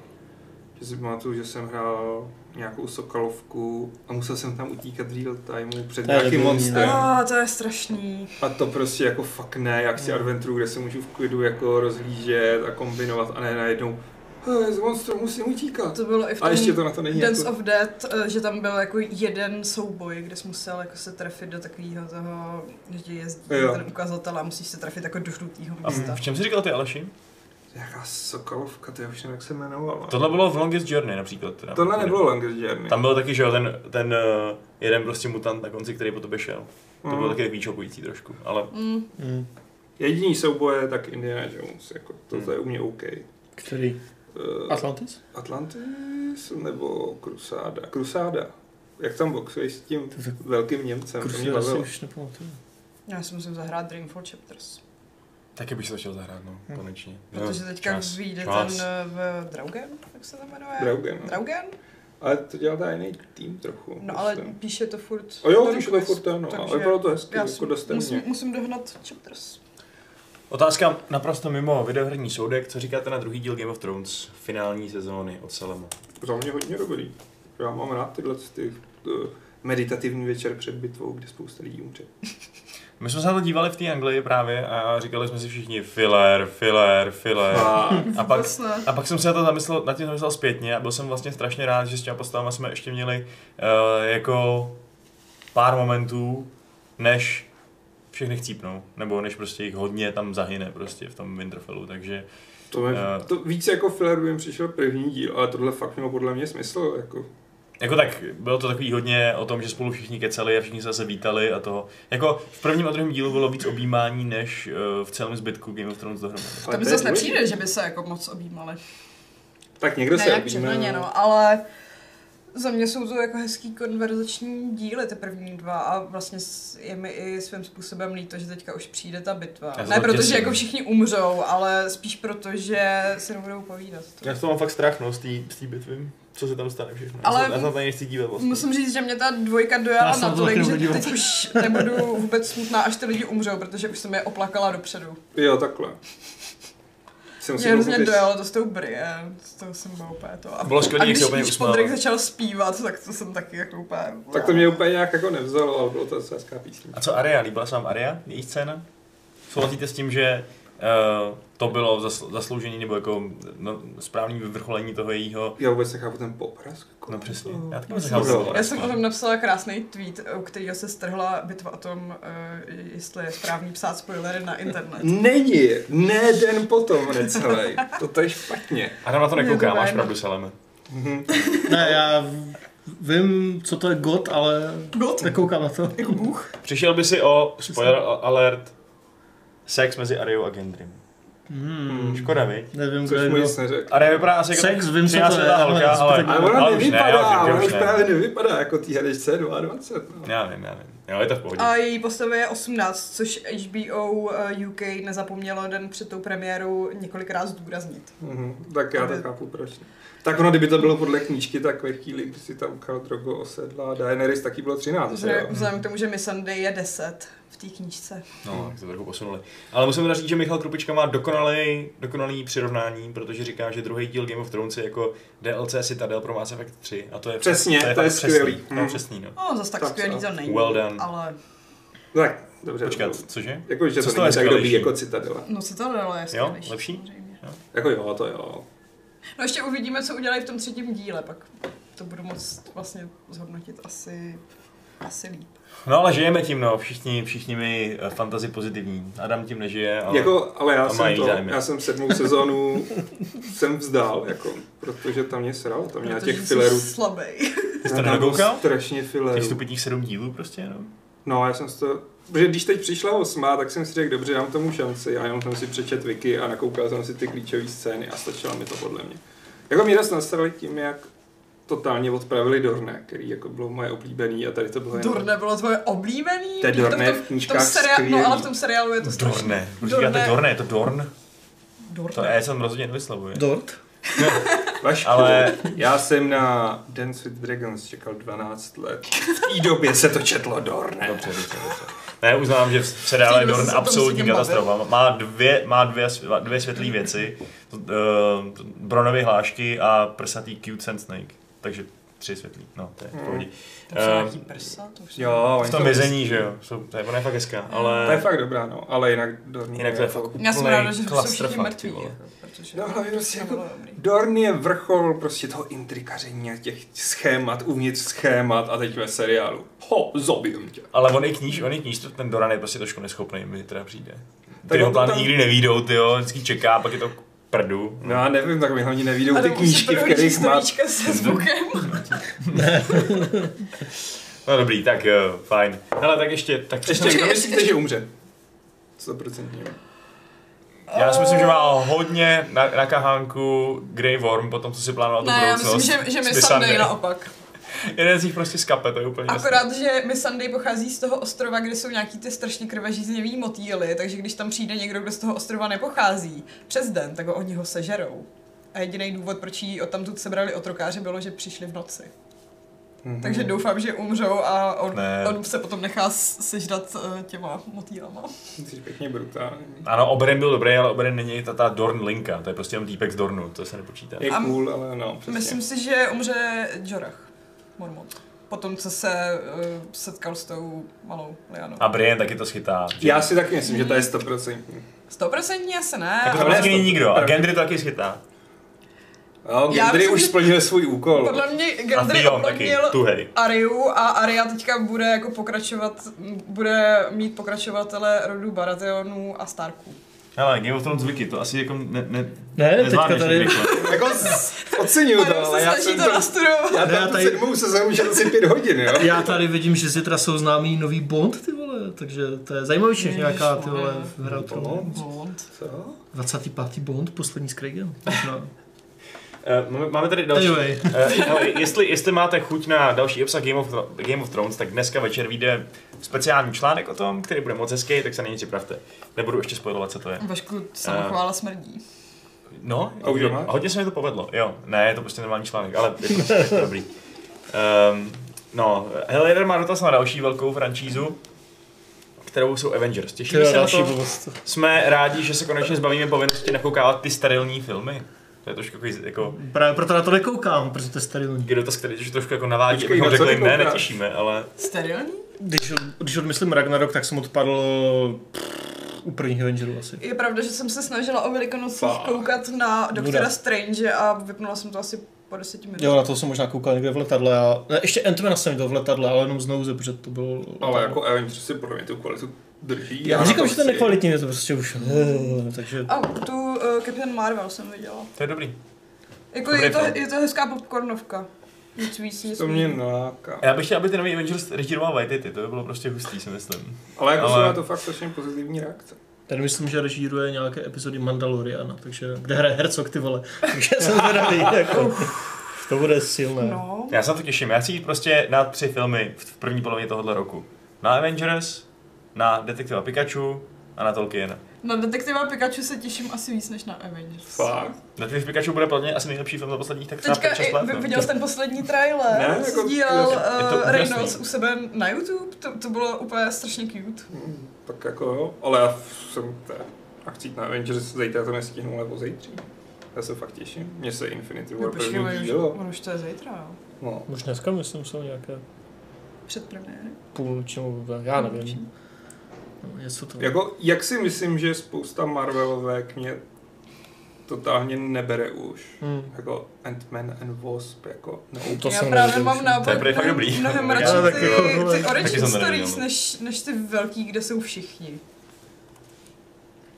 [SPEAKER 4] Že si pamatuju, že jsem hrál nějakou sokalovku a musel jsem tam utíkat v real-timeu před
[SPEAKER 5] To je
[SPEAKER 4] nějakým
[SPEAKER 5] debilní,
[SPEAKER 4] monstrem.
[SPEAKER 3] A ah, to je strašný.
[SPEAKER 4] A to prostě jako fakt ne, jak
[SPEAKER 3] Hmm.
[SPEAKER 4] si adventuru, kde se můžu v klidu jako rozhlížet a kombinovat a ne najednou hej, z monstru musím utíkat.
[SPEAKER 3] To bylo i v tom
[SPEAKER 4] A ještě to na to není
[SPEAKER 3] Dance
[SPEAKER 4] jako...
[SPEAKER 3] of Dead, eh, že tam byl jako jeden souboj, kde jsi musel jako se trefit do takového toho, že jezdí
[SPEAKER 4] Jo. Mhm.
[SPEAKER 3] ten ukazatel a musíš se trefit jako do žlutého
[SPEAKER 1] A
[SPEAKER 3] místa.
[SPEAKER 1] v čem jsi říkal ty, Aleši?
[SPEAKER 4] Jaká sokalovka, to já už nevím, jak se jmenovala.
[SPEAKER 1] Tohle bylo v Longest Journey například. Teda.
[SPEAKER 4] Tohle nebylo Langers Journey.
[SPEAKER 1] Tam byl taky, že jo, ten, ten eh, jeden prostě mutant na konci, který po tobě šel. To
[SPEAKER 4] Mhm.
[SPEAKER 1] bylo taky takový šokující trošku, ale
[SPEAKER 3] Mm.
[SPEAKER 5] Hmm.
[SPEAKER 4] Jediný souboje, tak Indiana Jones, jako to,
[SPEAKER 1] Hmm.
[SPEAKER 4] to je u mě OK.
[SPEAKER 5] Který?
[SPEAKER 4] eh,
[SPEAKER 5] Atlantis?
[SPEAKER 4] Atlantis nebo Krusáda? Krusáda. Jak tam boxuješ s tím
[SPEAKER 5] To je-
[SPEAKER 4] velkým Němcem? To mě
[SPEAKER 5] Krusu, já si
[SPEAKER 4] bavilo.
[SPEAKER 5] už nepamatuju.
[SPEAKER 3] Já si musím zahrát Dreamfall Chapters,
[SPEAKER 1] Taky bych se začal zahrát, no,
[SPEAKER 4] Mm.
[SPEAKER 5] Hm.
[SPEAKER 1] konečně.
[SPEAKER 3] protože
[SPEAKER 1] Jo,
[SPEAKER 3] teďka
[SPEAKER 1] čas,
[SPEAKER 3] vyjde
[SPEAKER 1] čas.
[SPEAKER 3] ten eh, v Draugen, jak se to jmenuje?
[SPEAKER 4] Draugen. no.
[SPEAKER 3] Draugen?
[SPEAKER 4] Ale to dělá ta jiný tým trochu.
[SPEAKER 3] No ale
[SPEAKER 4] myslím.
[SPEAKER 3] píše to furt.
[SPEAKER 4] Prostě. A jo,
[SPEAKER 3] ten
[SPEAKER 4] když to je
[SPEAKER 3] quest,
[SPEAKER 4] furt ten, no,
[SPEAKER 3] takže
[SPEAKER 4] ale bylo to hezky,
[SPEAKER 3] já
[SPEAKER 4] jako dost
[SPEAKER 3] musím,
[SPEAKER 4] temně.
[SPEAKER 3] musím dohnat Chapters.
[SPEAKER 1] Otázka naprosto mimo videohrní soudek. Co říkáte na druhý díl Game of Thrones, finální sezóny od Salema?
[SPEAKER 4] Za mě hodně dobrý. Já mám rád tyhle ty, eh, meditativní večer před bitvou, kde spousta lidí umře.
[SPEAKER 1] My jsme se na to dívali v té Anglii právě a říkali jsme si všichni filler, filler, filler.
[SPEAKER 4] A
[SPEAKER 1] A pak,
[SPEAKER 3] Vůbec ne.
[SPEAKER 1] a pak jsem se na, to zamyslel, na tím zamyslel zpětně a byl jsem vlastně strašně rád, že s těma postavama jsme ještě měli uh, jako pár momentů, než všechny chcípnou, nebo než prostě jich hodně tam zahyne prostě v tom Winterfellu, takže
[SPEAKER 4] to, mi,
[SPEAKER 1] Eh.
[SPEAKER 4] to víc jako filler by mi přišel první díl, ale tohle fakt mělo podle mě smysl. Jako.
[SPEAKER 1] Jako tak, bylo to takový hodně o tom, že spolu všichni kecali a všichni se zase vítali a toho. Jako v prvním a druhém dílu bylo víc objímání než eh, v celém zbytku Game of Thrones dohromady.
[SPEAKER 4] Ale
[SPEAKER 3] To mi
[SPEAKER 4] je
[SPEAKER 3] zase
[SPEAKER 4] důležitý.
[SPEAKER 3] nepřijde, že by se jako moc objímali.
[SPEAKER 4] Tak někdo
[SPEAKER 3] ne,
[SPEAKER 4] se
[SPEAKER 3] jak
[SPEAKER 4] objímá.
[SPEAKER 3] přehnaně, no, ale za mě jsou to jako hezký konverzační díly, ty první dva a vlastně s- je mi i svým způsobem líto, že teďka už přijde ta bitva.
[SPEAKER 1] Já se
[SPEAKER 3] Ne
[SPEAKER 1] to
[SPEAKER 3] protože
[SPEAKER 1] těším.
[SPEAKER 3] jako všichni umřou, ale spíš proto, že si nebudou povídat.
[SPEAKER 1] Já to mám fakt strach, no, z té bitvy, co se tam stane všechno.
[SPEAKER 3] Já Ale- se- já se na to
[SPEAKER 1] nechci dívat
[SPEAKER 3] Musím říct, že mě ta dvojka
[SPEAKER 5] Já
[SPEAKER 3] dojala
[SPEAKER 5] jsem na to
[SPEAKER 3] natolik,
[SPEAKER 5] taky
[SPEAKER 3] že
[SPEAKER 5] nebudu
[SPEAKER 3] teď už nebudu vůbec smutná, až ty lidi umřou, protože už jsem je oplakala dopředu.
[SPEAKER 4] Jo, takhle. Jsem
[SPEAKER 3] Mě hrozně dojalo to s tou Brienne, s tou jsem byla úplně to. A,
[SPEAKER 1] Bylo skvělý,
[SPEAKER 3] a
[SPEAKER 1] jak
[SPEAKER 3] když,
[SPEAKER 1] se úplně
[SPEAKER 3] když
[SPEAKER 1] usmála.
[SPEAKER 3] Podrick začal zpívat, tak to jsem taky jako úplně...
[SPEAKER 4] Tak to mě úplně nějak jako nevzalo, ale bylo to docela hezká písnička.
[SPEAKER 1] A co Aria? Líbila se vám Aria? Její scéna? Souhlasíte s tím, že eh, to bylo zasl- zasloužení nebo jako no, správný vyvrcholení toho jejího...
[SPEAKER 4] Já vůbec nechápu ten poprask. Jako
[SPEAKER 1] No přesně.
[SPEAKER 4] to-
[SPEAKER 1] Já taky
[SPEAKER 4] to
[SPEAKER 1] jsem chápu.
[SPEAKER 4] bylo.
[SPEAKER 3] Já jsem o tom napsala krásný tweet, u kterého se strhla bitva o tom, eh, jestli je správný psát spoilery na internet.
[SPEAKER 4] Mm. Není, ne den potom necelý. To to je špatně.
[SPEAKER 1] Adam na to
[SPEAKER 3] Mě
[SPEAKER 1] nekouká,
[SPEAKER 3] to
[SPEAKER 1] máš
[SPEAKER 3] vadí.
[SPEAKER 1] pravdu, Seleme.
[SPEAKER 4] Mhm.
[SPEAKER 5] Ne, já vím, co to je God, ale
[SPEAKER 3] God?
[SPEAKER 5] nekoukám na to.
[SPEAKER 3] Jako Bůh?
[SPEAKER 1] Přišel by si o, spoiler alert, sex mezi Ariou a Gendrym.
[SPEAKER 5] Hmm,
[SPEAKER 1] Škoda, viď?
[SPEAKER 5] nevím, kdo
[SPEAKER 4] Což
[SPEAKER 5] je
[SPEAKER 4] mu
[SPEAKER 5] kdo.
[SPEAKER 4] nic neřekl.
[SPEAKER 1] Aria vypadá asi jako
[SPEAKER 5] Sex, vím, co to je,
[SPEAKER 1] 13letá
[SPEAKER 5] ale
[SPEAKER 1] holka, ale,
[SPEAKER 5] zbytek-
[SPEAKER 4] Ale ona
[SPEAKER 1] ale už ne,
[SPEAKER 4] nevypadá,
[SPEAKER 1] já už,
[SPEAKER 4] ona
[SPEAKER 1] vím,
[SPEAKER 4] už
[SPEAKER 1] že už
[SPEAKER 4] právě
[SPEAKER 1] ne.
[SPEAKER 4] nevypadá jako tý herečce 22. No.
[SPEAKER 1] Já vím, já vím. Jo, je to v pohodě.
[SPEAKER 3] A její postava je 18, což HBO eh, UK nezapomnělo den před tou premiérou několikrát zdůraznit.
[SPEAKER 4] Mhm, tak já to
[SPEAKER 3] Ale-
[SPEAKER 4] chápu, proč ne. Tak ono, kdyby to bylo podle knížky, tak ve chvíli, kdy si tam Khal Drogo osedla, Daenerys taky bylo 13, že
[SPEAKER 3] Vzhledem-
[SPEAKER 4] jo?
[SPEAKER 3] Vzhledem k tomu, že Miss Sunday je 10 v té knížce.
[SPEAKER 1] No, tak se trochu posunuli. Ale musím teda říct, že Michal Krupička má dokonalý, dokonalý přirovnání, protože říká, že druhý díl Game of Thrones je jako DLC Citadel pro Mass Effect 3. A to je
[SPEAKER 4] Přesně, to
[SPEAKER 1] fakt
[SPEAKER 4] je
[SPEAKER 1] přesný.
[SPEAKER 4] skvělý.
[SPEAKER 1] To je
[SPEAKER 4] Mm.
[SPEAKER 1] přesný, no.
[SPEAKER 3] No, zas tak
[SPEAKER 4] Tak
[SPEAKER 3] skvělý
[SPEAKER 4] co?
[SPEAKER 3] to není.
[SPEAKER 1] Well done.
[SPEAKER 3] Ale
[SPEAKER 4] Tak, dobře.
[SPEAKER 1] Počkat,
[SPEAKER 4] dobře.
[SPEAKER 1] cože?
[SPEAKER 4] Jako, že
[SPEAKER 1] Co z
[SPEAKER 4] to
[SPEAKER 1] toho
[SPEAKER 4] není
[SPEAKER 1] je
[SPEAKER 4] tak dobrý
[SPEAKER 1] skvělejší?
[SPEAKER 4] jako Citadela.
[SPEAKER 3] no se to dalo, je skvělejší,
[SPEAKER 1] lepší?
[SPEAKER 3] samozřejmě.
[SPEAKER 4] Jako jo, to jo.
[SPEAKER 3] No ještě uvidíme, co udělají v tom třetím díle, pak to budu moc vlastně zhodnotit asi, asi líp.
[SPEAKER 1] No ale žijeme tím, no. Všichni, všichni mi eh, fantasy pozitivní. Adam tím nežije, ale...
[SPEAKER 4] Jako, ale já
[SPEAKER 1] A No, mají
[SPEAKER 4] jsem, to,
[SPEAKER 1] zájmy.
[SPEAKER 4] já jsem sedmou sezónu jsem vzdál, jako, protože tam mě sralo, tam mě na
[SPEAKER 3] Protože
[SPEAKER 4] těch
[SPEAKER 3] jsi
[SPEAKER 4] filerů.
[SPEAKER 3] slabý.
[SPEAKER 1] Ty jsi to
[SPEAKER 4] já tam byl
[SPEAKER 1] nedokoukal?
[SPEAKER 4] Strašně
[SPEAKER 1] Těch
[SPEAKER 4] filerů.
[SPEAKER 1] stupidních sedm dílů prostě, no.
[SPEAKER 4] No, já jsem si to... Protože když teď přišla osmá, tak jsem si řekl, dobře, dám tomu šanci a jenom jsem si přečet wiki a nakoukal jsem si ty klíčové scény a stačilo mi to podle mě. Jako mě dost nasrali tím, jak totálně odpravili Dorne, který jako bylo moje oblíbený a tady to bylo jenom...
[SPEAKER 3] Dorne bylo tvoje oblíbený.
[SPEAKER 4] To je
[SPEAKER 3] Vždyť
[SPEAKER 4] Dorne
[SPEAKER 3] v tom-
[SPEAKER 4] v
[SPEAKER 3] v tom
[SPEAKER 4] knížkách
[SPEAKER 3] seriálu,
[SPEAKER 4] skvělý.
[SPEAKER 3] no ale v tom seriálu je to strašné.
[SPEAKER 1] Dorne. Proč
[SPEAKER 3] Dorne.
[SPEAKER 1] říkáte Dorne? Je to Dorn?
[SPEAKER 3] Dorne.
[SPEAKER 1] To E se tam rozhodně nevyslovuje.
[SPEAKER 5] Dort?
[SPEAKER 4] Vašku,
[SPEAKER 1] Ale-
[SPEAKER 4] ale já jsem na Dance with Dragons čekal 12 let. V té době se to četlo Dorne.
[SPEAKER 1] Dobře, dobře, dobře. Ne, uznám, že v seriále je
[SPEAKER 3] Tím se
[SPEAKER 1] Dorn
[SPEAKER 3] o tom
[SPEAKER 1] absolutní
[SPEAKER 3] s ním
[SPEAKER 1] katastrofa. Má dvě, má dvě, sv- dvě světlé věci. To, eh, to- Bronové hlášky a prsatý cute sand snake. Takže tři světlý. No, to je v pohodě.
[SPEAKER 3] Tam jsou nějaký
[SPEAKER 1] Ehm,
[SPEAKER 3] prsa, to už
[SPEAKER 4] eh, Jo,
[SPEAKER 1] V
[SPEAKER 4] Hmm. oni
[SPEAKER 1] tom
[SPEAKER 4] to-
[SPEAKER 1] vězení, že jo. Jsou, to je, ona je fakt hezká,
[SPEAKER 4] To je
[SPEAKER 1] ale...
[SPEAKER 4] fakt dobrá, no, ale jinak jako- Dorne.
[SPEAKER 1] Jinak to je fakt
[SPEAKER 3] Já jsem
[SPEAKER 1] úplnej
[SPEAKER 3] ráda, že jsou všichni
[SPEAKER 1] klastrofakt,
[SPEAKER 3] mrtví.
[SPEAKER 1] ty vole.
[SPEAKER 3] jako, Protože
[SPEAKER 4] No, hlavně prostě
[SPEAKER 3] to
[SPEAKER 4] jako
[SPEAKER 3] bylo dobrý.
[SPEAKER 4] Dorn je vrchol prostě toho intrikaření a těch schémat, uvnitř schémat a teď ve seriálu. Ho, zabijem tě.
[SPEAKER 1] Ale on i kníž, on i kníž, ten Doran je prostě trošku neschopný, mi teda přijde. Ty
[SPEAKER 4] Tak
[SPEAKER 1] jeho
[SPEAKER 4] on to
[SPEAKER 1] plány
[SPEAKER 4] tam-
[SPEAKER 1] nikdy nevídou, ty jo, vždycky čeká, pak je to k prdu.
[SPEAKER 4] No já nevím, tak mi hlavně nevídou
[SPEAKER 3] A
[SPEAKER 4] ty
[SPEAKER 3] tam
[SPEAKER 4] knížky,
[SPEAKER 3] už
[SPEAKER 4] v
[SPEAKER 3] se prohodí
[SPEAKER 4] kterých má... Mhm.
[SPEAKER 3] stojíčka se zvukem.
[SPEAKER 1] No dobrý, tak jo, fajn. Hele, tak ještě, tak
[SPEAKER 4] Ještě, kdo myslíte, že umře? 100% jo.
[SPEAKER 1] Já si myslím, že má hodně na, na kahánku Grey Worm po tom, co si plánoval tu
[SPEAKER 3] Ne, já
[SPEAKER 1] budoucnost.
[SPEAKER 3] myslím, že, že
[SPEAKER 1] s
[SPEAKER 3] mi
[SPEAKER 1] Missandei.
[SPEAKER 3] Sunday naopak.
[SPEAKER 1] Jeden z nich prostě skape, to je úplně jasné.
[SPEAKER 3] Akorát, že mi Sunday pochází z toho ostrova, kde jsou nějaký ty strašně krvežíznivý motýly, takže když tam přijde někdo, kdo z toho ostrova nepochází přes den, tak ho oni ho sežerou. A jediný důvod, proč ji odtamtud sebrali otrokáři, bylo, že přišli v noci.
[SPEAKER 4] Mhm.
[SPEAKER 3] Takže doufám, že umřou a on,
[SPEAKER 1] Ne.
[SPEAKER 3] on se potom nechá s- sežrat eh, těma motýlama.
[SPEAKER 4] Jsi pěkně brutální.
[SPEAKER 1] Ano, Oberyn byl dobrý, ale Oberyn není ta, ta Dorn linka, to je prostě jenom týpek z Dornu, to se nepočítá.
[SPEAKER 4] Je
[SPEAKER 3] A-
[SPEAKER 4] cool, ale no, přesně.
[SPEAKER 3] Myslím si, že umře Jorah Mormont. Potom, co se uh, setkal s tou malou Lianou.
[SPEAKER 1] A Brian taky to schytá. Jako že?
[SPEAKER 4] Já si taky myslím, že to je stoprocentní.
[SPEAKER 3] 100% asi ne.
[SPEAKER 1] Jako to
[SPEAKER 4] ale
[SPEAKER 1] vlastně
[SPEAKER 4] já
[SPEAKER 1] není
[SPEAKER 4] to-
[SPEAKER 1] nikdo. A
[SPEAKER 4] pravda.
[SPEAKER 1] Gendry to taky schytá.
[SPEAKER 4] No,
[SPEAKER 3] Já
[SPEAKER 4] Gendry
[SPEAKER 3] myslím,
[SPEAKER 4] už
[SPEAKER 3] že-
[SPEAKER 4] splnil svůj úkol.
[SPEAKER 3] Podle mě
[SPEAKER 1] A
[SPEAKER 3] Gendry
[SPEAKER 1] Theon taky,
[SPEAKER 3] oplodnil
[SPEAKER 1] tuhej.
[SPEAKER 3] Ariu a Aria teďka bude jako pokračovat, bude mít pokračovatele rodu Baratheonů a Starků.
[SPEAKER 1] Hele, Game of Thrones Wiki, to asi jako ne, ne,
[SPEAKER 5] Ne,
[SPEAKER 1] nezvládneš
[SPEAKER 5] teďka tady-
[SPEAKER 1] tak rychle.
[SPEAKER 4] Jako s- oceňuju to,
[SPEAKER 3] Ariu
[SPEAKER 4] ale
[SPEAKER 3] se
[SPEAKER 4] já
[SPEAKER 3] snaží
[SPEAKER 4] jsem
[SPEAKER 3] to
[SPEAKER 4] to...
[SPEAKER 3] nastudovat.
[SPEAKER 4] Já
[SPEAKER 5] Ne, já
[SPEAKER 4] tam tu
[SPEAKER 5] tady-
[SPEAKER 4] sedmou sezónu už asi pět hodin, jo?
[SPEAKER 5] Já tady vidím, že zítra jsou známý nový Bond, ty vole, takže to je zajímavější než nějaká, ty vole, v Hra o trůny.
[SPEAKER 4] Bond?
[SPEAKER 3] Blond.
[SPEAKER 4] Co?
[SPEAKER 5] 25. Bond, poslední s Craigem. No.
[SPEAKER 1] Eh, máme- Máme tady další.
[SPEAKER 5] Anyway,
[SPEAKER 1] Eh, hele, jestli, jestli máte chuť na další obsah Game of, Thro- Game of Thrones, tak dneska večer vyjde speciální článek o tom, který bude moc hezký, tak se na něj připravte. Nebudu ještě spojovat, co to je.
[SPEAKER 3] Vašku, samochvála smrdí.
[SPEAKER 1] No,
[SPEAKER 4] A už
[SPEAKER 1] je-
[SPEAKER 4] ho máš?
[SPEAKER 1] hodně se mi to povedlo, jo. Ne, je to prostě normální článek, ale je to, je to dobrý. Um, no, Helader má dotaz na další velkou franšízu, kterou jsou Avengers. Těšíme se na
[SPEAKER 5] další
[SPEAKER 1] to.
[SPEAKER 5] blbost.
[SPEAKER 1] Jsme rádi, že se konečně zbavíme povinnosti nakoukávat ty sterilní filmy. To je trošku takový, jako,
[SPEAKER 5] Právě proto na to nekoukám, protože to je sterilní.
[SPEAKER 1] je dotaz, který že trošku jako navádí,
[SPEAKER 4] Počkej,
[SPEAKER 1] abychom
[SPEAKER 4] na co
[SPEAKER 1] řekli,
[SPEAKER 4] ty
[SPEAKER 1] ne,
[SPEAKER 4] koukáš?
[SPEAKER 1] netěšíme, ale...
[SPEAKER 3] Sterilní?
[SPEAKER 5] Když, když odmyslím Ragnarok, tak jsem odpadl pff, u prvních Avengerů asi.
[SPEAKER 3] Je pravda, že jsem se snažila o velikonocích
[SPEAKER 4] Fuck.
[SPEAKER 3] koukat na doktora
[SPEAKER 5] Nuda.
[SPEAKER 3] Strange a vypnula jsem to asi po deseti minut.
[SPEAKER 5] Jo, na to jsem možná koukal někde v letadle a... Ne, ještě Antmana jsem viděl v letadle, ale jenom z nouze, protože to bylo... letadlo.
[SPEAKER 4] Ale jako Avengers si podle mě tu kvalitu drží.
[SPEAKER 5] Já
[SPEAKER 4] na
[SPEAKER 5] říkám, že to je
[SPEAKER 4] chci.
[SPEAKER 5] nekvalitní, je to prostě už... Takže...
[SPEAKER 3] A tu uh, Captain Marvel jsem viděla.
[SPEAKER 1] To je dobrý.
[SPEAKER 3] Jako
[SPEAKER 1] Dobrý
[SPEAKER 3] je to,
[SPEAKER 1] film.
[SPEAKER 3] je to hezká popcornovka. Nic víc, nic
[SPEAKER 4] To mě
[SPEAKER 3] míň.
[SPEAKER 4] naláká.
[SPEAKER 1] Já bych chtěl, aby ty nový Avengers režíroval Vajtity, to by bylo prostě hustý, si myslím.
[SPEAKER 4] Ale jako
[SPEAKER 1] Ale-
[SPEAKER 4] jsou na to fakt strašně pozitivní reakce.
[SPEAKER 5] Ten myslím, že režíruje nějaké epizody Mandaloriana, takže... Kde hraje Hercog, ty vole. Takže jsem zvědavý, jako... To bude silné.
[SPEAKER 3] No.
[SPEAKER 1] Já se na to těším. Já chci jít prostě na tři filmy v v první polovině tohohle roku. Na Avengers, na Detektiva Pikachu a na Tolkiena.
[SPEAKER 3] Na No, detektiva Pikachu se těším asi víc než na Avengers.
[SPEAKER 4] Fakt.
[SPEAKER 1] Detektiv Pikachu bude podle mě asi nejlepší film za posledních tak třeba
[SPEAKER 3] Teďka
[SPEAKER 1] 5-6
[SPEAKER 3] i,
[SPEAKER 1] let.
[SPEAKER 3] vy-
[SPEAKER 1] no.
[SPEAKER 3] viděl jsi ten poslední trailer,
[SPEAKER 4] Ne, jako-
[SPEAKER 3] sdílel
[SPEAKER 1] je to
[SPEAKER 3] uh,
[SPEAKER 1] úžasný.
[SPEAKER 3] Reynolds u sebe na YouTube, to, to bylo úplně strašně cute.
[SPEAKER 4] Hm, Tak jako jo, ale já f- jsem té akcí na Avengers zítra to nestihnu, nebo zítří. Já se fakt těším. Mně se Infinity
[SPEAKER 3] No,
[SPEAKER 4] War
[SPEAKER 3] počkej,
[SPEAKER 4] první
[SPEAKER 3] on už-
[SPEAKER 4] dílo.
[SPEAKER 3] on už to je zítra, jo.
[SPEAKER 4] No.
[SPEAKER 5] Už dneska, myslím, jsou nějaké
[SPEAKER 3] Před premiéry.
[SPEAKER 5] půl, čemu, já nevím. No, Něco to...
[SPEAKER 4] Jako, jak si myslím, že spousta Marvelovek mě totálně nebere už.
[SPEAKER 5] Hmm.
[SPEAKER 4] Jako Ant-Man and Wasp, jako no.
[SPEAKER 5] To
[SPEAKER 3] já
[SPEAKER 5] jsem
[SPEAKER 3] právě
[SPEAKER 5] neviděl,
[SPEAKER 3] mám
[SPEAKER 5] že-
[SPEAKER 1] To je
[SPEAKER 3] naopak
[SPEAKER 1] prý fakt dobrý.
[SPEAKER 3] mnohem
[SPEAKER 1] Já
[SPEAKER 3] radši
[SPEAKER 5] taky,
[SPEAKER 3] ty,
[SPEAKER 5] vole.
[SPEAKER 3] ty
[SPEAKER 1] Taky
[SPEAKER 3] origin
[SPEAKER 1] jsem to
[SPEAKER 3] stories,
[SPEAKER 1] neviděl.
[SPEAKER 3] než, než ty velký, kde jsou všichni.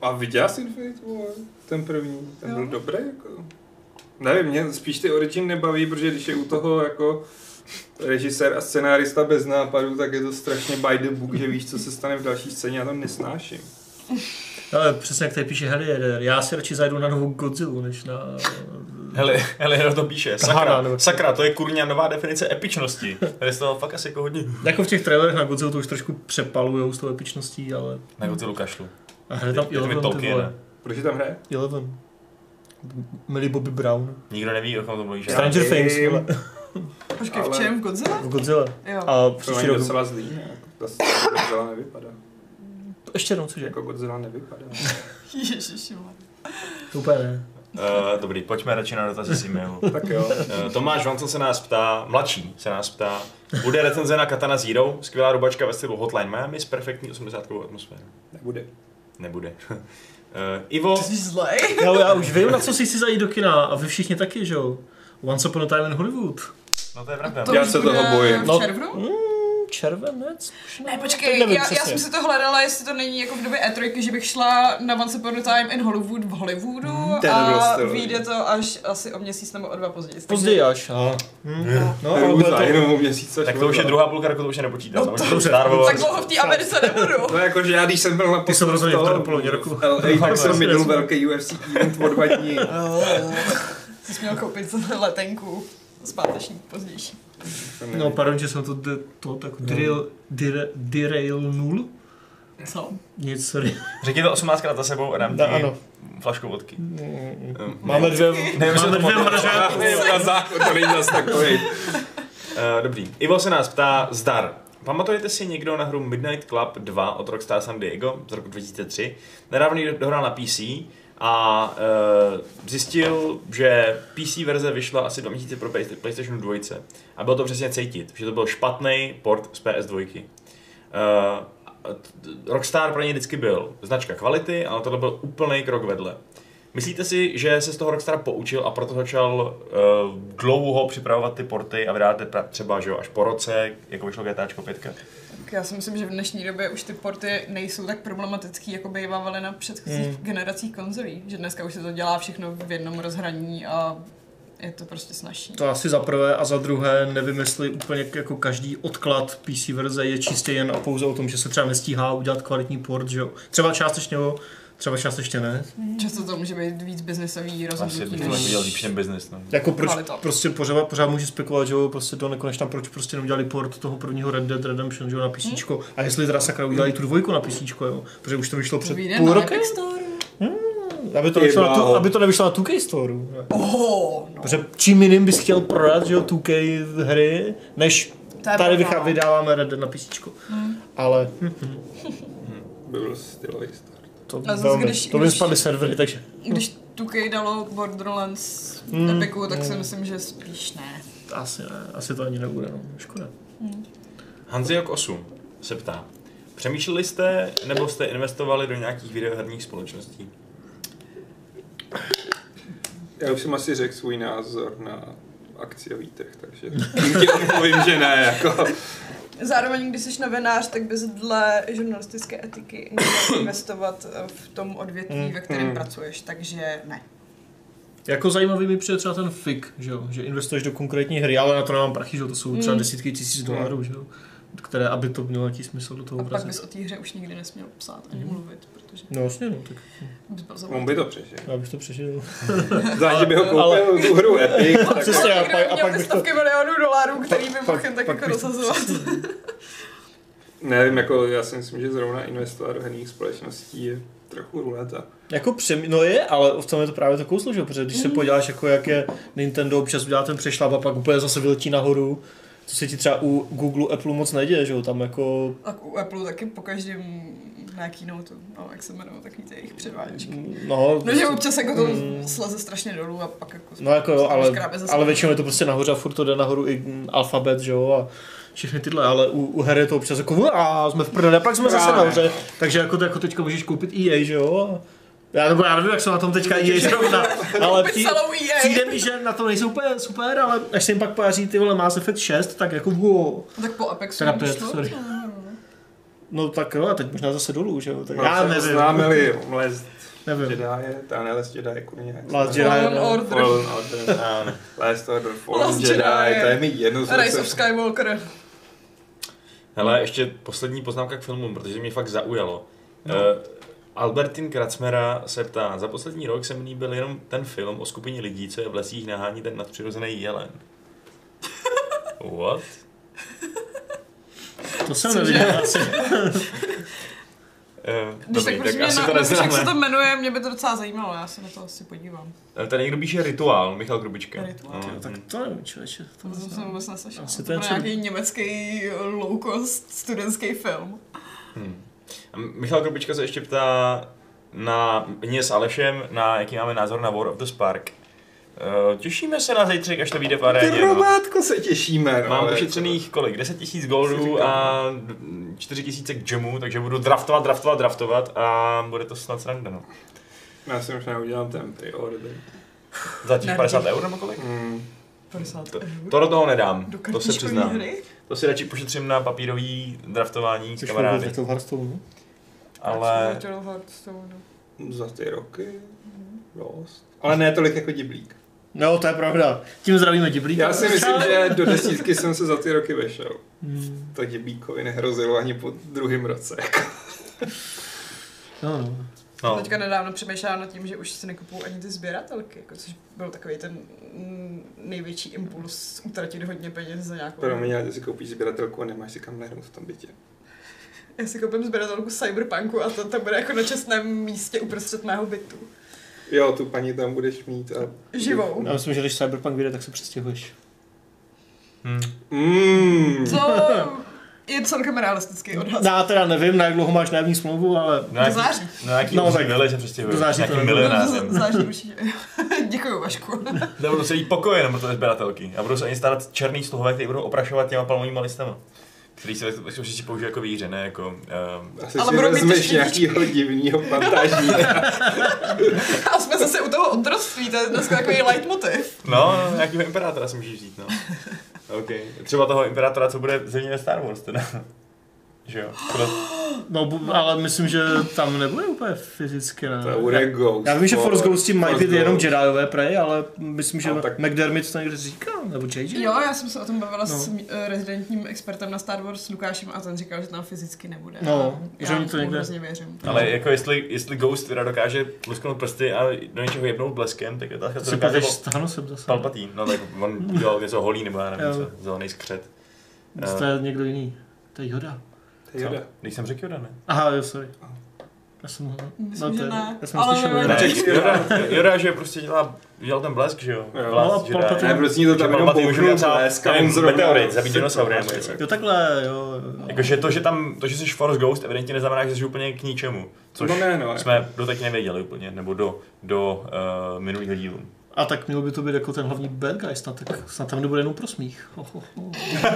[SPEAKER 4] A viděla jsi Infinity War? Ten první, ten
[SPEAKER 3] Jo.
[SPEAKER 4] byl dobrý, jako. Nevím, mě spíš ty origin nebaví, protože když je u toho jako režisér a scenárista bez nápadů, tak je to strašně by the book, že víš, co se stane v další scéně, já to nesnáším.
[SPEAKER 5] No, Ale přesně jak tady píše Helieder, já si radši zajdu na novou Godzilla, než na...
[SPEAKER 1] Hele, hele, Hero to píše.
[SPEAKER 5] Hádá,
[SPEAKER 1] Sakra,
[SPEAKER 5] nebo-
[SPEAKER 1] sakra, to je kurňa nová definice epičnosti. Tady z toho fakt asi jako hodně.
[SPEAKER 5] Jako v těch trailerech na Godzilla to už trošku přepalujou s tou epičností, ale...
[SPEAKER 1] Na Godzilla kašlu.
[SPEAKER 5] A hraje tam
[SPEAKER 1] Je- je to mi
[SPEAKER 5] Eleven, ty
[SPEAKER 1] Tolkien,
[SPEAKER 5] vole.
[SPEAKER 1] ne?
[SPEAKER 4] Proč je tam hraje?
[SPEAKER 5] Eleven. Millie Bobby Brown.
[SPEAKER 1] Nikdo neví, o kom to mluvíš.
[SPEAKER 4] Stran-
[SPEAKER 5] Stranger
[SPEAKER 4] vím.
[SPEAKER 5] Things, vole.
[SPEAKER 3] Počkej,
[SPEAKER 4] Ale-
[SPEAKER 3] v čem? V Godzilla?
[SPEAKER 5] V Godzilla.
[SPEAKER 3] Jo.
[SPEAKER 5] A
[SPEAKER 4] To
[SPEAKER 5] příští
[SPEAKER 4] je
[SPEAKER 5] rok.
[SPEAKER 4] docela zlý, ne? Jako Ta scéna Godzilla nevypadá.
[SPEAKER 5] Ještě jednou, cože?
[SPEAKER 4] Jako Godzilla nevypadá.
[SPEAKER 3] Ježišmarja.
[SPEAKER 5] To úplně ne.
[SPEAKER 1] Eh, Dobrý, pojďme radši na dotazy z e-mailu.
[SPEAKER 4] Tak jo.
[SPEAKER 1] Eh, Tomáš Vancel se nás ptá, mladší se nás ptá, bude recenze na Katana Zero, skvělá rubačka ve stylu Hotline Miami s perfektní 80 atmosférou.
[SPEAKER 4] Nebude.
[SPEAKER 1] Nebude. Uh, Ivo,
[SPEAKER 3] Ty jsi zlej?
[SPEAKER 5] Já, já už vím, na co si chci zajít do kina. A vy všichni taky, že jo? Once Upon a Time in Hollywood.
[SPEAKER 1] no to je pravda.
[SPEAKER 3] To
[SPEAKER 4] Já
[SPEAKER 3] už
[SPEAKER 4] se
[SPEAKER 3] bude
[SPEAKER 4] toho bojím.
[SPEAKER 3] V
[SPEAKER 5] No.
[SPEAKER 3] červnu?
[SPEAKER 5] Mm, červenec?
[SPEAKER 3] Ne,
[SPEAKER 5] Teď
[SPEAKER 3] počkej,
[SPEAKER 5] nevím
[SPEAKER 3] já, já
[SPEAKER 5] přesně.
[SPEAKER 3] jsem si to hledala, jestli to není jako v době E3, že bych šla na Once Upon a Time in Hollywood v Hollywoodu
[SPEAKER 6] to by bylo
[SPEAKER 3] a
[SPEAKER 6] styl.
[SPEAKER 3] vyjde to až asi o měsíc nebo o dva později. Takže-
[SPEAKER 5] Později až. Aha.
[SPEAKER 4] No,
[SPEAKER 5] No,
[SPEAKER 4] ale
[SPEAKER 5] ale bude
[SPEAKER 4] růza,
[SPEAKER 5] to...
[SPEAKER 4] jenom o měsíc až
[SPEAKER 1] Tak to už je
[SPEAKER 4] možná.
[SPEAKER 1] druhá půlka roku, to už se nepočítá.
[SPEAKER 3] No
[SPEAKER 1] No,
[SPEAKER 3] to-
[SPEAKER 1] to, Star Wars.
[SPEAKER 3] Tak dlouho v té Americe nebudu.
[SPEAKER 4] No jakože já, když jsem byl na
[SPEAKER 2] Ty jsem rozhodně v
[SPEAKER 4] toho-
[SPEAKER 2] první polovině roku.
[SPEAKER 4] LA, tak jsem
[SPEAKER 2] jasně,
[SPEAKER 4] minul
[SPEAKER 2] jasně.
[SPEAKER 4] velký UFC event o dva dní.
[SPEAKER 3] Jsi měl koupit letenku zpáteční pozdější.
[SPEAKER 2] No, pardon, že jsem to, de, to tak drill, dire, derail nul.
[SPEAKER 3] Co?
[SPEAKER 2] Nic, sorry.
[SPEAKER 1] Řekni to 18 krát za sebou a dám
[SPEAKER 5] Da,
[SPEAKER 1] ti
[SPEAKER 5] ano.
[SPEAKER 1] flašku vodky. mm. Eh,
[SPEAKER 5] Máme dvě...
[SPEAKER 1] Nevím, jestli
[SPEAKER 2] Máme
[SPEAKER 1] to
[SPEAKER 2] dvě
[SPEAKER 1] pamatuju.
[SPEAKER 2] mražené.
[SPEAKER 5] prostě.
[SPEAKER 4] Na záchod to není zas takový.
[SPEAKER 1] Eh, Dobrý. Ivo se nás ptá, zdar. Pamatujete si někdo na hru Midnight Club 2 od Rockstar San Diego z roku 2003? Nedávno ji dohrál na PC a e, zjistil, že PC verze vyšla asi dva měsíce pro Play- PlayStation 2 a bylo to přesně cítit, že to byl špatný port z PS2. E, Eh, Rockstar pro ně vždycky byl značka kvality, ale tohle byl úplný krok vedle. Myslíte si, že se z toho Rockstar poučil a proto začal uh, dlouho připravovat ty porty a vydáte pra- třeba že jo, až po roce, jako vyšlo GTAčko 5?
[SPEAKER 3] Tak já si myslím, že v dnešní době už ty porty nejsou tak problematický, jako bývaly na předchozích
[SPEAKER 1] Hmm.
[SPEAKER 3] mm. generacích konzolí. Že dneska už se to dělá všechno v jednom rozhraní a je to prostě snažší.
[SPEAKER 2] To asi za prvé a za druhé nevymysli úplně jako každý odklad PC verze je čistě jen a pouze o tom, že se třeba nestíhá udělat kvalitní port, že jo. Třeba částečně jo, třeba částečně ne.
[SPEAKER 3] Často to může být víc
[SPEAKER 1] Asi
[SPEAKER 3] biznesový rozhodnutí.
[SPEAKER 1] bych to
[SPEAKER 3] než-
[SPEAKER 1] taky dělal líp ten business. No.
[SPEAKER 2] Jako proč,
[SPEAKER 3] Kvalita.
[SPEAKER 2] prostě pořád, pořád může spekulovat, že jo, prostě do nekonečna, proč prostě neudělali port toho prvního Red Dead Redemption, že jo, na PC.
[SPEAKER 3] Hmm.
[SPEAKER 2] A jestli teda sakra udělali tu dvojku na PC, jo, protože už to vyšlo před
[SPEAKER 3] Vyjde
[SPEAKER 2] půl
[SPEAKER 3] na
[SPEAKER 2] rokem.
[SPEAKER 3] Epic Store.
[SPEAKER 5] Aby to,
[SPEAKER 4] Ty
[SPEAKER 5] nevyšlo na tu,
[SPEAKER 4] bláho.
[SPEAKER 5] aby to nevyšlo na 2K Store.
[SPEAKER 3] Oh, no.
[SPEAKER 5] Protože čím jiným bys chtěl prodat, že jo, 2K hry, než
[SPEAKER 3] To
[SPEAKER 5] tady
[SPEAKER 3] je pravda,
[SPEAKER 5] vychá-
[SPEAKER 3] no. Hmm.
[SPEAKER 5] vydáváme Red Dead na PC. Ale hm,
[SPEAKER 4] By byl prostě stylový start.
[SPEAKER 5] to,
[SPEAKER 3] zase,
[SPEAKER 5] velmi,
[SPEAKER 3] když-
[SPEAKER 5] to by
[SPEAKER 3] když-
[SPEAKER 5] spadly servery, takže
[SPEAKER 3] Když Tukej dalo Borderlands mm.
[SPEAKER 1] Hmm.
[SPEAKER 3] Epiku, tak si myslím, že spíš ne.
[SPEAKER 2] Asi ne, asi to ani nebude, no, škoda.
[SPEAKER 1] Hanziok 8 se ptá, přemýšleli jste nebo jste investovali do nějakých videoherních společností?
[SPEAKER 4] Já už jsem asi řekl svůj názor na akciový trh, takže tím ti odpovím, že ne, jako.
[SPEAKER 3] Zároveň, když jsi novinář, tak bys dle žurnalistické etiky měl investovat eh, v tom odvětví,
[SPEAKER 1] Hmm.
[SPEAKER 3] ve kterém
[SPEAKER 4] Mm.
[SPEAKER 3] pracuješ, takže ne.
[SPEAKER 2] Jako zajímavý mi přijde třeba ten fik, že jo, že investuješ do konkrétní hry, ale na to nemám prachy, že jo, to jsou třeba
[SPEAKER 3] Mm.
[SPEAKER 2] desítky tisíc dolarů, že jo, které, aby to mělo nějaký smysl do toho
[SPEAKER 3] A pak bys
[SPEAKER 2] vrazit.
[SPEAKER 3] o té hře už nikdy nesměl psát ani mluvit, protože
[SPEAKER 5] no vlastně, no, tak
[SPEAKER 3] bys byl
[SPEAKER 4] On by to přežil.
[SPEAKER 5] já bych to přežil.
[SPEAKER 4] Zvlášť, že by ho koupil
[SPEAKER 5] Ale-
[SPEAKER 4] tu hru Epic, tak
[SPEAKER 5] Přesně, a pak- a prostě, pak
[SPEAKER 3] pak, měl ty
[SPEAKER 5] bych to-
[SPEAKER 3] stovky milionů dolarů, který by mohl
[SPEAKER 5] pak-
[SPEAKER 3] jen tak
[SPEAKER 5] pak
[SPEAKER 3] jako
[SPEAKER 5] bych to-
[SPEAKER 3] rozhazovat.
[SPEAKER 4] nevím, jako já si myslím, že zrovna investovat do herních společností je trochu ruleta.
[SPEAKER 5] Jako přem, no je, ale v tom je to právě to kouzlo, že? jo, protože když
[SPEAKER 3] Hmm.
[SPEAKER 5] se podíváš, jako jak je Nintendo občas udělá ten přešlap a pak úplně zase vyletí nahoru, co se ti třeba u Google, Apple moc neděje, že jo, tam jako
[SPEAKER 3] Tak u Apple taky po každém na keynoteu, no, jak se jmenují, takový ty jejich předváděčky.
[SPEAKER 5] No,
[SPEAKER 3] No, že občas jako to
[SPEAKER 5] Mm.
[SPEAKER 3] sleze strašně dolů a pak jako...
[SPEAKER 5] no jako jo, ale,
[SPEAKER 3] škrábe ze
[SPEAKER 5] ale
[SPEAKER 3] spodu.
[SPEAKER 5] většinou je to prostě nahoře a furt to jde nahoru i mm, alfabet, že jo, a všechny tyhle, ale u, u her je to občas jako a jsme v prdele, pak jsme zase
[SPEAKER 4] Právě.
[SPEAKER 5] nahoře, takže jako, to- jako teďka můžeš koupit EA, že jo, já, nebo já nevím, jak jsou na tom teďka EA zrovna, ale
[SPEAKER 3] Koupit
[SPEAKER 5] při-
[SPEAKER 3] celou E EA.
[SPEAKER 5] přijde mi, že na to nejsou úplně super, ale až se jim pak podaří ty vole Mass Effect 6, tak jako wow.
[SPEAKER 3] No, Tak po Apexu
[SPEAKER 2] Teda
[SPEAKER 3] nevíš
[SPEAKER 2] pět,
[SPEAKER 3] to?
[SPEAKER 2] sorry.
[SPEAKER 5] No tak jo, a teď možná zase dolů, že jo? Tak
[SPEAKER 4] No,
[SPEAKER 5] já
[SPEAKER 4] se
[SPEAKER 5] nevím.
[SPEAKER 4] Oznámili Last
[SPEAKER 5] Nevím.
[SPEAKER 4] Jedi, ta ne Last Jedi, kurně.
[SPEAKER 5] Last Jedi,
[SPEAKER 3] Fallen
[SPEAKER 5] no.
[SPEAKER 3] Order,
[SPEAKER 4] Fallen Order. Last Order, Fallen
[SPEAKER 3] Last
[SPEAKER 4] Jedi,
[SPEAKER 3] Jedi.
[SPEAKER 4] to je mi jedno. co
[SPEAKER 3] Rise
[SPEAKER 4] jsem-
[SPEAKER 3] of Skywalker.
[SPEAKER 1] Hele, ještě poslední poznámka k filmům, protože mě fakt zaujalo. No. Uh, Albertin Kracmera se ptá, za poslední rok se mi líbil jenom ten film o skupině lidí, co je v lesích nahání ten nadpřirozený jelen. What?
[SPEAKER 5] To jsem
[SPEAKER 3] Cože?
[SPEAKER 5] neviděl asi.
[SPEAKER 1] Uh,
[SPEAKER 3] Když tak
[SPEAKER 1] dobrý, tak
[SPEAKER 3] prosím mě
[SPEAKER 1] asi
[SPEAKER 3] na,
[SPEAKER 1] to
[SPEAKER 3] napiš, jak se
[SPEAKER 1] neznáme.
[SPEAKER 3] to jmenuje, mě by to docela zajímalo, já se na to asi podívám.
[SPEAKER 1] Eh, Tady někdo píše Rituál, Michal Grubička.
[SPEAKER 3] Rituál.
[SPEAKER 1] No,
[SPEAKER 5] Tak
[SPEAKER 1] hm.
[SPEAKER 5] to nevím, člověče.
[SPEAKER 3] No, To jsem se vůbec neslyšela.
[SPEAKER 5] Asi
[SPEAKER 3] Asi
[SPEAKER 5] to
[SPEAKER 3] to
[SPEAKER 5] je
[SPEAKER 3] je
[SPEAKER 5] co-
[SPEAKER 3] nějaký německý low cost studentský film.
[SPEAKER 1] Hm. A Michal Grubička se ještě ptá na mě s Alešem, na jaký máme názor na War of the Spark. Eh, Těšíme se na zítřek, až to vyjde v aréně. no.
[SPEAKER 4] Ty robátko se těšíme, no.
[SPEAKER 1] Mám
[SPEAKER 4] ale-
[SPEAKER 1] ušetřených kolik? 10 tisíc
[SPEAKER 4] Si
[SPEAKER 1] goldů
[SPEAKER 4] říkám.
[SPEAKER 1] a 4 tisíce k jamu, takže budu draftovat, draftovat, draftovat a bude to snad sranda, no.
[SPEAKER 4] Já si možná udělám ten pre-order.
[SPEAKER 1] Za těch
[SPEAKER 3] Ne,
[SPEAKER 1] 50 eur nebo kolik?
[SPEAKER 4] Mm.
[SPEAKER 3] 50
[SPEAKER 1] To,
[SPEAKER 3] eur.
[SPEAKER 1] to do toho nedám,
[SPEAKER 3] Do
[SPEAKER 1] to se
[SPEAKER 3] kartičkový
[SPEAKER 1] přiznám.
[SPEAKER 3] hry?
[SPEAKER 1] To si radši pošetřím na papírový draftování s
[SPEAKER 5] Což vůbec
[SPEAKER 1] kamarády.
[SPEAKER 5] nechtěl v no? Hearthstone.
[SPEAKER 1] Ale
[SPEAKER 3] no.
[SPEAKER 4] Za ty roky. Dost. Ale ne tolik jako diblík.
[SPEAKER 5] No, to je pravda.
[SPEAKER 2] Tím zdravíme Diblíka.
[SPEAKER 4] Já si myslím, že do desítky jsem se za ty roky vešel.
[SPEAKER 5] Hmm.
[SPEAKER 4] To diblíkovi nehrozilo ani po druhém roce.
[SPEAKER 5] No, no.
[SPEAKER 1] no,
[SPEAKER 3] Teďka nedávno přemýšlela nad tím, že už si nekupuju ani ty sběratelky, jako, což byl takový ten mm, největší impuls utratit hodně peněz za nějakou...
[SPEAKER 4] Promiň, ale ty si koupíš sběratelku a nemáš si kam nahrnout v tom bytě.
[SPEAKER 3] Já si koupím sběratelku Cyberpunku a to, to bude jako na čestném místě uprostřed mého bytu.
[SPEAKER 4] Jo, tu paní tam budeš mít a...
[SPEAKER 3] Živou.
[SPEAKER 5] Já myslím, že když Cyberpunk vyjde, tak se přestěhuješ.
[SPEAKER 1] hm,
[SPEAKER 4] Mm.
[SPEAKER 1] Hmm.
[SPEAKER 3] Co je celkem realistický odhad.
[SPEAKER 5] No, já teda nevím, na jak dlouho máš nájemní smlouvu, ale
[SPEAKER 1] na
[SPEAKER 3] Do září.
[SPEAKER 1] nějaký, na nějaký
[SPEAKER 5] No,
[SPEAKER 1] no,
[SPEAKER 5] tak-
[SPEAKER 1] vile se přestěhuju.
[SPEAKER 5] do září to
[SPEAKER 1] nějakým
[SPEAKER 5] nebude.
[SPEAKER 1] milionářem.
[SPEAKER 3] Záží určitě. Děkuju, Vašku.
[SPEAKER 1] Nebo budou celý pokoje, nebo to je sběratelky. A budou se ani starat černý sluhové, kteří budou oprašovat těma palmovými listama. Který se ve skutečnosti použije jako výhře, ne jako... Um,
[SPEAKER 4] Asi
[SPEAKER 3] Ale
[SPEAKER 4] si
[SPEAKER 3] budou mít
[SPEAKER 4] vezmeš
[SPEAKER 3] ještě díčky.
[SPEAKER 4] nějakýho divnýho fantažníka.
[SPEAKER 3] A jsme zase u toho otroství, to je dneska takový leitmotiv.
[SPEAKER 1] no, nějakého imperátora si můžeš říct, no. OK. Třeba toho imperátora, co bude zřejmě ve Star Wars, teda. Že jo? Proto,
[SPEAKER 2] No, bu- ale myslím, že tam nebude úplně fyzicky, ne?
[SPEAKER 4] To bude Ghost.
[SPEAKER 5] já vím, že Force Ghosty mají
[SPEAKER 4] Force
[SPEAKER 5] být jenom
[SPEAKER 4] Ghost.
[SPEAKER 5] Jediové prej, ale myslím, že
[SPEAKER 4] No, tak-
[SPEAKER 5] McDermott to někde říkal, nebo JJ.
[SPEAKER 3] Jo, já jsem se o tom bavila no. s
[SPEAKER 5] No.
[SPEAKER 3] mý- eh, rezidentním expertem na Star Wars Lukášem a ten říkal, že tam fyzicky nebude.
[SPEAKER 5] No,
[SPEAKER 3] A
[SPEAKER 2] že
[SPEAKER 3] já
[SPEAKER 2] oni to
[SPEAKER 3] mu
[SPEAKER 2] někde-
[SPEAKER 3] hrozně věřím.
[SPEAKER 1] ale jako jestli, jestli Ghost teda dokáže lusknout prsty a do něčeho jebnout bleskem, tak je otázka,
[SPEAKER 2] To
[SPEAKER 1] co
[SPEAKER 2] si
[SPEAKER 1] dokáže
[SPEAKER 2] pleteš s Thanosem zase.
[SPEAKER 1] Palpatine. No tak on udělal něco holý, nebo já nevím
[SPEAKER 5] Jo.
[SPEAKER 1] co, zelený skřet.
[SPEAKER 2] Zase To je někdo jiný. To je Yoda.
[SPEAKER 4] To je Yoda.
[SPEAKER 1] Když jsem řekl Yoda, ne?
[SPEAKER 2] Aha, jo, sorry. Já jsem ho...
[SPEAKER 3] Myslím,
[SPEAKER 2] no, to
[SPEAKER 3] že
[SPEAKER 2] je-
[SPEAKER 3] ne.
[SPEAKER 2] Já jsem
[SPEAKER 3] Ale
[SPEAKER 2] slyšel
[SPEAKER 3] nevím.
[SPEAKER 2] Yoda.
[SPEAKER 4] Ne.
[SPEAKER 1] Yoda, Yoda, že prostě dělá, dělal ten blesk, že jo?
[SPEAKER 4] Jo.
[SPEAKER 1] Vlast
[SPEAKER 2] No,
[SPEAKER 1] Jedi.
[SPEAKER 2] Palpatine-
[SPEAKER 4] Ne, prostě to tam
[SPEAKER 1] Že
[SPEAKER 4] jenom
[SPEAKER 1] Palpatine už
[SPEAKER 4] bouchnul
[SPEAKER 1] měl třeba,
[SPEAKER 4] blesk a
[SPEAKER 1] nevím,
[SPEAKER 4] on zrovna...
[SPEAKER 1] meteorit, zabít dinosaury nebo něco.
[SPEAKER 2] Jo, takhle, jo. jo.
[SPEAKER 1] Jakože to, že tam, to, že jsi Force Ghost, evidentně neznamená, že jsi úplně k ničemu. Což
[SPEAKER 4] No ne, no.
[SPEAKER 1] jsme doteď nevěděli úplně, nebo do, do uh, minulých dílů.
[SPEAKER 2] A tak mělo by to být jako ten hlavní bad guy, snad, tak, snad tam nebude jenom pro smích. Ho, ho, ho.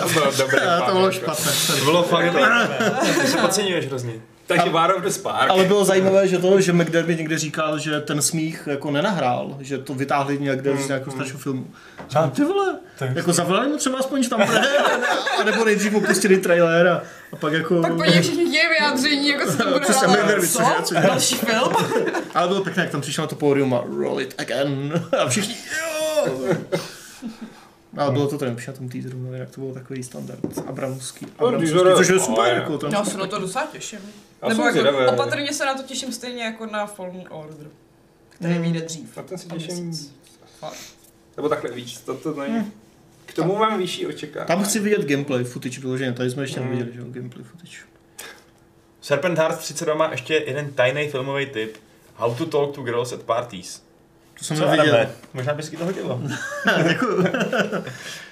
[SPEAKER 4] To bylo dobré.
[SPEAKER 2] A to
[SPEAKER 4] pán,
[SPEAKER 2] bylo
[SPEAKER 4] jako.
[SPEAKER 2] špatné.
[SPEAKER 1] To
[SPEAKER 2] sorry.
[SPEAKER 1] bylo fakt dobré. To se podceňuješ hrozně.
[SPEAKER 4] Takže War of the Spark.
[SPEAKER 5] Ale bylo zajímavé, že to, že McDermott někde říkal, že ten smích jako nenahrál, že to vytáhli někde
[SPEAKER 2] Hmm,
[SPEAKER 5] z nějakého staršího filmu. A ty vole,
[SPEAKER 1] Tak.
[SPEAKER 5] jako zavolali mu třeba aspoň, že tam bude, a nebo nejdřív mu pustili trailer a, a pak jako...
[SPEAKER 3] Pak po něj všichni děje vyjádření, jako co tam bude
[SPEAKER 5] Přesně,
[SPEAKER 3] hrát,
[SPEAKER 5] Maynard, což já
[SPEAKER 3] co?
[SPEAKER 5] si-
[SPEAKER 3] Další film?
[SPEAKER 5] Ale bylo pěkné, jak tam přišel na to pódium a roll it again. A všichni, jo! Ale bylo to tady na tom teaseru, no, jinak to bylo takový standard. Abramovský. Abramovský
[SPEAKER 4] teaser je
[SPEAKER 5] což je
[SPEAKER 4] fajn.
[SPEAKER 5] super, jako ten.
[SPEAKER 3] Já se na to docela těším.
[SPEAKER 4] Já
[SPEAKER 3] Nebo
[SPEAKER 4] jsem zvědavý.
[SPEAKER 3] jako, opatrně se na to těším stejně jako na Fallen Order, který
[SPEAKER 5] Hmm.
[SPEAKER 3] vyjde dřív.
[SPEAKER 4] Na ten se
[SPEAKER 3] O
[SPEAKER 4] těším.
[SPEAKER 3] měsíc.
[SPEAKER 4] Nebo takhle víc, to to není. K tomu mám vyšší očekávání.
[SPEAKER 5] Hm. Tam chci vidět gameplay footage vyloženě, tady jsme ještě neviděli, že jo, gameplay footage.
[SPEAKER 1] Serpent Heart 32 má ještě jeden tajný filmový tip. How to talk to girls at parties.
[SPEAKER 5] To jsem
[SPEAKER 1] Co,
[SPEAKER 5] neviděl.
[SPEAKER 1] Adame? Možná bys si to hodilo.
[SPEAKER 5] Děkuju.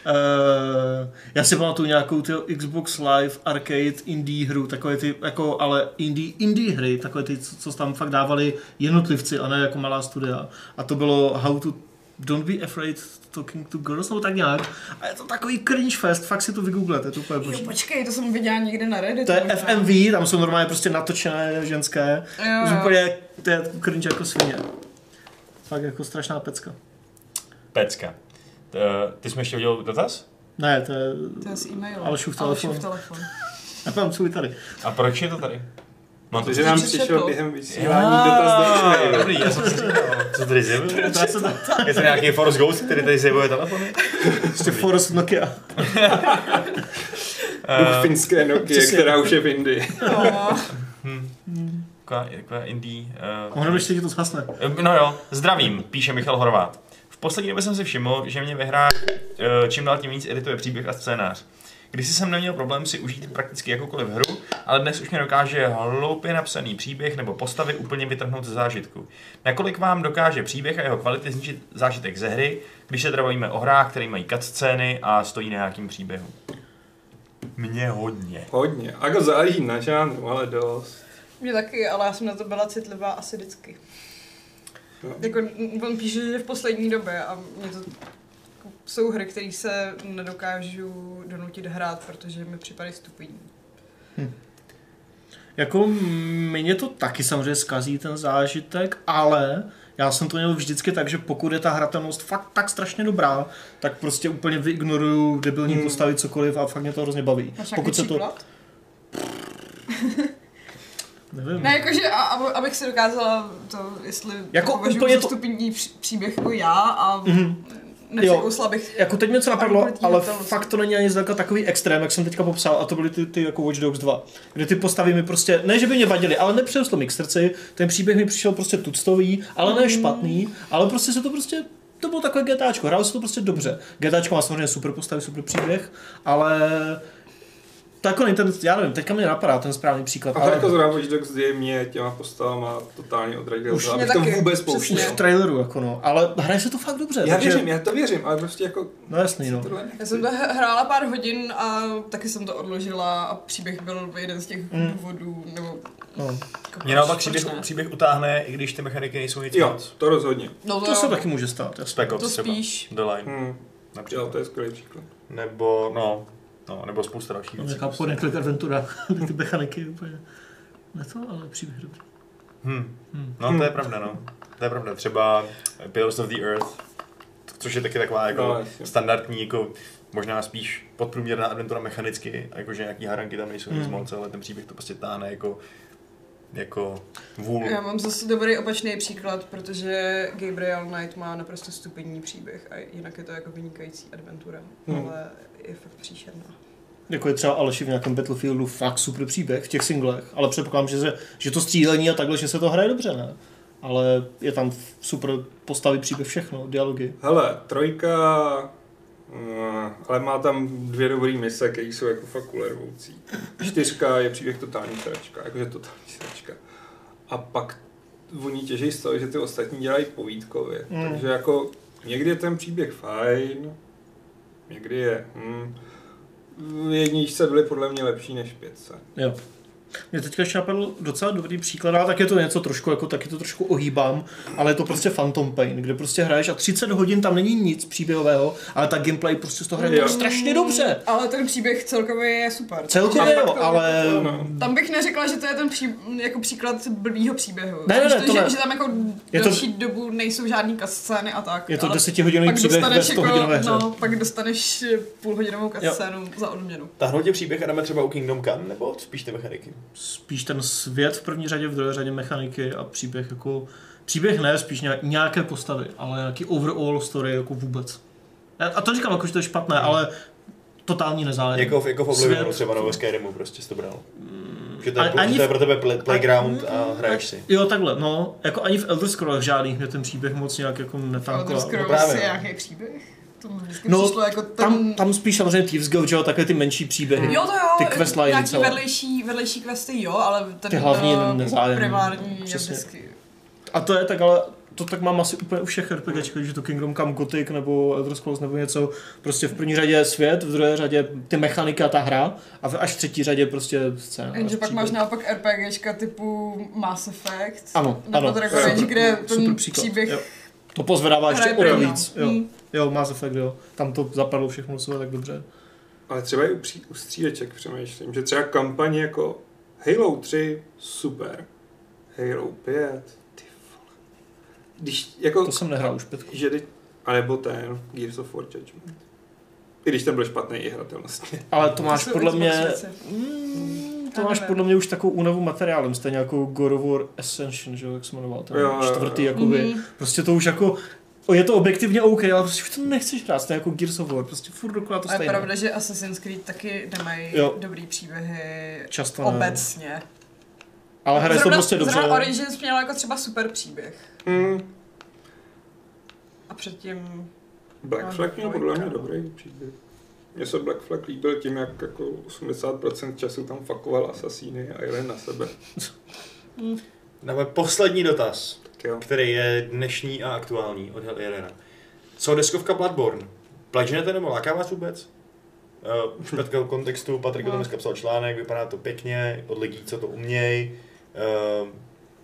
[SPEAKER 5] Eh, já si pamatuju nějakou ty Xbox Live Arcade indie hru, takové ty, jako, ale indie, indie hry, takové ty, co, co tam fakt dávali jednotlivci a ne jako malá studia. A to bylo How to Don't be afraid talking to girls, nebo tak nějak. A je to takový cringe fest, fakt si to vygooglete, to úplně
[SPEAKER 3] Jo,
[SPEAKER 5] boží.
[SPEAKER 3] počkej, to jsem viděla někde na Reddit.
[SPEAKER 5] To je FMV, tam jsou normálně prostě natočené ženské. Už úplně, to je cringe jako svině. Fakt jako strašná pecka.
[SPEAKER 1] Pecka. Eh, Ty jsi mi ještě udělal dotaz?
[SPEAKER 5] Ne, to je
[SPEAKER 3] To je z e-mailu.
[SPEAKER 5] Alešův telefon.
[SPEAKER 3] Alešův telefon.
[SPEAKER 5] Já tam jsou i tady.
[SPEAKER 1] A proč je to tady? Mám to
[SPEAKER 4] Protože nám
[SPEAKER 3] Jsi
[SPEAKER 4] přišel
[SPEAKER 3] četl?
[SPEAKER 4] během
[SPEAKER 1] Ah.
[SPEAKER 4] vysílání dotaz do e-mailu.
[SPEAKER 1] Dobrý, já jsem si říkal. Co tady zjevil?
[SPEAKER 5] Dá se to
[SPEAKER 1] Je to nějaký Force Ghost, který tady zjevuje telefony?
[SPEAKER 5] ještě Force prostě Nokia.
[SPEAKER 1] Eh.
[SPEAKER 4] Duch finské Nokia,
[SPEAKER 5] přesně.
[SPEAKER 4] která už je v Indii.
[SPEAKER 3] No,
[SPEAKER 1] Taková, taková indie... eh,
[SPEAKER 5] Ono ještě ti to zhasne.
[SPEAKER 1] No jo, zdravím, píše Michal Horvát. V poslední době jsem si všiml, že mě ve hrách eh, čím dál tím víc irituje příběh a scénář. Kdysi jsem neměl problém si užít prakticky jakoukoliv hru, ale dnes už mě dokáže hloupě napsaný příběh nebo postavy úplně vytrhnout ze zážitku. Nakolik vám dokáže příběh a jeho kvality zničit zážitek ze hry, když se teda bavíme o hrách, které mají cutscény a stojí na nějakým příběhu? Mně hodně.
[SPEAKER 4] Hodně. A jako záleží na žánru, ale dost.
[SPEAKER 3] mě taky, ale já jsem na to byla citlivá asi vždycky.
[SPEAKER 4] No.
[SPEAKER 3] Jako, m- on píše, že v poslední době a mě to jako, jsou hry, které se nedokážu donutit hrát, protože mi připadají stupidní.
[SPEAKER 5] Jako mně to taky samozřejmě zkazí ten zážitek, ale Já jsem to měl vždycky tak, že pokud je ta hratelnost fakt tak strašně dobrá, tak prostě úplně vyignoruju debilní
[SPEAKER 4] Hmm.
[SPEAKER 5] hmm. postavy cokoliv a fakt mě to hrozně baví.
[SPEAKER 3] Máš
[SPEAKER 5] pokud se to...
[SPEAKER 3] příklad?
[SPEAKER 2] Nevím.
[SPEAKER 3] Ne, jakože, a, a- abych si dokázala to, jestli
[SPEAKER 5] Jako
[SPEAKER 3] považuji
[SPEAKER 5] úplně
[SPEAKER 3] za
[SPEAKER 5] to-
[SPEAKER 3] stupidní při- příběh jako já a
[SPEAKER 5] Mhm.
[SPEAKER 3] nepřekousla bych
[SPEAKER 5] Jako teď mě co napadlo,
[SPEAKER 3] Ani proti
[SPEAKER 5] ale
[SPEAKER 3] hratelnosti.
[SPEAKER 5] fakt to není ani zdaleka takový extrém, jak jsem teďka popsal, a to byly ty, ty jako Watch Dogs 2, kde ty postavy mi prostě, ne že by mě vadily, ale nepřineslo mi k srdci, ten příběh mi přišel prostě tuctový, ale ne špatný, ale prostě se to prostě to bylo takové GTAčko, hrálo se to prostě dobře. GTAčko má samozřejmě super postavy, super příběh, ale takový ten, já nevím, teďka mě napadá ten správný příklad.
[SPEAKER 4] A jako
[SPEAKER 5] ale
[SPEAKER 4] Harko z Watch Dogs je mě těma postavama totálně odradil,
[SPEAKER 5] Už
[SPEAKER 4] abych
[SPEAKER 3] mě
[SPEAKER 4] to
[SPEAKER 3] taky,
[SPEAKER 4] vůbec
[SPEAKER 3] přesně.
[SPEAKER 4] pouštěl.
[SPEAKER 5] už v traileru, jako no, ale hraje se to fakt dobře.
[SPEAKER 4] Já věřím, já to věřím, ale prostě jako
[SPEAKER 5] No jasný, no.
[SPEAKER 4] tohle nechci.
[SPEAKER 3] Já jsem to h- hrála pár hodin a taky jsem to odložila a příběh byl jeden z těch
[SPEAKER 5] Mm.
[SPEAKER 3] důvodů, nebo...
[SPEAKER 5] no.
[SPEAKER 3] jako
[SPEAKER 1] Mě
[SPEAKER 3] proč-
[SPEAKER 1] naopak příběh,
[SPEAKER 3] proč ne?
[SPEAKER 1] příběh utáhne, i když ty mechaniky nejsou nic
[SPEAKER 4] Jo,
[SPEAKER 1] moc.
[SPEAKER 4] to rozhodně.
[SPEAKER 3] No
[SPEAKER 5] To se
[SPEAKER 3] jo.
[SPEAKER 5] taky může stát, jasně.
[SPEAKER 1] Spec Ops
[SPEAKER 3] To
[SPEAKER 1] třeba.
[SPEAKER 3] spíš.
[SPEAKER 1] The Line
[SPEAKER 4] Hm,
[SPEAKER 1] například.
[SPEAKER 4] jo, to je skvělý příklad.
[SPEAKER 1] Nebo, no, no, nebo spousta dalších
[SPEAKER 2] Tam
[SPEAKER 1] věcí.
[SPEAKER 2] nějaká
[SPEAKER 1] prostě.
[SPEAKER 2] podniklik adventura, kde ty mechaniky úplně... Ne to, ale příběh dobrý.
[SPEAKER 1] Hm.
[SPEAKER 2] Hm.
[SPEAKER 1] No, to je pravda, no. To je pravda. Třeba Pillars of the Earth, což je taky taková jako
[SPEAKER 4] No, jasně.
[SPEAKER 1] standardní, jako možná spíš podprůměrná adventura mechanicky, jakože nějaký haranky tam nejsou nic
[SPEAKER 3] Hm.
[SPEAKER 5] Hmm.
[SPEAKER 1] moc, ale ten příběh to prostě táhne jako jako vůl.
[SPEAKER 3] Já mám zase dobrý opačný příklad, protože Gabriel Knight má naprosto stupidní příběh a jinak je to jako vynikající adventura,
[SPEAKER 4] Hmm.
[SPEAKER 3] ale je fakt příšerná.
[SPEAKER 5] Jako je třeba Aleši v nějakém Battlefieldu fakt super příběh v těch singlech, ale předpokládám, že, se, že to střílení a takhle, že se to hraje dobře, ne? Ale je tam super postavy, příběh, všechno, dialogy.
[SPEAKER 4] Hele, trojka, mm, ale má tam dvě dobré mise, které jsou jako fakt ulervoucí. Čtyřka je příběh totální sračka, jakože totální sračka. A pak oni těží z toho, že ty ostatní dělají povídkově.
[SPEAKER 5] Mm.
[SPEAKER 4] Mm. Takže jako někdy je ten příběh fajn, někdy je... Hm, v jedničce byly podle mě lepší než pětce.
[SPEAKER 5] Jo. Mě teďka ještě napadl docela dobrý příklad, a tak je to něco trošku, jako taky to trošku ohýbám, ale je to prostě Phantom Pain, kde prostě hraješ a 30 hodin tam není nic příběhového, ale ta gameplay prostě z toho hraje
[SPEAKER 4] Jo.
[SPEAKER 5] tak strašně dobře.
[SPEAKER 3] Ale ten příběh celkově je super. jako-
[SPEAKER 5] Celkově
[SPEAKER 4] A
[SPEAKER 5] jo,
[SPEAKER 4] pak to-
[SPEAKER 5] ale
[SPEAKER 4] no.
[SPEAKER 3] Tam bych neřekla, že to je ten pří, jako příklad blbýho příběhu.
[SPEAKER 5] Ne, ne, ne,
[SPEAKER 3] Že to-
[SPEAKER 5] to ne.
[SPEAKER 3] že, že, tam jako
[SPEAKER 5] Je to-
[SPEAKER 3] další dobu nejsou žádný kascény a tak.
[SPEAKER 5] je to
[SPEAKER 3] ale
[SPEAKER 5] 10 hodinový
[SPEAKER 3] pak
[SPEAKER 5] příběh ve
[SPEAKER 3] dostaneš,
[SPEAKER 5] 100 hodinové hře.
[SPEAKER 3] jako, no, pak dostaneš půlhodinovou kascénu za odměnu.
[SPEAKER 1] Tahle tě příběh a dáme třeba u Kingdom Come, nebo spíš ty mechaniky?
[SPEAKER 5] spíš ten svět v první řadě, v druhé řadě mechaniky a příběh jako... Příběh ne, spíš nějak- nějaké postavy, ale nějaký overall story jako vůbec. A- A to říkám jako, že to je špatné, ale totální nezáleží.
[SPEAKER 1] Jako, v- jako v Oblivionu
[SPEAKER 5] Svět. Mm.
[SPEAKER 1] třeba nebo ve Skyrimu prostě jsi to bral. Že to
[SPEAKER 5] A-
[SPEAKER 1] je, pro,
[SPEAKER 5] ani mm,
[SPEAKER 1] že to je
[SPEAKER 5] v-
[SPEAKER 1] pro tebe play, playground a hraješ si.
[SPEAKER 5] Jo, takhle, no, jako ani v Elder Scrolls žádných mě ten příběh moc nějak jako
[SPEAKER 3] Elder
[SPEAKER 5] netankoval.
[SPEAKER 3] Scrolls
[SPEAKER 1] právě,
[SPEAKER 3] je
[SPEAKER 1] no.
[SPEAKER 3] nějaký příběh? To mi vždycky
[SPEAKER 5] No,
[SPEAKER 3] přišlo jako ten... Hmm.
[SPEAKER 5] Tam, tam spíš samozřejmě Thieves Guild, že jo, takové ty menší příběhy.
[SPEAKER 3] Jo, to jo, eh,
[SPEAKER 5] Ty questliny
[SPEAKER 3] nějaký
[SPEAKER 5] celé.
[SPEAKER 3] vedlejší, vedlejší questy, jo, ale ten
[SPEAKER 5] Ty hlavní
[SPEAKER 3] eh,
[SPEAKER 5] nezájem.
[SPEAKER 3] primární je
[SPEAKER 5] Přesně.
[SPEAKER 3] vždycky.
[SPEAKER 5] A to je tak, ale to tak mám asi úplně u všech RPGček, že to Kingdom Come Gothic nebo Elder Scrolls nebo něco, prostě v první řadě svět, v druhé řadě ty mechaniky a ta hra a v, až v třetí řadě prostě scéna.
[SPEAKER 3] Jenže pak
[SPEAKER 5] příběh.
[SPEAKER 3] máš naopak RPGčka typu Mass Effect.
[SPEAKER 5] Ano,
[SPEAKER 3] nebo
[SPEAKER 5] ano.
[SPEAKER 3] Dragon Age, kde ten
[SPEAKER 5] Super příklad.
[SPEAKER 3] příběh
[SPEAKER 5] Jo. To pozvedává ještě
[SPEAKER 3] hraje
[SPEAKER 5] o to
[SPEAKER 3] první.
[SPEAKER 5] víc. Jo.
[SPEAKER 3] Mm.
[SPEAKER 5] jo, Mass Effect, jo. Tam to zapadlo všechno do sebe tak dobře.
[SPEAKER 4] Ale třeba i u, pří, u stříleček přemýšlím, že třeba kampaně jako Halo 3, super. Halo 5, ty vole. Když, jako,
[SPEAKER 5] To jsem nehrál už pětku.
[SPEAKER 4] že teď, anebo ten Gears of War Judgment. I když ten byl špatný i hratelnostně.
[SPEAKER 5] Ale to
[SPEAKER 3] To
[SPEAKER 5] máš
[SPEAKER 3] jsou
[SPEAKER 5] podle mě...
[SPEAKER 3] Xbox věci.
[SPEAKER 5] Mm, to
[SPEAKER 3] Já
[SPEAKER 5] máš
[SPEAKER 3] nevím.
[SPEAKER 5] podle mě už takovou únavu materiálem, stejně jako God of War Ascension, že jo, jak se jmenoval ten
[SPEAKER 4] Jo, jo, jo.
[SPEAKER 5] čtvrtý, jakoby.
[SPEAKER 3] Mhm.
[SPEAKER 5] Prostě to už jako, o, je to objektivně OK, ale prostě už to nechceš hrát, to je jako Gears of War, prostě furt dokola to
[SPEAKER 3] A je
[SPEAKER 5] stejné.
[SPEAKER 3] pravda, že Assassin's Creed taky nemají
[SPEAKER 5] Jo.
[SPEAKER 3] dobrý příběhy
[SPEAKER 5] Často ne.
[SPEAKER 3] obecně.
[SPEAKER 5] Ale hraje se
[SPEAKER 3] Zrovna-
[SPEAKER 5] prostě dobře.
[SPEAKER 3] Zrovna Origins měla jako třeba super příběh.
[SPEAKER 4] Hmm.
[SPEAKER 3] A předtím...
[SPEAKER 4] Black
[SPEAKER 3] No,
[SPEAKER 4] Flag měl
[SPEAKER 3] dvojka,
[SPEAKER 4] podle mě
[SPEAKER 3] no.
[SPEAKER 4] dobrý příběh. Mně se Black Flag líbil tím, jak jako 80% času tam fakoval asasíny a jeli na sebe.
[SPEAKER 1] Dáme poslední dotaz.
[SPEAKER 4] Tak jo.
[SPEAKER 1] který je dnešní a aktuální od Hell Arena. Co deskovka Bloodborne? Plačnete nebo láká vás vůbec? Uh, špetka kontextu, Patrik o tom dneska psal článek, vypadá to pěkně, od lidí, co to umějí. Uh,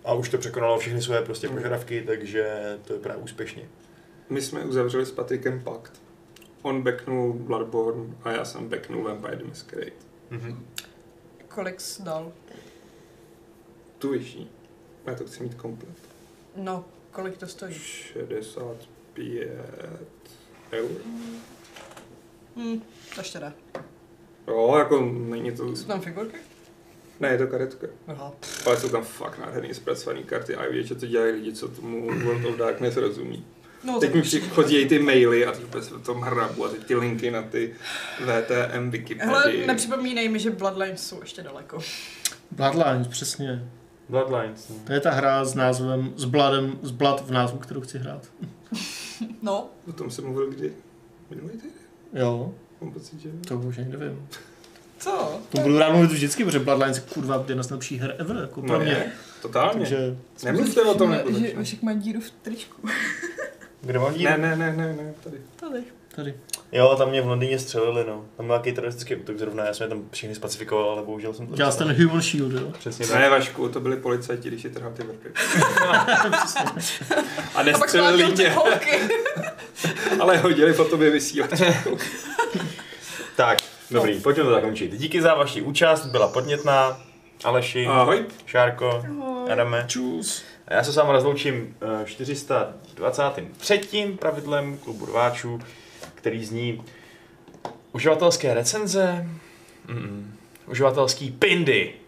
[SPEAKER 1] a už to překonalo všechny své prostě požadavky, takže to vypadá úspěšně.
[SPEAKER 4] My jsme uzavřeli s Patrikem pakt. On backnul Bloodborne a já jsem backnul Vampire the Masquerade.
[SPEAKER 1] Mhm.
[SPEAKER 3] Kolik jsi dal?
[SPEAKER 4] Tu vyšší. Já to chci mít komplet.
[SPEAKER 3] No, Kolik to stojí?
[SPEAKER 4] 65 eur.
[SPEAKER 3] Hm, to ještě dá.
[SPEAKER 4] Jo, jako není to...
[SPEAKER 3] Jsou tam figurky?
[SPEAKER 4] Ne, je to karetka.
[SPEAKER 3] Aha.
[SPEAKER 4] Ale jsou tam fakt nádherný zpracovaný karty a je vidět, že to dělají lidi, co tomu World of Darkness rozumí.
[SPEAKER 3] No,
[SPEAKER 4] Teď
[SPEAKER 3] tak
[SPEAKER 4] mi
[SPEAKER 3] určitě.
[SPEAKER 4] všichni chodí ty maily a teď vůbec v tom hrabu a teď ty linky na ty VTM
[SPEAKER 3] Hele,
[SPEAKER 4] Wikipedii.
[SPEAKER 3] nepřipomínej mi, že Bloodlines jsou ještě daleko.
[SPEAKER 5] Bloodlines, přesně.
[SPEAKER 1] Bloodlines. no.
[SPEAKER 5] To je ta hra s názvem, s bladem, s blad v názvu, kterou chci hrát.
[SPEAKER 3] No,
[SPEAKER 4] O tom jsem mluvil kdy? Minulý týden?
[SPEAKER 5] Jo,
[SPEAKER 4] Mám pocit, že...
[SPEAKER 5] to už ani nevím.
[SPEAKER 3] co?
[SPEAKER 5] To budu rád mluvit vždycky, protože Bloodlines je kurva jedna z nejlepších her ever, jako pro
[SPEAKER 4] No
[SPEAKER 5] mě.
[SPEAKER 4] je, totálně.
[SPEAKER 5] Takže
[SPEAKER 4] Nemluvte o tom, jako nebo
[SPEAKER 3] Že
[SPEAKER 4] začne.
[SPEAKER 3] Vašek má díru v tričku.
[SPEAKER 1] Kde mám díl?
[SPEAKER 4] Ne, ne, ne, ne, ne, tady.
[SPEAKER 3] Tady.
[SPEAKER 5] tady.
[SPEAKER 1] Jo, tam mě v Londýně střelili, no. Tam byl nějaký teroristický útok zrovna, já jsem je tam všechny spacifikoval, ale bohužel jsem to
[SPEAKER 5] Dělal jsi ten Human Shield, jo?
[SPEAKER 1] Přesně tak.
[SPEAKER 4] Ne, Vašku, to byli policajti, když je trhal ty vrky. a
[SPEAKER 3] A pak sváděl
[SPEAKER 4] nestřelili
[SPEAKER 3] ty
[SPEAKER 4] mě,
[SPEAKER 3] holky.
[SPEAKER 4] ale hodili po tobě vysílačku.
[SPEAKER 1] Tak, dobrý, pojďme to zakončit. Díky za vaši účast, byla podnětná. Aleši,
[SPEAKER 4] Ahoj.
[SPEAKER 1] Šárko, Adame.
[SPEAKER 5] Čus.
[SPEAKER 1] A já se s vámi rozloučím eh, 423. pravidlem klubu rváčů, který zní uživatelské recenze, mm, uživatelský pindy